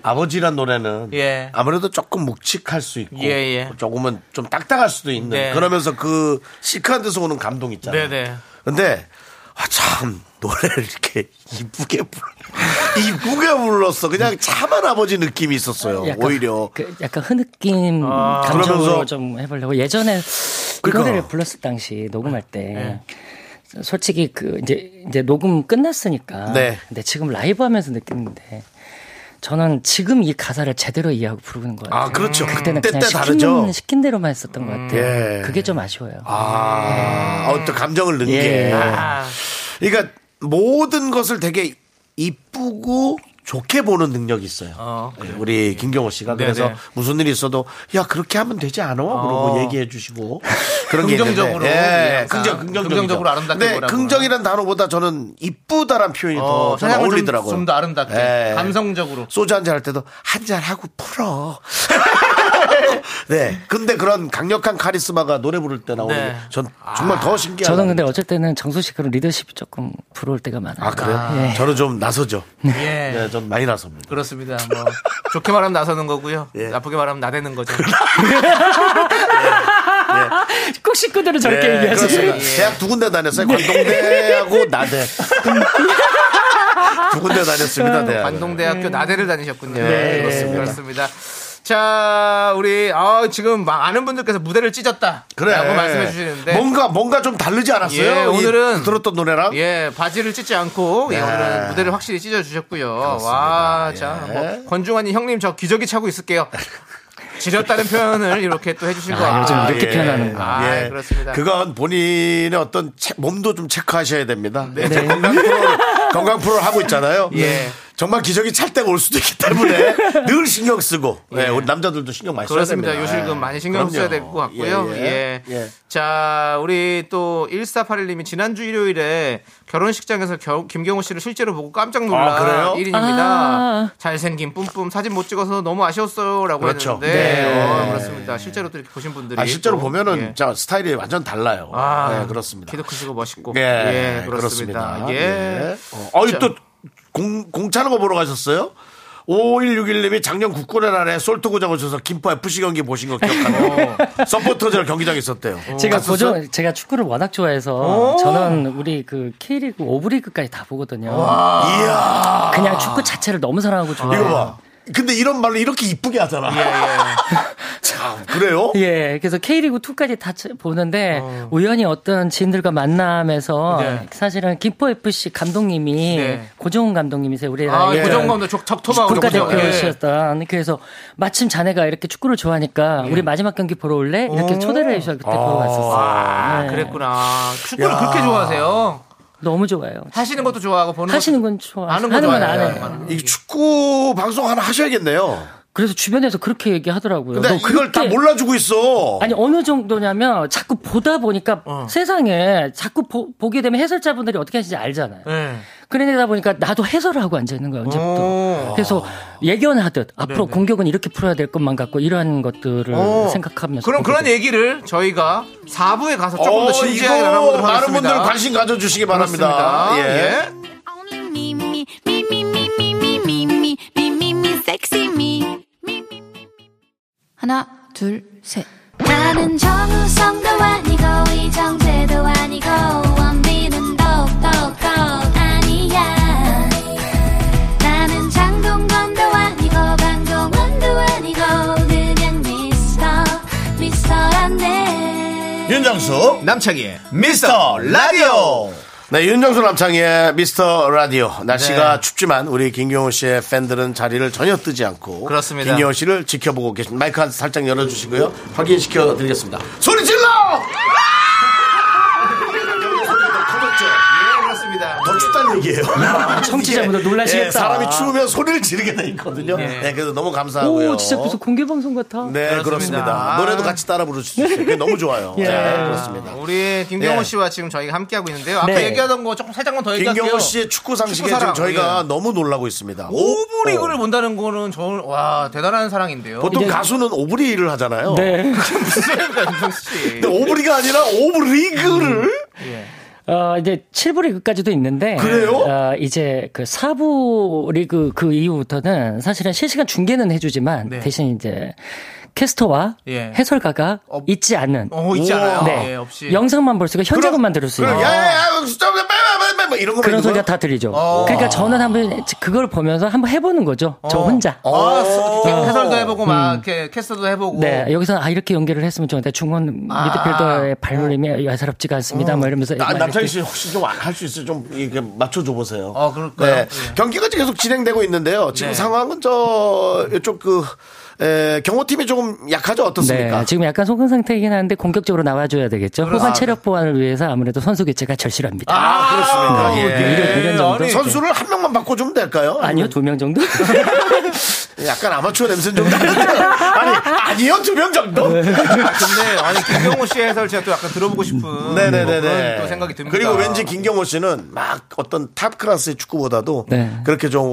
[SPEAKER 2] 아버지란 노래는
[SPEAKER 3] 예.
[SPEAKER 2] 아무래도 조금 묵직할 수 있고
[SPEAKER 3] 예, 예.
[SPEAKER 2] 조금은 좀 딱딱할 수도 있는
[SPEAKER 3] 네.
[SPEAKER 2] 그러면서 그 시크한 데서 오는 감동 있잖아요.
[SPEAKER 3] 네네.
[SPEAKER 2] 근데 아, 참 노래를 이렇게 이쁘게 불 [laughs] 이쁘게 불렀어. 그냥 참한 아버지 느낌이 있었어요.
[SPEAKER 18] 음. 약간
[SPEAKER 2] 오히려
[SPEAKER 18] 그 약간 흐느낌
[SPEAKER 2] 아,
[SPEAKER 18] 감정으로
[SPEAKER 2] 그러면서-
[SPEAKER 18] 좀 해보려고 예전에
[SPEAKER 2] 그러니까. 네.
[SPEAKER 18] 이 노래를 불렀을 당시 녹음할 때 솔직히 그 이제 이제 녹음 끝났으니까
[SPEAKER 2] 네.
[SPEAKER 18] 근데 지금 라이브 하면서 느끼는데 저는 지금 이 가사를 제대로 이해하고 부르는 것 같아요.
[SPEAKER 2] 아, 그렇죠.
[SPEAKER 18] 그때는
[SPEAKER 2] 그때
[SPEAKER 18] 그냥
[SPEAKER 2] 때
[SPEAKER 18] 시킨,
[SPEAKER 2] 다르죠.
[SPEAKER 18] 시킨 대로만 했었던 것 같아요.
[SPEAKER 2] 예.
[SPEAKER 18] 그게 좀 아쉬워요.
[SPEAKER 3] 네.
[SPEAKER 2] 아, 어떤 감정을 넣은
[SPEAKER 18] 예.
[SPEAKER 2] 게.
[SPEAKER 18] 아.
[SPEAKER 2] 그러니까 모든 것을 되게 이쁘고 좋게 보는 능력이 있어요. 네, 우리 김경호 씨가
[SPEAKER 3] 네네.
[SPEAKER 2] 그래서 무슨 일이 있어도 야 그렇게 하면 되지 않아? 그러고
[SPEAKER 3] 어.
[SPEAKER 2] 얘기해 주시고 그런 게
[SPEAKER 3] 긍정적으로.
[SPEAKER 2] 있는데.
[SPEAKER 3] 예,
[SPEAKER 2] 긍정
[SPEAKER 3] 항상
[SPEAKER 2] 긍정적이죠.
[SPEAKER 3] 긍정적으로 아름답게
[SPEAKER 2] 근데
[SPEAKER 3] 보라고.
[SPEAKER 2] 긍정이란 단어보다 저는 이쁘다란 표현이
[SPEAKER 3] 어,
[SPEAKER 2] 더잘
[SPEAKER 3] 세상을 좀-
[SPEAKER 2] 어울리더라고요. 네.
[SPEAKER 3] 좀더 아름답게,
[SPEAKER 2] 감성적으로 소주 한잔 할 때도 한잔 하고 풀어. [laughs] 네. 근데 그런 강력한 카리스마가 노래 부를 때 나오는
[SPEAKER 18] 네.
[SPEAKER 2] 게 전 아,
[SPEAKER 3] 아.
[SPEAKER 2] 정말 더 신기하다.
[SPEAKER 18] 저는 근데 어쩔 때는 정수 씨 그런 리더십이 조금 부러울 때가 많아요.
[SPEAKER 2] 아 그래요?
[SPEAKER 18] 예.
[SPEAKER 2] 저는 좀 나서죠.
[SPEAKER 3] 예.
[SPEAKER 2] 네, 전 많이 나섭니다. 예.
[SPEAKER 3] 그렇습니다.
[SPEAKER 2] [laughs]
[SPEAKER 3] 뭐 좋게 말하면 나서는 거고요. 나쁘게 말하면 나대는 [laughs] 거죠.
[SPEAKER 18] 꼭 식구들은
[SPEAKER 3] 저렇게 얘기하지.
[SPEAKER 2] 네, 그렇습니다.
[SPEAKER 3] 예.
[SPEAKER 2] 대학 두 군데
[SPEAKER 18] 네.
[SPEAKER 2] 다녔어요. 관동대하고 나대. 두 군데
[SPEAKER 3] 음.
[SPEAKER 2] 다녔습니다. 대학.
[SPEAKER 3] 관동대학교 나대를 다니셨군요.
[SPEAKER 2] 네,
[SPEAKER 3] 그렇습니다.
[SPEAKER 2] 그렇습니다.
[SPEAKER 3] 그렇습니다. 자, 우리 아, 지금 많은 분들께서 무대를 찢었다.
[SPEAKER 2] 그래.
[SPEAKER 3] 라고 말씀해 주시는데
[SPEAKER 2] 뭔가 뭔가 좀 다르지 않았어요?
[SPEAKER 3] 예,
[SPEAKER 2] 이
[SPEAKER 3] 오늘은
[SPEAKER 2] 들었던 노래랑
[SPEAKER 3] 예, 바지를 찢지 않고
[SPEAKER 2] 네.
[SPEAKER 3] 예,
[SPEAKER 2] 예.
[SPEAKER 3] 오늘은 무대를 확실히 찢어 주셨고요. 와, 자, 뭐, 권중환이 형님 저 기저귀 차고 있을게요. 지렸다는 표현을 이렇게 또 해주신 거 같아요. 아,
[SPEAKER 2] 예.
[SPEAKER 3] 그렇습니다.
[SPEAKER 2] 그건 본인의 어떤 체- 몸도 좀 체크하셔야 됩니다.
[SPEAKER 3] 네.
[SPEAKER 2] 이제
[SPEAKER 3] 네.
[SPEAKER 2] 건강 프로를, 건강 프로를 하고 있잖아요.
[SPEAKER 3] 예. 네.
[SPEAKER 2] 정말 기적이 찰 때가 올 수도 있기
[SPEAKER 3] [laughs]
[SPEAKER 2] 때문에 늘 신경 쓰고 예, 우리 남자들도 신경 많이 써야 됩니다. 예.
[SPEAKER 3] 그렇습니다. 요실금 많이 신경
[SPEAKER 2] 그럼요.
[SPEAKER 3] 써야 될 것 같고요.
[SPEAKER 2] 예,
[SPEAKER 3] 예,
[SPEAKER 2] 예.
[SPEAKER 3] 자, 우리 또 1481님이 지난주 일요일에 결혼식장에서 겨- 김경호 씨를 실제로 보고 깜짝 놀라
[SPEAKER 2] 아, 그래요?
[SPEAKER 3] 1인입니다.
[SPEAKER 2] 아.
[SPEAKER 3] 잘생긴 뿜뿜 사진 못 찍어서 너무 아쉬웠어요. 라고
[SPEAKER 2] 그렇죠.
[SPEAKER 3] 했는데.
[SPEAKER 2] 네.
[SPEAKER 3] 어, 그렇습니다. 실제로 또 이렇게 보신 분들이.
[SPEAKER 2] 아, 실제로
[SPEAKER 3] 또,
[SPEAKER 2] 보면은
[SPEAKER 3] 예.
[SPEAKER 2] 자, 스타일이 완전 달라요.
[SPEAKER 3] 아,
[SPEAKER 2] 네, 그렇습니다.
[SPEAKER 3] 키도 크시고 멋있고.
[SPEAKER 2] 예,
[SPEAKER 3] 예, 그렇습니다.
[SPEAKER 2] 그렇습니다.
[SPEAKER 3] 예.
[SPEAKER 2] 예. 어, 아유,
[SPEAKER 3] 자,
[SPEAKER 2] 또, 공, 공차는 거 보러 가셨어요? 5161님이 작년 국군의 날에 솔트구장 오셔서 김포 FC 경기 보신 거 기억하네요.
[SPEAKER 3] 어.
[SPEAKER 2] 서포터즈랑 경기장에 있었대요.
[SPEAKER 18] 제가
[SPEAKER 2] 갔었어요? 아, 어.
[SPEAKER 18] 고정 제가 축구를 워낙 좋아해서
[SPEAKER 2] 오.
[SPEAKER 18] 저는 우리 그 K리그 오브리그까지 다 보거든요.
[SPEAKER 2] 이야.
[SPEAKER 18] 그냥 축구 자체를 너무 사랑하고 좋아해요.
[SPEAKER 2] 이거 봐. 근데 이런 말로 이렇게 이쁘게 하잖아. [laughs] 참, 그래요?
[SPEAKER 18] 예, 그래서 K리그 2까지 다 쳐- 보는데 우연히 어떤 지인들과 만남에서
[SPEAKER 3] 네.
[SPEAKER 18] 사실은 김포 FC 감독님이
[SPEAKER 3] 네.
[SPEAKER 18] 고정훈 감독님이세요. 우리
[SPEAKER 3] 아,
[SPEAKER 18] 나이
[SPEAKER 3] 고정 감독 적- 적토마 우리 고정.
[SPEAKER 2] 예.
[SPEAKER 18] 국가대표였었던 그래서 마침 자네가 이렇게 축구를
[SPEAKER 2] 예.
[SPEAKER 18] 좋아하니까 우리 마지막 경기 보러 올래 이렇게
[SPEAKER 3] 오.
[SPEAKER 18] 초대를 해주셔서 그때 보러
[SPEAKER 3] 아.
[SPEAKER 18] 갔었어요.
[SPEAKER 3] 아,
[SPEAKER 18] 네.
[SPEAKER 3] 그랬구나. 축구를
[SPEAKER 18] 야.
[SPEAKER 3] 그렇게 좋아하세요?
[SPEAKER 18] 너무 좋아요.
[SPEAKER 3] 하시는 것도 좋아하고 보는
[SPEAKER 18] 하시는 건 좋아.
[SPEAKER 3] 아는
[SPEAKER 18] 하는
[SPEAKER 3] 건
[SPEAKER 18] 건 안 해요.
[SPEAKER 2] 이 축구 방송 하나 하셔야겠네요.
[SPEAKER 18] 그래서 주변에서 그렇게 얘기하더라고요.
[SPEAKER 2] 근데
[SPEAKER 18] 너
[SPEAKER 2] 이걸 다 몰라주고 있어. 어.
[SPEAKER 18] 아니 어느 정도냐면 자꾸 보다 보니까 세상에 자꾸 보, 게 되면 해설자분들이 어떻게 하시는지 알잖아요.
[SPEAKER 3] 네.
[SPEAKER 18] 그러다 보니까 나도 해설을 하고 앉아 있는 거예요 언제부터.
[SPEAKER 2] 어.
[SPEAKER 18] 그래서 예견하듯 앞으로 공격은 이렇게 풀어야 될 것만 같고 이러한
[SPEAKER 2] 음.
[SPEAKER 18] 것들을
[SPEAKER 3] 어.
[SPEAKER 18] 생각하면서
[SPEAKER 3] 그럼
[SPEAKER 18] 보게
[SPEAKER 3] 그런 얘기를 저희가 4부에 가서 조금
[SPEAKER 2] 어,
[SPEAKER 3] 더 진지하게
[SPEAKER 2] 이거
[SPEAKER 3] 나눠보도록
[SPEAKER 2] 많은
[SPEAKER 3] 하겠습니다.
[SPEAKER 2] 분들 관심 가져주시기 바랍니다.
[SPEAKER 3] 그렇습니다. 예.
[SPEAKER 16] me, me, me, me, me, me, me, me, me, me, me, sexy me.
[SPEAKER 19] 하나, 둘, 셋.
[SPEAKER 16] 나는 정우성도 아니고 이정재도 아니고 원빈은 더욱더 아니야 나는 장동건도 아니고 강동원도 아니고 그냥 미스터 미스터란데
[SPEAKER 2] 윤정수 어? 남창희의 미스터 라디오 네, 윤정수 남창희의 미스터 라디오. 날씨가
[SPEAKER 3] 네.
[SPEAKER 2] 춥지만 우리 김경호 씨의 팬들은 자리를 전혀 뜨지 않고
[SPEAKER 3] 그렇습니다.
[SPEAKER 2] 김경호 씨를 지켜보고 계십니다. 마이크 한 살짝 열어주시고요. 확인시켜 드리겠습니다. 소리 질러! 커졌죠?
[SPEAKER 3] 예, 그렇습니다.
[SPEAKER 2] 더 춥다는 얘기예요.
[SPEAKER 18] 청취자분들
[SPEAKER 2] 이게,
[SPEAKER 18] 놀라시겠다.
[SPEAKER 2] 예, 사람이 추우면 소리를 지르게 돼 있거든요. 네, 그래서 너무 감사하고요.
[SPEAKER 18] 오 진짜 무슨 공개 방송 같아.
[SPEAKER 2] 네, 그렇습니다.
[SPEAKER 3] 그렇습니다.
[SPEAKER 2] 노래도 같이 따라 부를 수 있어요. 그게 너무 좋아요.
[SPEAKER 3] 예.
[SPEAKER 2] 네, 그렇습니다.
[SPEAKER 3] 우리 김경호
[SPEAKER 2] 예.
[SPEAKER 3] 씨와 지금 저희가 함께하고 있는데요. 아까
[SPEAKER 2] 네.
[SPEAKER 3] 얘기하던 거 조금 살짝만 더 얘기할게요.
[SPEAKER 2] 김경호 씨의 축구 상식에 지금
[SPEAKER 3] 사랑.
[SPEAKER 2] 저희가 어.
[SPEAKER 3] 예.
[SPEAKER 2] 너무 놀라고 있습니다.
[SPEAKER 3] 오브리그를 본다는 거는 저, 와, 대단한 사랑인데요.
[SPEAKER 2] 보통 가수는 오브리를 하잖아요. 네.
[SPEAKER 3] 근데
[SPEAKER 2] 오브리가 아니라
[SPEAKER 18] 음.
[SPEAKER 2] 오브리그를
[SPEAKER 18] 어, 이제 7부 리그까지도 있는데.
[SPEAKER 2] 그래요?
[SPEAKER 18] 어, 이제 그 4부 리그 그 이후부터는 사실은 실시간 중계는 해주지만
[SPEAKER 3] 네.
[SPEAKER 18] 대신 이제 캐스터와
[SPEAKER 3] 예.
[SPEAKER 18] 해설가가 있지 않는.
[SPEAKER 3] 어, 있지 않아요.
[SPEAKER 18] 네.
[SPEAKER 3] 예, 없이.
[SPEAKER 18] 영상만 볼 수가 현장음만 들을 수 있는.
[SPEAKER 2] 야야야 숫자 빨리 빨리 선배 뭐 이런 거
[SPEAKER 18] 아. 그런
[SPEAKER 2] 있는 거예요?
[SPEAKER 18] 소리가 다 들리죠.
[SPEAKER 2] 어.
[SPEAKER 18] 그러니까 저는 한번 그걸 보면서 한번 해보는 거죠. 저 혼자.
[SPEAKER 3] 어, 스-
[SPEAKER 18] 어.
[SPEAKER 3] 해설도 해보고 막
[SPEAKER 18] 음.
[SPEAKER 3] 이렇게 캐스도 해보고.
[SPEAKER 18] 네, 여기서 아 이렇게 연결을 했으면 좋은데 중원
[SPEAKER 3] 아. 어.
[SPEAKER 18] 미드필더의 발놀림이 야사롭지가 않습니다. 뭐 이러면서
[SPEAKER 2] 나-
[SPEAKER 18] 막
[SPEAKER 2] 남창희
[SPEAKER 18] 이렇게.
[SPEAKER 2] 씨 혹시 좀 할 수 있어요? 좀 이렇게 맞춰줘 보세요. 네.
[SPEAKER 3] 어, 그럴까요?
[SPEAKER 2] 경기가 계속 진행되고 있는데요. 지금
[SPEAKER 18] 네.
[SPEAKER 2] 상황은 저 이쪽 그 에, 경호팀이 조금 약하죠 어떻습니까?
[SPEAKER 18] 네, 지금 약간 속은 상태이긴 한데 공격적으로 나와줘야 되겠죠.
[SPEAKER 2] 그렇습니다.
[SPEAKER 18] 후반 체력 보완을 위해서 아무래도 선수 교체가 절실합니다.
[SPEAKER 2] 아, 그렇습니다.
[SPEAKER 18] 네,
[SPEAKER 2] 예.
[SPEAKER 18] 이런- 이런 정도.
[SPEAKER 2] 선수를 한 명만 바꿔주면 될까요?
[SPEAKER 18] 아니요, 두 명 정도?
[SPEAKER 2] [laughs] 약간 아마추어 냄새 좀 나는데요. 아니, 아니요, 두 명 정도?
[SPEAKER 3] 아, 근데 아니 김경호 씨의 해설 제가 또 약간 들어보고 싶은 뭐 그런
[SPEAKER 2] 음. 네네네네.
[SPEAKER 3] 또 생각이 듭니다.
[SPEAKER 2] 그리고 왠지 김경호 씨는 막 어떤 탑 클래스의 축구보다도
[SPEAKER 18] 네.
[SPEAKER 2] 그렇게 조금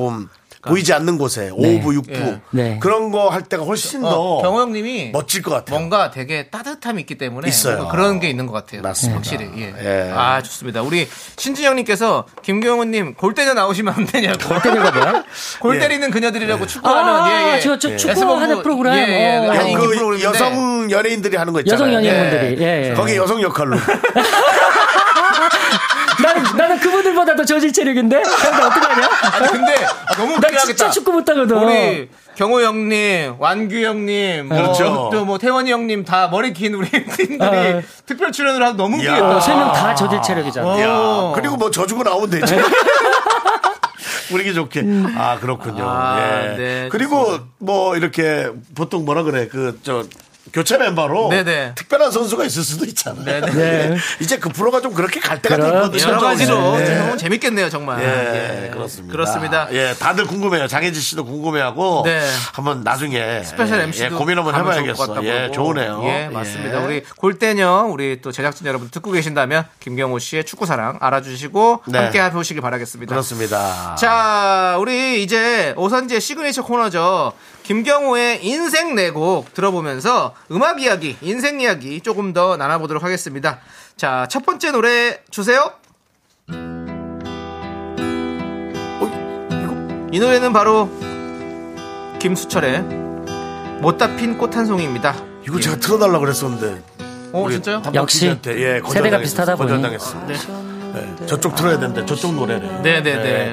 [SPEAKER 2] 보이지 않는 곳에 오 5부, 6부
[SPEAKER 3] 예.
[SPEAKER 18] 네.
[SPEAKER 2] 그런 거 할 때가 훨씬
[SPEAKER 3] 어,
[SPEAKER 2] 더
[SPEAKER 3] 경호 형님이
[SPEAKER 2] 멋질 것 같아요.
[SPEAKER 3] 뭔가 되게 따뜻함이 있기 때문에
[SPEAKER 2] 있어요.
[SPEAKER 3] 뭔가 그런 게 있는 것 같아요.
[SPEAKER 2] 맞습니다.
[SPEAKER 3] 확실히. 예.
[SPEAKER 2] 예.
[SPEAKER 3] 아 좋습니다. 우리 신진영님께서 김경호님 골 때려 나오시면 안 되냐고. 골
[SPEAKER 18] 때려가 뭐야?
[SPEAKER 3] [laughs] 골
[SPEAKER 2] 예.
[SPEAKER 3] 때리는 그녀들이라고 축구하는
[SPEAKER 18] 아,
[SPEAKER 3] 예, 예.
[SPEAKER 18] 저- 저 축구
[SPEAKER 3] S본부,
[SPEAKER 18] 하는 프로그램.
[SPEAKER 3] 예, 예.
[SPEAKER 18] 어.
[SPEAKER 3] 아니,
[SPEAKER 2] 여-
[SPEAKER 3] 인기
[SPEAKER 2] 그
[SPEAKER 3] 프로그램인데.
[SPEAKER 2] 여성 연예인들이 하는 거 있잖아요.
[SPEAKER 18] 여성 연예인분들이, 예, 예.
[SPEAKER 2] 거기 여성 역할로.
[SPEAKER 18] 나는, 나는 그분들보다도 저질 체력인데? 근데 어떡하냐?
[SPEAKER 3] 아니 근데 너무
[SPEAKER 18] 나
[SPEAKER 3] 웃기긴 하겠다.
[SPEAKER 18] 진짜 축구 못하거든.
[SPEAKER 3] 우리 경호 형님, 완규 형님, 뭐
[SPEAKER 18] 그렇죠.
[SPEAKER 3] 또뭐 태원이 형님 다 머리 긴 우리 [laughs] 팀들이
[SPEAKER 18] 아.
[SPEAKER 3] 특별 출연을 하면 너무
[SPEAKER 2] 이야.
[SPEAKER 3] 웃기겠다. 어.
[SPEAKER 2] 어, 세명다
[SPEAKER 18] 저질 체력이잖아.
[SPEAKER 2] 야, 그리고 뭐 져주고 나오면 되지.
[SPEAKER 3] 네.
[SPEAKER 2] [laughs] 우리게 좋게. 아, 그렇군요.
[SPEAKER 3] 아,
[SPEAKER 2] 예.
[SPEAKER 3] 네,
[SPEAKER 2] 그리고 뭐 이렇게 보통 뭐라 그래. 그, 저, 교체 멤버로
[SPEAKER 3] 네네.
[SPEAKER 2] 특별한 선수가 있을 수도 있잖아요.
[SPEAKER 3] 네네.
[SPEAKER 2] 네. 이제 그 프로가 좀 그렇게 갈 때가 됐거든요.
[SPEAKER 3] 여러 가지로
[SPEAKER 2] 네.
[SPEAKER 3] 너무 어, 재밌겠네요 정말.
[SPEAKER 2] 예, 그렇습니다.
[SPEAKER 3] 그렇습니다.
[SPEAKER 2] 예, 다들 궁금해요. 장혜지 씨도 궁금해하고
[SPEAKER 3] 네.
[SPEAKER 2] 한번 나중에
[SPEAKER 3] 스페셜
[SPEAKER 2] 예,
[SPEAKER 3] MC도
[SPEAKER 2] 예, 고민 한번
[SPEAKER 3] 가면 좋을 것
[SPEAKER 2] 해봐야겠어.
[SPEAKER 3] 같다고
[SPEAKER 2] 예,
[SPEAKER 3] 그러고.
[SPEAKER 2] 좋으네요.
[SPEAKER 3] 예, 맞습니다.
[SPEAKER 2] 예.
[SPEAKER 3] 우리 골대녀 우리 또 제작진 여러분 듣고 계신다면 김경호 씨의 축구 사랑 알아주시고
[SPEAKER 2] 네.
[SPEAKER 3] 함께 해보시기 바라겠습니다.
[SPEAKER 2] 그렇습니다.
[SPEAKER 3] 아. 자, 우리 이제 오선지의 시그니처 코너죠. 김경호의 인생 네 내곡 들어보면서 음악 이야기, 인생 이야기 조금 더 나눠보도록 하겠습니다. 자, 첫 번째 노래 주세요. 어, 이 노래는 바로 김수철의 못다 핀 꽃 한 송이입니다.
[SPEAKER 2] 이거 제가 틀어달라고 그랬었는데.
[SPEAKER 3] 오,
[SPEAKER 2] 우리
[SPEAKER 3] 어, 진짜요?
[SPEAKER 2] 담당
[SPEAKER 18] 역시
[SPEAKER 2] PD한테, 예,
[SPEAKER 18] 세대가
[SPEAKER 2] 거절당했-
[SPEAKER 18] 비슷하다 보니.
[SPEAKER 2] 거절당했습니다. 예, 저쪽 틀어야 되는데 저쪽 노래를.
[SPEAKER 3] 네. 네네네.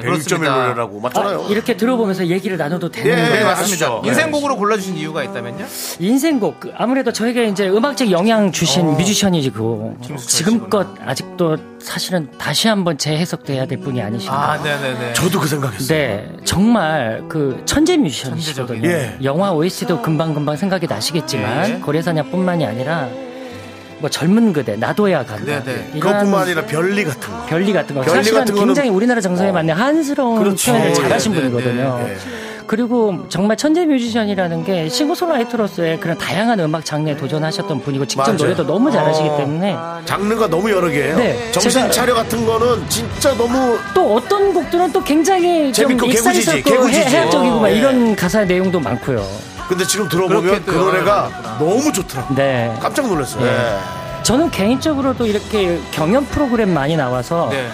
[SPEAKER 2] 점일
[SPEAKER 3] 그렇습니다.
[SPEAKER 2] 노래라고 맞잖아요.
[SPEAKER 18] 어, 이렇게 들어보면서 얘기를 나눠도 되는 거예요.
[SPEAKER 3] 네, 맞습니다.
[SPEAKER 2] 아시죠?
[SPEAKER 3] 인생곡으로 골라주신 이유가 있다면요?
[SPEAKER 18] 인생곡 그 아무래도 저에게 이제 음악적 영향 주신 뮤지션이시고 지금껏 아직도 사실은 다시 한번 재해석돼야 될 분이 아니신가.
[SPEAKER 3] 아, 네네네.
[SPEAKER 2] 저도 그 생각했어요.
[SPEAKER 18] 네, 정말 그 천재 뮤지션이시거든요.
[SPEAKER 2] 천재적인.
[SPEAKER 18] 영화 OST도 금방금방 생각이 나시겠지만
[SPEAKER 2] 예.
[SPEAKER 18] 고래사냥뿐만이 아니라 뭐 젊은 그대 나도야 간다.
[SPEAKER 2] 네네.
[SPEAKER 18] 이런
[SPEAKER 2] 그것뿐만 아니라 별리 같은 거.
[SPEAKER 18] 별리 같은 거.
[SPEAKER 2] 별리
[SPEAKER 18] 사실은
[SPEAKER 2] 같은 거는- 어.
[SPEAKER 18] 굉장히 우리나라 정서에 맞는 한스러운
[SPEAKER 2] 그렇죠.
[SPEAKER 18] 표현을 잘하신
[SPEAKER 2] 네, 네,
[SPEAKER 18] 분이거든요. 그리고 정말 천재 뮤지션이라는 게 싱어송라이터로서의 그런 다양한 음악 장르에 도전하셨던 분이고 직접
[SPEAKER 2] 맞아요.
[SPEAKER 18] 노래도 너무 잘하시기
[SPEAKER 2] 어.
[SPEAKER 18] 때문에
[SPEAKER 2] 장르가 너무 여러 개예요.
[SPEAKER 18] 네,
[SPEAKER 2] 정신
[SPEAKER 18] 제가-
[SPEAKER 2] 차려 같은 거는 진짜 너무
[SPEAKER 18] 또 어떤 곡들은 또 굉장히 좀
[SPEAKER 2] 재밌고 개구지지,
[SPEAKER 18] 익살스럽고
[SPEAKER 2] 개구지지.
[SPEAKER 18] 해학적이고 막
[SPEAKER 2] 어, 예.
[SPEAKER 18] 이런 가사 내용도 많고요.
[SPEAKER 2] 근데 지금 들어보면 그 노래가 너무 좋더라고요.
[SPEAKER 18] 네.
[SPEAKER 2] 깜짝 놀랐어요.
[SPEAKER 18] 예.
[SPEAKER 2] 예.
[SPEAKER 18] 저는 개인적으로도 이렇게 경연 프로그램 많이 나와서
[SPEAKER 2] 네.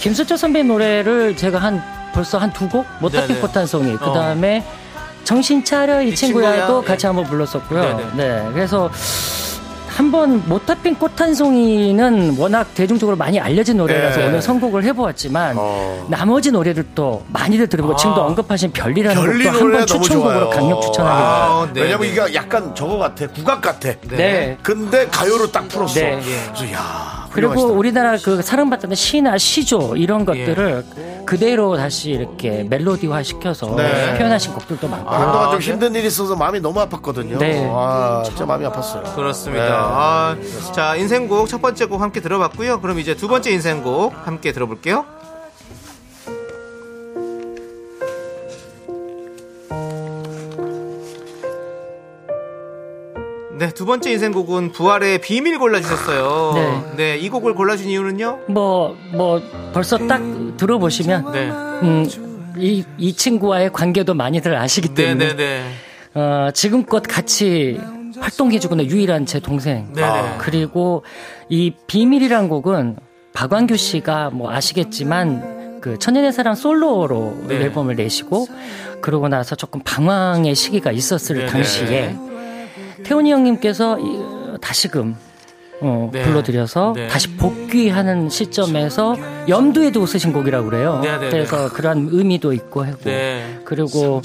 [SPEAKER 18] 김수철 선배 노래를 제가 한 벌써 한 두 곡? 못다
[SPEAKER 3] 네,
[SPEAKER 18] 핀
[SPEAKER 3] 네.
[SPEAKER 18] 꽃단송이 그
[SPEAKER 3] 어.
[SPEAKER 18] 다음에 정신 차려 이,
[SPEAKER 3] 친구야.
[SPEAKER 18] 친구야도 같이
[SPEAKER 3] 예.
[SPEAKER 18] 한번 불렀었고요.
[SPEAKER 3] 네,
[SPEAKER 18] 네,
[SPEAKER 3] 네.
[SPEAKER 18] 그래서 한번 못다 핀 꽃한송이는 워낙 대중적으로 많이 알려진 노래라서
[SPEAKER 2] 네. 어.
[SPEAKER 18] 오늘 선곡을 해보았지만 나머지 노래들도 많이들 들어보고
[SPEAKER 2] 아.
[SPEAKER 18] 지금도 언급하신 별리라는
[SPEAKER 2] 별리
[SPEAKER 18] 곡도
[SPEAKER 2] 노래가
[SPEAKER 18] 한번
[SPEAKER 2] 너무
[SPEAKER 18] 추천곡으로
[SPEAKER 2] 좋아요.
[SPEAKER 18] 강력
[SPEAKER 2] 아,
[SPEAKER 3] 네,
[SPEAKER 18] 추천합니다.
[SPEAKER 2] 왜냐면 이게 약간 저거 같아. 국악 같아.
[SPEAKER 18] 네.
[SPEAKER 2] 근데 가요로 딱 풀었어.
[SPEAKER 18] 네.
[SPEAKER 2] 그래서 야
[SPEAKER 18] 그리고
[SPEAKER 2] 훌륭하시다. 예.
[SPEAKER 18] 우리나라 그 사랑받던 시나 시조 이런 것들을 그대로 다시 이렇게 멜로디화 시켜서
[SPEAKER 2] 네.
[SPEAKER 18] 표현하신 곡들도 많고.
[SPEAKER 2] 아, 한동안
[SPEAKER 3] 네.
[SPEAKER 2] 좀 힘든 일이 있어서 마음이 너무 아팠거든요.
[SPEAKER 18] 네.
[SPEAKER 2] 아, 진짜 마음이 아팠어요.
[SPEAKER 3] 그렇습니다.
[SPEAKER 2] 네.
[SPEAKER 3] 아, 자, 인생곡 첫 번째 곡 함께 들어봤고요. 그럼 이제 두 번째 인생곡 함께 들어볼게요. 네, 두 번째 인생곡은 부활의 비밀 골라주셨어요. 네.
[SPEAKER 18] 네.
[SPEAKER 3] 이 곡을 골라준 이유는요?
[SPEAKER 18] 뭐, 뭐, 벌써 딱 들어보시면,
[SPEAKER 3] 네.
[SPEAKER 18] 음, 이, 이 친구와의 관계도 많이들 아시기 때문에,
[SPEAKER 3] 네네네.
[SPEAKER 18] 어, 지금껏 같이 활동해주고 있는 유일한 제 동생.
[SPEAKER 3] 네네. 아.
[SPEAKER 18] 그리고 이 비밀이란 곡은 박완규 씨가 뭐 아시겠지만 그 천년의 사랑 솔로로
[SPEAKER 3] 네.
[SPEAKER 18] 앨범을 내시고 그러고 나서 조금 방황의
[SPEAKER 3] 네,
[SPEAKER 18] 시기가 있었을
[SPEAKER 3] 네네.
[SPEAKER 18] 당시에 태훈이 형님께서 이- 다시금 어, 불러드려서
[SPEAKER 3] 네.
[SPEAKER 18] 다시 복귀하는 시점에서 염두에도 쓰신 곡이라고 그래요.
[SPEAKER 3] 네, 네,
[SPEAKER 18] 그래서 그런 의미도 있고 하고
[SPEAKER 3] 네.
[SPEAKER 18] 그리고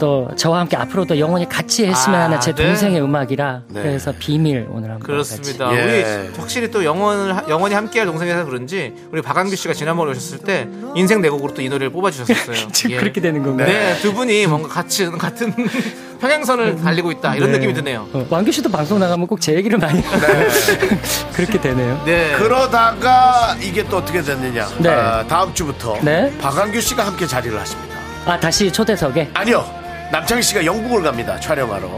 [SPEAKER 18] 또 저와 함께 앞으로도 영원히 같이 했으면
[SPEAKER 3] 아,
[SPEAKER 18] 하는 제
[SPEAKER 3] 네.
[SPEAKER 18] 동생의 음악이라
[SPEAKER 3] 네.
[SPEAKER 18] 그래서 비밀 오늘 한번
[SPEAKER 3] 그렇습니다.
[SPEAKER 18] 같이.
[SPEAKER 3] 우리 확실히 또 영원을 하- 영원히 함께할 동생이라서 그런지 우리 박한규 씨가 지난번에 오셨을 때 인생 네 곡으로 또 이 노래를 [laughs] 뽑아주셨었어요. 예.
[SPEAKER 18] 그렇게 되는 건가요?
[SPEAKER 3] 네, 두 분이 뭔가 같이 같은 [laughs]
[SPEAKER 2] 음.
[SPEAKER 3] 평행선을 달리고 있다 이런
[SPEAKER 18] 네.
[SPEAKER 3] 느낌이 드네요.
[SPEAKER 18] 어, 왕규 씨도 방송 나가면 꼭 제 얘기를 많이
[SPEAKER 3] 네.
[SPEAKER 18] [laughs]
[SPEAKER 2] 네.
[SPEAKER 18] 그렇게 되네요.
[SPEAKER 2] 그러다가 이게 또 어떻게 됐느냐.
[SPEAKER 18] 네.
[SPEAKER 2] 아, 다음 주부터
[SPEAKER 18] 네.
[SPEAKER 2] 박한규 씨가 함께 자리를 하십니다.
[SPEAKER 18] 아 다시 초대석에
[SPEAKER 2] 아니요. 남창희 씨가 영국을 갑니다. 촬영하러.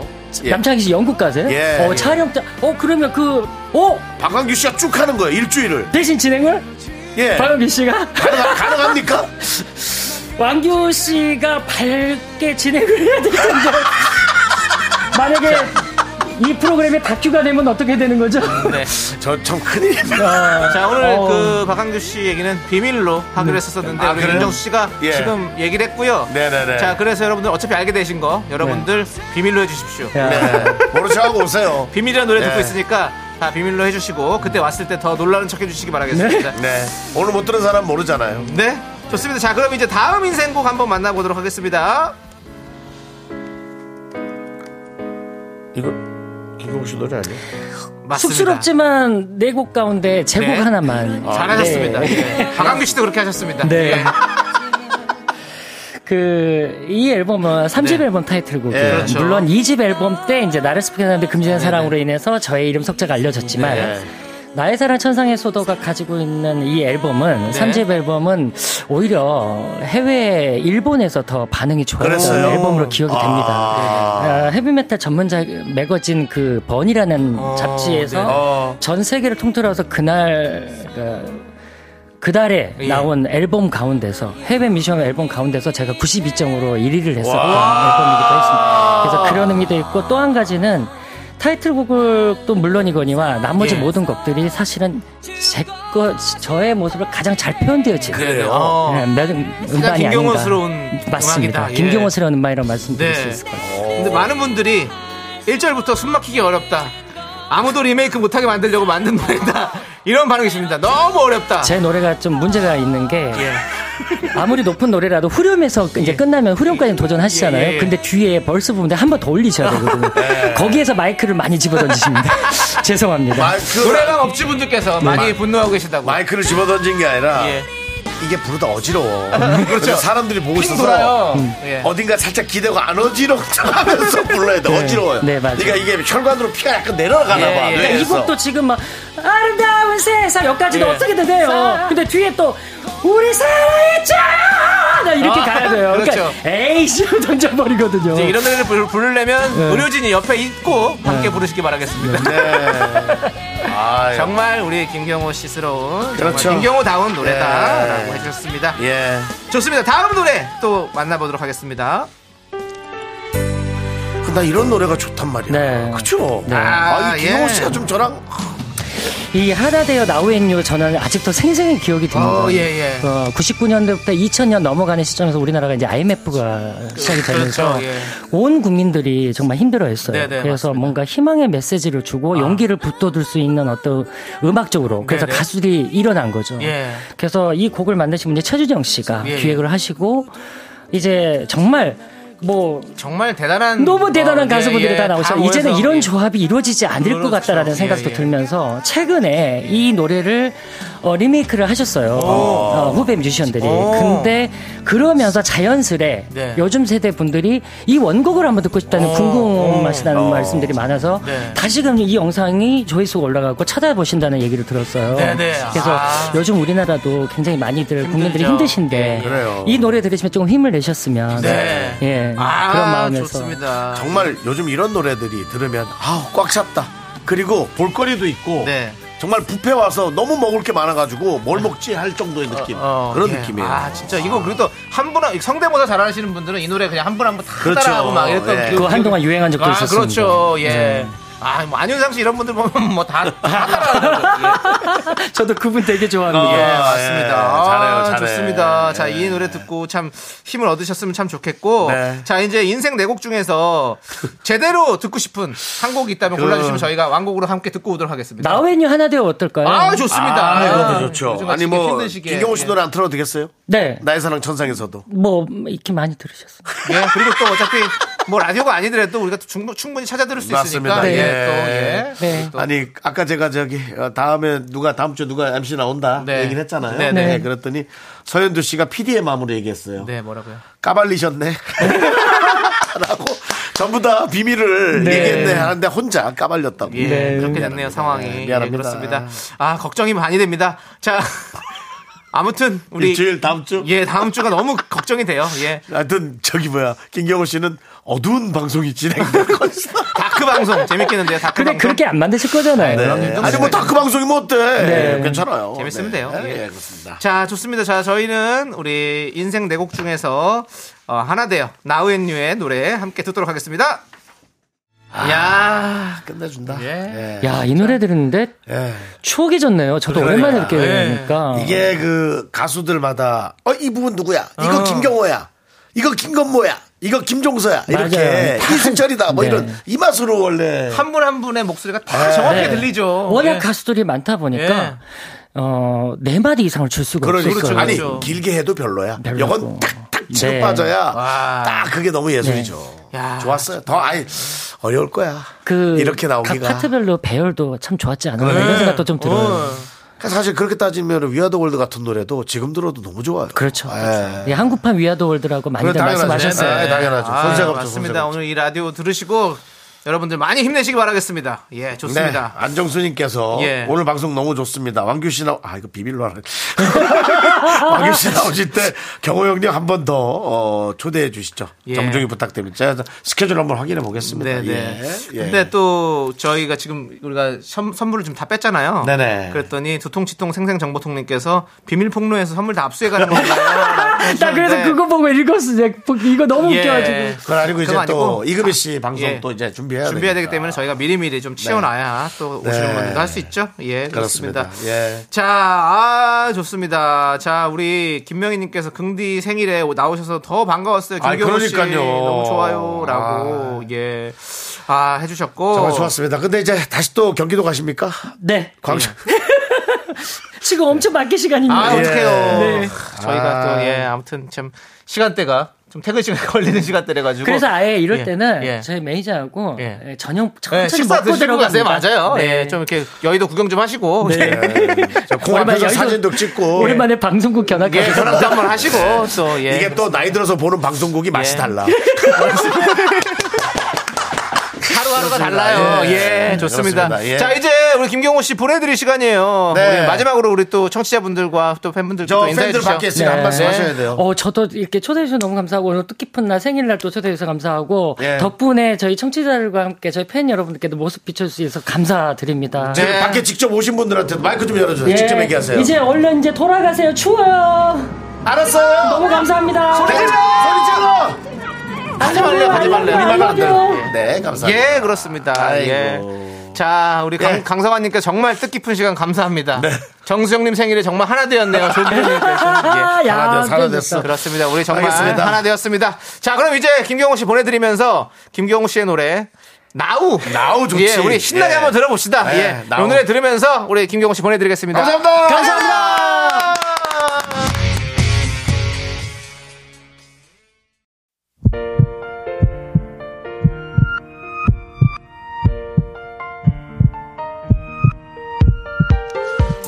[SPEAKER 2] 예.
[SPEAKER 18] 남창희 씨 영국 가세요?
[SPEAKER 2] 예.
[SPEAKER 18] 어 촬영장. 어 그러면 그어
[SPEAKER 2] 박한규 씨가 쭉 하는 거예요. 일주일을.
[SPEAKER 18] 대신 진행을?
[SPEAKER 2] 예.
[SPEAKER 18] 박한규 씨가?
[SPEAKER 2] 가능합, 니까
[SPEAKER 18] [laughs] 왕규 씨가 밝게 진행을 해야 될 텐데. [laughs] 만약에 이 프로그램에 다큐가 되면 어떻게 되는 거죠?
[SPEAKER 3] 네.
[SPEAKER 2] 저 참 큰일입니다.
[SPEAKER 3] 자 오늘
[SPEAKER 18] 어.
[SPEAKER 3] 그 박한규 씨 얘기는 비밀로 하기로 했었었는데
[SPEAKER 2] 아,
[SPEAKER 3] 우리
[SPEAKER 2] 그래요?
[SPEAKER 3] 윤정수 씨가
[SPEAKER 2] 예.
[SPEAKER 3] 지금 얘기를 했고요.
[SPEAKER 2] 네네네. 네.
[SPEAKER 3] 자 그래서 여러분들 어차피 알게 되신 거 여러분들 비밀로 해주십시오.
[SPEAKER 2] 야. 네. [laughs] 모른 척하고 오세요.
[SPEAKER 3] 비밀이라는 노래
[SPEAKER 2] 네.
[SPEAKER 3] 듣고 있으니까 다 비밀로 해주시고 그때 왔을 때 더 놀라는 척 해주시기 바라겠습니다.
[SPEAKER 2] 네. 오늘 못 들은 사람 모르잖아요.
[SPEAKER 3] 네. 좋습니다. 자 그럼 이제 다음 인생곡 한번 만나보도록 하겠습니다.
[SPEAKER 2] 이거 김경욱 씨 노래 아니에요?
[SPEAKER 18] 쑥스럽지만 네 곡 가운데 제곡
[SPEAKER 3] 네.
[SPEAKER 18] 하나만
[SPEAKER 3] 잘하셨습니다.
[SPEAKER 18] 네.
[SPEAKER 3] 예. 박한규 씨도 그렇게 하셨습니다.
[SPEAKER 18] 네.
[SPEAKER 3] 예.
[SPEAKER 18] 그 이 앨범은 3집 앨범 타이틀곡이에요.
[SPEAKER 3] 예, 그렇죠.
[SPEAKER 18] 물론 2집 앨범 때 이제 나를 스피킹하는데 금지된 사랑으로 인해서 저의 이름 석자가 알려졌지만
[SPEAKER 3] 네.
[SPEAKER 18] 나의 사랑 천상의 소도가 가지고 있는 이 앨범은
[SPEAKER 3] 네.
[SPEAKER 18] 3집 앨범은 오히려 해외 일본에서 더 반응이 좋았던
[SPEAKER 2] 그랬어요?
[SPEAKER 18] 앨범으로 기억이 됩니다. 아, 헤비메탈 전문자 매거진 그 번이라는 잡지에서
[SPEAKER 3] 네. 어.
[SPEAKER 18] 전 세계를 통틀어서 그날 그 그달에
[SPEAKER 3] 예.
[SPEAKER 18] 나온 앨범 가운데서 해외 미션 앨범 가운데서 제가 92점으로 1위를 했었던 앨범이기도 했습니다. 그래서 그런 의미도 있고 또 한 가지는 타이틀곡을 또 물론이거니와 나머지
[SPEAKER 3] 예.
[SPEAKER 18] 모든 곡들이 사실은 제거 저의 모습을 가장 잘 표현되어진
[SPEAKER 3] 그래요? 어.
[SPEAKER 18] 네, 몇 음-
[SPEAKER 3] 그러니까
[SPEAKER 18] 음반이
[SPEAKER 3] 김경호스러운
[SPEAKER 18] 아닌가. 맞습니다.
[SPEAKER 3] 음악이다. 예.
[SPEAKER 18] 김경호스러운 음반이라고 말씀드릴 수
[SPEAKER 3] 네.
[SPEAKER 18] 있을 것 같아요.
[SPEAKER 3] 근데 많은 분들이 1절부터 숨 막히기 어렵다. 아무도 리메이크 못하게 만들려고 만든 노래다. 이런 반응이십니다. 너무 어렵다. 예.
[SPEAKER 18] 제 노래가 좀 문제가 있는 게 아무리 높은 노래라도 후렴에서 이제 끝나면 후렴까지 는 도전하시잖아요.
[SPEAKER 3] 예, 예.
[SPEAKER 18] 근데 뒤에 벌스 부분에 한 번 더 올리셔야 되거든요. 거기에서 마이크를 많이 집어던지십니다.
[SPEAKER 3] [laughs]
[SPEAKER 18] 죄송합니다.
[SPEAKER 3] 노래방 업주분들께서 많이 분노하고 계시다고.
[SPEAKER 2] 네.
[SPEAKER 3] 예.
[SPEAKER 2] 마이크를 집어던진 게 아니라 이게 부르다
[SPEAKER 3] [laughs]
[SPEAKER 2] 어지러워. 그래서 사람들이 보고
[SPEAKER 3] 그렇죠. 핑
[SPEAKER 2] 있어서
[SPEAKER 3] 돌아요.
[SPEAKER 2] 음.
[SPEAKER 3] 예.
[SPEAKER 2] 어딘가 살짝 기대고 안 [laughs] 어지럽다면서 불러야 돼.
[SPEAKER 18] 네.
[SPEAKER 2] 어지러워요.
[SPEAKER 18] 네, 맞아요.
[SPEAKER 2] 그러니까 이게 혈관으로 피가 약간 내려가나 봐.
[SPEAKER 18] 그러니까 이
[SPEAKER 2] 뇌에서.
[SPEAKER 18] 곡도 지금 막 아름다운 세상 여기까지도
[SPEAKER 2] 예.
[SPEAKER 18] 어떻게든 돼요. 근데 뒤에 또 우리 사랑했잖아 이렇게
[SPEAKER 3] 아,
[SPEAKER 18] 가야 돼요. 그러니까
[SPEAKER 3] 그렇죠.
[SPEAKER 18] 에이씨 던져버리거든요.
[SPEAKER 3] 이제 이런 노래를 부르- 부르려면
[SPEAKER 18] 네.
[SPEAKER 3] 의료진이 옆에 있고 함께 부르시기 바라겠습니다.
[SPEAKER 18] 네.
[SPEAKER 3] 네.
[SPEAKER 2] 아유.
[SPEAKER 3] 정말 우리 김경호 씨스러운
[SPEAKER 2] 그렇죠.
[SPEAKER 3] 정말 김경호다운
[SPEAKER 2] 예.
[SPEAKER 3] 노래다라고
[SPEAKER 18] 네.
[SPEAKER 3] 해주셨습니다.
[SPEAKER 2] 예.
[SPEAKER 3] 좋습니다. 다음 노래 또 만나보도록 하겠습니다.
[SPEAKER 2] 나 이런 노래가 좋단 말이야. 그쵸?
[SPEAKER 18] 네.
[SPEAKER 2] 아, 이 김영호
[SPEAKER 18] 예.
[SPEAKER 2] 씨가 좀 저랑
[SPEAKER 18] 이 하나 되어 나우엔유 저는 아직도 생생히 기억이 듭니다.
[SPEAKER 3] 어, 예, 예.
[SPEAKER 18] 99년도부터 2000년 넘어가는 시점에서 우리나라가 이제 IMF가 시작이 되면서
[SPEAKER 3] 그렇죠, 예.
[SPEAKER 18] 온 국민들이 정말 힘들어했어요.
[SPEAKER 3] 네, 네,
[SPEAKER 18] 그래서 뭔가 희망의 메시지를 주고 용기를 붙돋을 수 있는 어떤 음악적으로 그래서
[SPEAKER 3] 네, 네.
[SPEAKER 18] 가수들이 일어난 거죠.
[SPEAKER 3] 예.
[SPEAKER 18] 그래서 이 곡을 만드신 분이 최주정 씨가
[SPEAKER 3] 예, 예.
[SPEAKER 18] 기획을 하시고 이제 정말 뭐
[SPEAKER 3] 정말 대단한
[SPEAKER 18] 너무 대단한
[SPEAKER 3] 어,
[SPEAKER 18] 가수분들이
[SPEAKER 3] 예, 예.
[SPEAKER 18] 다 나오셔.
[SPEAKER 3] 모여서
[SPEAKER 18] 이제는 이런 조합이 이루어지지 않을 것 같다라는
[SPEAKER 3] 그렇죠.
[SPEAKER 18] 생각도
[SPEAKER 3] 예, 예.
[SPEAKER 18] 들면서 최근에 이 노래를 어, 리메이크를 하셨어요. 어, 후배 뮤지션들이.
[SPEAKER 3] 오.
[SPEAKER 18] 근데 그러면서 자연스레
[SPEAKER 3] 네.
[SPEAKER 18] 요즘 세대 분들이 이 원곡을 한번 듣고 싶다는 궁금하시다는
[SPEAKER 3] 어.
[SPEAKER 18] 말씀들이 많아서
[SPEAKER 3] 네.
[SPEAKER 18] 다시금 이 영상이 조회수가 올라가고 찾아보신다는 얘기를 들었어요.
[SPEAKER 3] 네, 네.
[SPEAKER 18] 그래서
[SPEAKER 3] 아.
[SPEAKER 18] 요즘 우리나라도 굉장히 많이들 국민들이 힘드신데
[SPEAKER 3] 예.
[SPEAKER 18] 이 노래 들으시면 조금 힘을 내셨으면
[SPEAKER 2] 네.
[SPEAKER 18] 예,
[SPEAKER 3] 아,
[SPEAKER 18] 그런 마음에서
[SPEAKER 2] 정말 요즘 이런 노래들이 들으면 아우 꽉 찼다. 그리고 볼거리도 있고
[SPEAKER 3] 네.
[SPEAKER 2] 정말 뷔페 와서 너무 먹을 게 많아가지고 뭘 먹지 할 정도의 느낌
[SPEAKER 3] 어,
[SPEAKER 2] 그런
[SPEAKER 3] 예.
[SPEAKER 2] 느낌이에요.
[SPEAKER 3] 아 진짜 이거 그래도 한 분 한 성대모사 잘하시는 분들은 이 노래 그냥 한 분 한 분 다
[SPEAKER 2] 그렇죠.
[SPEAKER 3] 따라하고 막 이랬던
[SPEAKER 2] 예.
[SPEAKER 3] 그-
[SPEAKER 18] 그거 한동안 유행한 적도
[SPEAKER 3] 아,
[SPEAKER 18] 있었습니다.
[SPEAKER 3] 그렇죠. 예.
[SPEAKER 18] 네.
[SPEAKER 3] 아, 뭐 안윤상 씨 이런 분들 보면 뭐다
[SPEAKER 18] 저도 그분 되게 좋아합니다.
[SPEAKER 3] 예, 맞습니다. 아,
[SPEAKER 18] 잘해요, 잘해.
[SPEAKER 3] 좋습니다. 자, 이 노래 듣고 참 힘을 얻으셨으면 참 좋겠고.
[SPEAKER 18] 네.
[SPEAKER 3] 자, 이제 인생 네 곡 중에서 제대로 듣고 싶은 한 곡이 있다면
[SPEAKER 18] 그-
[SPEAKER 3] 골라주시면 저희가 완곡으로 함께 듣고 오도록 하겠습니다.
[SPEAKER 18] 나웨뉴 하나 되어 어떨까요?
[SPEAKER 3] 아, 좋습니다.
[SPEAKER 2] 아,
[SPEAKER 3] 아,
[SPEAKER 2] 이것도 좋죠.
[SPEAKER 3] 요즘
[SPEAKER 2] 아니
[SPEAKER 3] 아침에
[SPEAKER 2] 뭐
[SPEAKER 3] 힘든 시기에. 예.
[SPEAKER 2] 김경호 씨 노래 안 틀어도 되겠어요?
[SPEAKER 18] 네.
[SPEAKER 2] 나의 사랑 천상에서도.
[SPEAKER 18] 뭐 이렇게 많이 들으셨어요.
[SPEAKER 3] 예, 그리고 또 어차피 뭐 라디오가 아니더라도 우리가 또 충분- 충분히 찾아 들을 수 있으니까.
[SPEAKER 2] 맞습니다.
[SPEAKER 3] 예,
[SPEAKER 2] 예.
[SPEAKER 3] 또, 예.
[SPEAKER 18] 네.
[SPEAKER 2] 아니 아까 제가 저기 어, 다음에 누가 다음 주에 누가 MC 나온다 얘기를 했잖아요.
[SPEAKER 3] 네, 네.
[SPEAKER 2] 네, 그랬더니 서현두 씨가 PD의 마음으로 얘기했어요.
[SPEAKER 3] 네, 뭐라고요?
[SPEAKER 2] 까발리셨네. 라고 전부 다 비밀을
[SPEAKER 3] 네.
[SPEAKER 2] 얘기했네 하는데 혼자 까발렸다고.
[SPEAKER 3] 예, 그렇게
[SPEAKER 2] 미안합니다.
[SPEAKER 3] 됐네요 상황이. 예,
[SPEAKER 2] 미안합니다.
[SPEAKER 3] 그렇습니다. 아 걱정이 많이 됩니다. 자 [laughs] 아무튼 우리
[SPEAKER 2] 일주일 다음 주.
[SPEAKER 3] 예 다음 주가 너무 걱정이 돼요. 예
[SPEAKER 2] 하여튼 저기 뭐야 김경호 씨는 어두운 방송이
[SPEAKER 3] [laughs]
[SPEAKER 2] 진행될 것이다.
[SPEAKER 3] 다크 방송 재밌겠는데요. 다크
[SPEAKER 18] 근데 그렇게 안 만드실 거잖아요.
[SPEAKER 2] 네. 아니 뭐 다크 방송이 뭐 어때?
[SPEAKER 18] 네.
[SPEAKER 2] 괜찮아요.
[SPEAKER 3] 재밌으면
[SPEAKER 2] 네.
[SPEAKER 3] 돼요.
[SPEAKER 2] 네,
[SPEAKER 3] 예.
[SPEAKER 2] 예, 그렇습니다.
[SPEAKER 3] 자 좋습니다. 자 저희는 우리 인생 네곡 중에서 어, 하나 돼요 나우앤유의 노래 함께 듣도록 하겠습니다. 야
[SPEAKER 2] 아,
[SPEAKER 3] 예.
[SPEAKER 2] 끝내준다. 네.
[SPEAKER 18] 야, 이 노래 들었는데 추억이 졌네요. 저도
[SPEAKER 2] 예. 그러니까.
[SPEAKER 18] 오랜만에 이렇게
[SPEAKER 2] 예.
[SPEAKER 18] 들으니까.
[SPEAKER 2] 이게 그 가수들마다 어 이 부분 누구야? 이거
[SPEAKER 18] 어.
[SPEAKER 2] 김경호야. 이거 김건모야. 이거 김종서야. 이렇게
[SPEAKER 3] 맞아요. 다-
[SPEAKER 2] 이승철이다. 뭐
[SPEAKER 18] 네.
[SPEAKER 2] 이런 이 맛으로 원래
[SPEAKER 3] 한 분 한 분의 목소리가 다 아, 정확히
[SPEAKER 18] 네.
[SPEAKER 3] 들리죠.
[SPEAKER 18] 워낙
[SPEAKER 3] 예.
[SPEAKER 18] 가수들이 많다 보니까 어, 네 마디 이상을 줄 수가
[SPEAKER 2] 그러니
[SPEAKER 18] 없어요.
[SPEAKER 2] 그렇죠. 아니 길게 해도 별로야. 이건 탁탁 치고
[SPEAKER 18] 네.
[SPEAKER 2] 빠져야 딱 그게 너무 예술이죠. 좋았어요. 더 아니 어려울 거야.
[SPEAKER 18] 그
[SPEAKER 2] 이렇게 나오기가.
[SPEAKER 18] 각
[SPEAKER 3] 네.
[SPEAKER 18] 파트별로 배열도 참 좋았지 않았나
[SPEAKER 2] 그래.
[SPEAKER 18] 이런 생각도 좀 들어요.
[SPEAKER 2] 그러니까 사실 그렇게 따지면 위아더 월드 같은 노래도 지금 들어도 너무 좋아요.
[SPEAKER 18] 그렇죠.
[SPEAKER 2] 예.
[SPEAKER 18] 예, 한국판 위아더 월드라고 많이들
[SPEAKER 2] 당연하죠.
[SPEAKER 18] 말씀하셨어요.
[SPEAKER 2] 네, 네, 당연하죠.
[SPEAKER 3] 아,
[SPEAKER 2] 손색 없죠, 손색
[SPEAKER 3] 맞습니다. 오늘 이 라디오 들으시고 여러분들 많이 힘내시기 바라겠습니다. 예, 좋습니다.
[SPEAKER 2] 네, 안정수님께서
[SPEAKER 3] 예.
[SPEAKER 2] 오늘 방송 너무 좋습니다. 왕규 씨 나오, 아, 이거 비밀로 하라.
[SPEAKER 18] 아,
[SPEAKER 2] 왕규 씨 나오실 때 경호 형님 한 번 더 어, 초대해 주시죠.
[SPEAKER 3] 예.
[SPEAKER 2] 정중히 부탁드립니다. 제가 스케줄 한번 확인해 보겠습니다.
[SPEAKER 3] 네네.
[SPEAKER 2] 예. 예.
[SPEAKER 3] 근데 또 저희가 지금 우리가 선, 선물을 좀 다 뺐잖아요.
[SPEAKER 2] 네네.
[SPEAKER 3] 그랬더니 두통치통 생생정보통님께서 비밀 폭로에서 선물 다 압수해가는 거예요.
[SPEAKER 18] [laughs] 나 그래서 그거 보고 읽었어. 이거 너무 웃겨가지고.
[SPEAKER 2] 예, 그건 아니고 이제
[SPEAKER 3] 예, 그건
[SPEAKER 2] 또
[SPEAKER 3] 아니고.
[SPEAKER 2] 이금희 씨 방송
[SPEAKER 3] 예.
[SPEAKER 2] 또 이제 준비해야
[SPEAKER 3] 준비해야 되기
[SPEAKER 2] 되니까.
[SPEAKER 3] 때문에 저희가 미리미리 좀 치워놔야 또 오시는
[SPEAKER 2] 네.
[SPEAKER 3] 분들도 할 수 있죠. 예, 그렇습니다.
[SPEAKER 2] 그렇습니다. 예.
[SPEAKER 3] 자, 아, 좋습니다. 자, 우리 김명희님께서 긍디 생일에 나오셔서 더 반가웠어요.
[SPEAKER 2] 아이,
[SPEAKER 3] 김경호 씨
[SPEAKER 2] 그러니까요.
[SPEAKER 3] 너무 좋아요라고 예, 아 해주셨고.
[SPEAKER 2] 정말 좋았습니다. 근데 이제 다시 또 경기도 가십니까?
[SPEAKER 18] 네.
[SPEAKER 2] 광주.
[SPEAKER 18] 지금 엄청 맞게 시간입니다.
[SPEAKER 2] 예.
[SPEAKER 3] 아, 어떡해요.
[SPEAKER 18] 네.
[SPEAKER 3] 저희가
[SPEAKER 18] 아.
[SPEAKER 3] 또, 예, 아무튼 참, 시간대가 좀 퇴근 시간 [laughs] 걸리는 시간대래가지고.
[SPEAKER 18] 그래서 아예 이럴
[SPEAKER 3] 예,
[SPEAKER 18] 때는
[SPEAKER 3] 예.
[SPEAKER 18] 저희 매니저하고 예, 저녁
[SPEAKER 3] 예,
[SPEAKER 18] 천천히
[SPEAKER 3] 식사
[SPEAKER 18] 먹고 네.
[SPEAKER 3] 드시고 가세요.
[SPEAKER 18] 들어가세요.
[SPEAKER 3] 맞아요.
[SPEAKER 2] 네.
[SPEAKER 3] 예, 좀 이렇게 여의도 구경 좀 하시고. 예.
[SPEAKER 18] 네.
[SPEAKER 3] [laughs]
[SPEAKER 2] 공
[SPEAKER 18] 오랜만에
[SPEAKER 2] 앞에서
[SPEAKER 18] 여의도-
[SPEAKER 2] 사진도 찍고.
[SPEAKER 18] 오랜만에 방송국 견학가
[SPEAKER 2] 예,
[SPEAKER 3] 전화도 한번 하시고 또 예.
[SPEAKER 2] 이게 또 나이 들어서 보는 방송국이 맛이 달라.
[SPEAKER 3] 하루하루가
[SPEAKER 2] 그렇습니다.
[SPEAKER 3] 달라요.
[SPEAKER 2] 예.
[SPEAKER 3] 예, 좋습니다.
[SPEAKER 2] 그렇습니다. 예.
[SPEAKER 3] 자, 이제 우리 김경호 씨 보내드릴 시간이에요.
[SPEAKER 2] 네.
[SPEAKER 3] 우리 마지막으로 우리 또 청취자분들과 또 팬분들
[SPEAKER 2] 저
[SPEAKER 3] 또 인사해
[SPEAKER 2] 팬들
[SPEAKER 3] 주시죠. 네.
[SPEAKER 2] 밖에 있으니까 한 말씀 하셔야 돼요.
[SPEAKER 18] 어, 저도 이렇게 초대해 주셔서 너무 감사하고 오늘 뜻깊은 날 생일날 또 초대해 주셔서 감사하고
[SPEAKER 2] 예.
[SPEAKER 18] 덕분에 저희 청취자들과 함께 저희 팬 여러분들께도 모습 비춰 주셔서 감사드립니다.
[SPEAKER 2] 지금 밖에 직접 오신 분들한테 마이크 좀
[SPEAKER 3] 네.
[SPEAKER 2] 열어주세요.
[SPEAKER 18] 예,
[SPEAKER 2] 네. 직접 얘기하세요.
[SPEAKER 18] 이제 얼른 이제 돌아가세요. 추워요.
[SPEAKER 2] 알았어요.
[SPEAKER 18] 너무 감사합니다.
[SPEAKER 2] 소리 질러! 소리 질러!
[SPEAKER 3] 하지 말래요, 하지 말래요.
[SPEAKER 2] 우리 말은 안 돼요.
[SPEAKER 3] 예.
[SPEAKER 2] 네, 감사합니다.
[SPEAKER 3] 예, 그렇습니다.
[SPEAKER 2] 아이고.
[SPEAKER 3] 예. 자, 우리 강,
[SPEAKER 2] 예.
[SPEAKER 3] 강성환님께 정말 뜻깊은 시간 감사합니다.
[SPEAKER 2] 네.
[SPEAKER 3] 정수영님 생일에 정말 하나
[SPEAKER 2] [laughs]
[SPEAKER 3] 되었네요. 좋은 분이
[SPEAKER 2] 아,
[SPEAKER 18] 야, 하나 되었어, 하나 됐어.
[SPEAKER 3] 그렇습니다. 우리 정말
[SPEAKER 2] 알겠습니다.
[SPEAKER 3] 하나 되었습니다. 자, 그럼 이제 김경호 씨 보내드리면서 김경호 씨의 노래. 나우
[SPEAKER 2] 나우 좋지.
[SPEAKER 3] 예, 우리 신나게
[SPEAKER 2] 예.
[SPEAKER 3] 한번 들어봅시다.
[SPEAKER 2] 예,
[SPEAKER 3] 예,
[SPEAKER 2] 나우.
[SPEAKER 3] 오늘에 들으면서 우리 김경호 씨 보내드리겠습니다.
[SPEAKER 2] 감사합니다.
[SPEAKER 3] 감사합니다.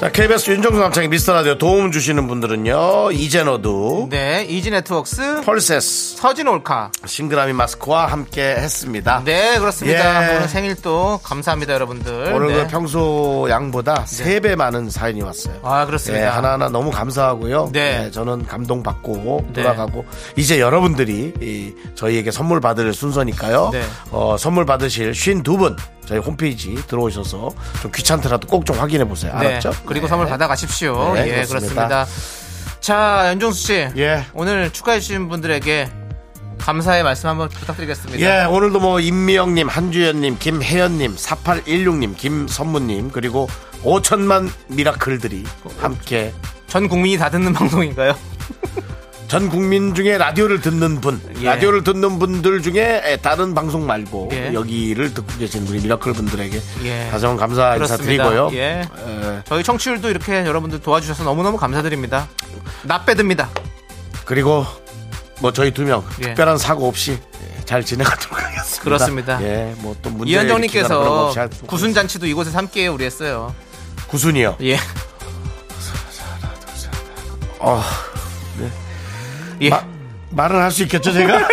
[SPEAKER 2] 자, KBS 윤정수 남창의 미스터 라디오 도움 주시는 분들은요. 이젠어두.
[SPEAKER 3] 네, 이지 네트웍스.
[SPEAKER 2] 펄세스.
[SPEAKER 3] 서진 올카.
[SPEAKER 2] 싱그라미 마스크와 함께 했습니다.
[SPEAKER 3] 네, 그렇습니다.
[SPEAKER 2] 예.
[SPEAKER 3] 오늘 생일 또 감사합니다, 여러분들.
[SPEAKER 2] 오늘
[SPEAKER 3] 네.
[SPEAKER 2] 그 평소 양보다 세 3배 많은 사연이 왔어요.
[SPEAKER 3] 아, 그렇습니다.
[SPEAKER 2] 예, 하나하나 너무 감사하고요.
[SPEAKER 3] 네.
[SPEAKER 2] 예, 저는 감동받고
[SPEAKER 3] 네.
[SPEAKER 2] 돌아가고 이제 여러분들이 이 저희에게 선물 받을 순서니까요.
[SPEAKER 3] 네.
[SPEAKER 2] 어, 선물 받으실 52분 저희 홈페이지 들어오셔서 좀 귀찮더라도 꼭 좀 확인해 보세요.
[SPEAKER 3] 네,
[SPEAKER 2] 알았죠? 예.
[SPEAKER 3] 그리고 선물 받아 가십시오.
[SPEAKER 2] 네,
[SPEAKER 3] 예,
[SPEAKER 2] 그렇습니다.
[SPEAKER 3] 그렇습니다. 자, 연종수 씨.
[SPEAKER 2] 예.
[SPEAKER 3] 오늘 축하해 주신 분들에게 감사의 말씀 한번 부탁드리겠습니다.
[SPEAKER 2] 예, 오늘도 뭐 임미영님, 한주연님, 김혜연님, 4816님, 김선무님 그리고 5천만 미라클들이 함께
[SPEAKER 3] 전 국민이 다 듣는 방송인가요?
[SPEAKER 2] [laughs] 전 국민 중에 라디오를 듣는 분, 라디오를 듣는 분들 중에 예, 다른 방송 말고
[SPEAKER 3] 예.
[SPEAKER 2] 여기를 듣고 계신 우리 미라클 분들에게
[SPEAKER 3] 예.
[SPEAKER 2] 다시 한번 감사
[SPEAKER 3] 그렇습니다.
[SPEAKER 2] 인사드리고요.
[SPEAKER 3] 예. 저희 청취율도 이렇게 여러분들 도와주셔서 너무너무 감사드립니다. 나 빼듭니다.
[SPEAKER 2] 그리고 뭐 저희 두 명
[SPEAKER 3] 예.
[SPEAKER 2] 특별한 사고 없이 잘 지내가도록 하겠습니다.
[SPEAKER 3] 그렇습니다.
[SPEAKER 2] 예, 뭐또 문제 일으키거나 그런 거
[SPEAKER 3] 이현정님께서
[SPEAKER 2] 없이 할-
[SPEAKER 3] 구순 잔치도 이곳에서 함께해요 우리 했어요.
[SPEAKER 2] 구순이요.
[SPEAKER 3] 예.
[SPEAKER 2] 어, 네.
[SPEAKER 3] 예.
[SPEAKER 2] 마- 말을 할 수 있겠죠,
[SPEAKER 3] [laughs]
[SPEAKER 2] 제가?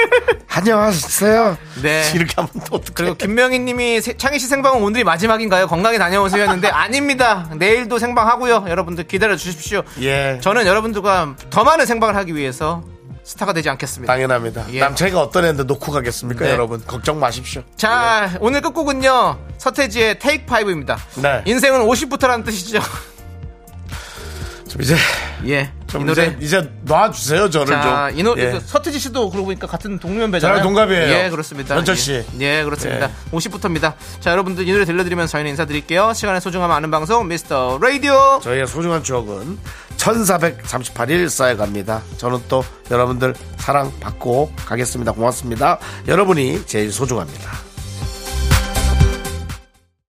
[SPEAKER 2] 안녕하세요.
[SPEAKER 3] 네.
[SPEAKER 2] [laughs] 이렇게 하면 또 어떡해.
[SPEAKER 3] 그리고 김명희님이 세- 창희 씨 생방은 오늘이 마지막인가요? 건강히 다녀오세요 했는데 [laughs] 아닙니다. 내일도 생방하고요. 여러분들 기다려 주십시오.
[SPEAKER 2] 예.
[SPEAKER 3] 저는 여러분들과 더 많은 생방을 하기 위해서 스타가 되지 않겠습니다.
[SPEAKER 2] 당연합니다.
[SPEAKER 3] 예.
[SPEAKER 2] 남창이가 어떤 애인데 놓고
[SPEAKER 3] 네.
[SPEAKER 2] 가겠습니까, 여러분? 걱정 마십시오.
[SPEAKER 3] 자, 오늘 끝곡은요. 서태지의 테이크 파이브입니다.
[SPEAKER 2] 네.
[SPEAKER 3] 인생은 50부터라는 뜻이죠. [laughs]
[SPEAKER 2] 좀 이제
[SPEAKER 3] 예.
[SPEAKER 2] 좀
[SPEAKER 3] 이 노래.
[SPEAKER 2] 이제, 이제 놔주세요, 저를
[SPEAKER 3] 자,
[SPEAKER 2] 좀.
[SPEAKER 3] 이 노,
[SPEAKER 2] 예.
[SPEAKER 3] 그 서태지 씨도 그러고 보니까 같은 동년배잖아요.
[SPEAKER 2] 저랑 동갑이에요.
[SPEAKER 3] 예, 그렇습니다.
[SPEAKER 2] 연철
[SPEAKER 3] 예.
[SPEAKER 2] 씨.
[SPEAKER 3] 예, 그렇습니다.
[SPEAKER 2] 예.
[SPEAKER 3] 50부터입니다. 자, 여러분들 이 노래 들려드리면서 저희는 인사드릴게요. 시간의 소중함 아는 방송 미스터 라디오.
[SPEAKER 2] 저희의 소중한 추억은 1438일 쌓여갑니다. 저는 또 여러분들 사랑받고 가겠습니다. 고맙습니다. 여러분이 제일 소중합니다.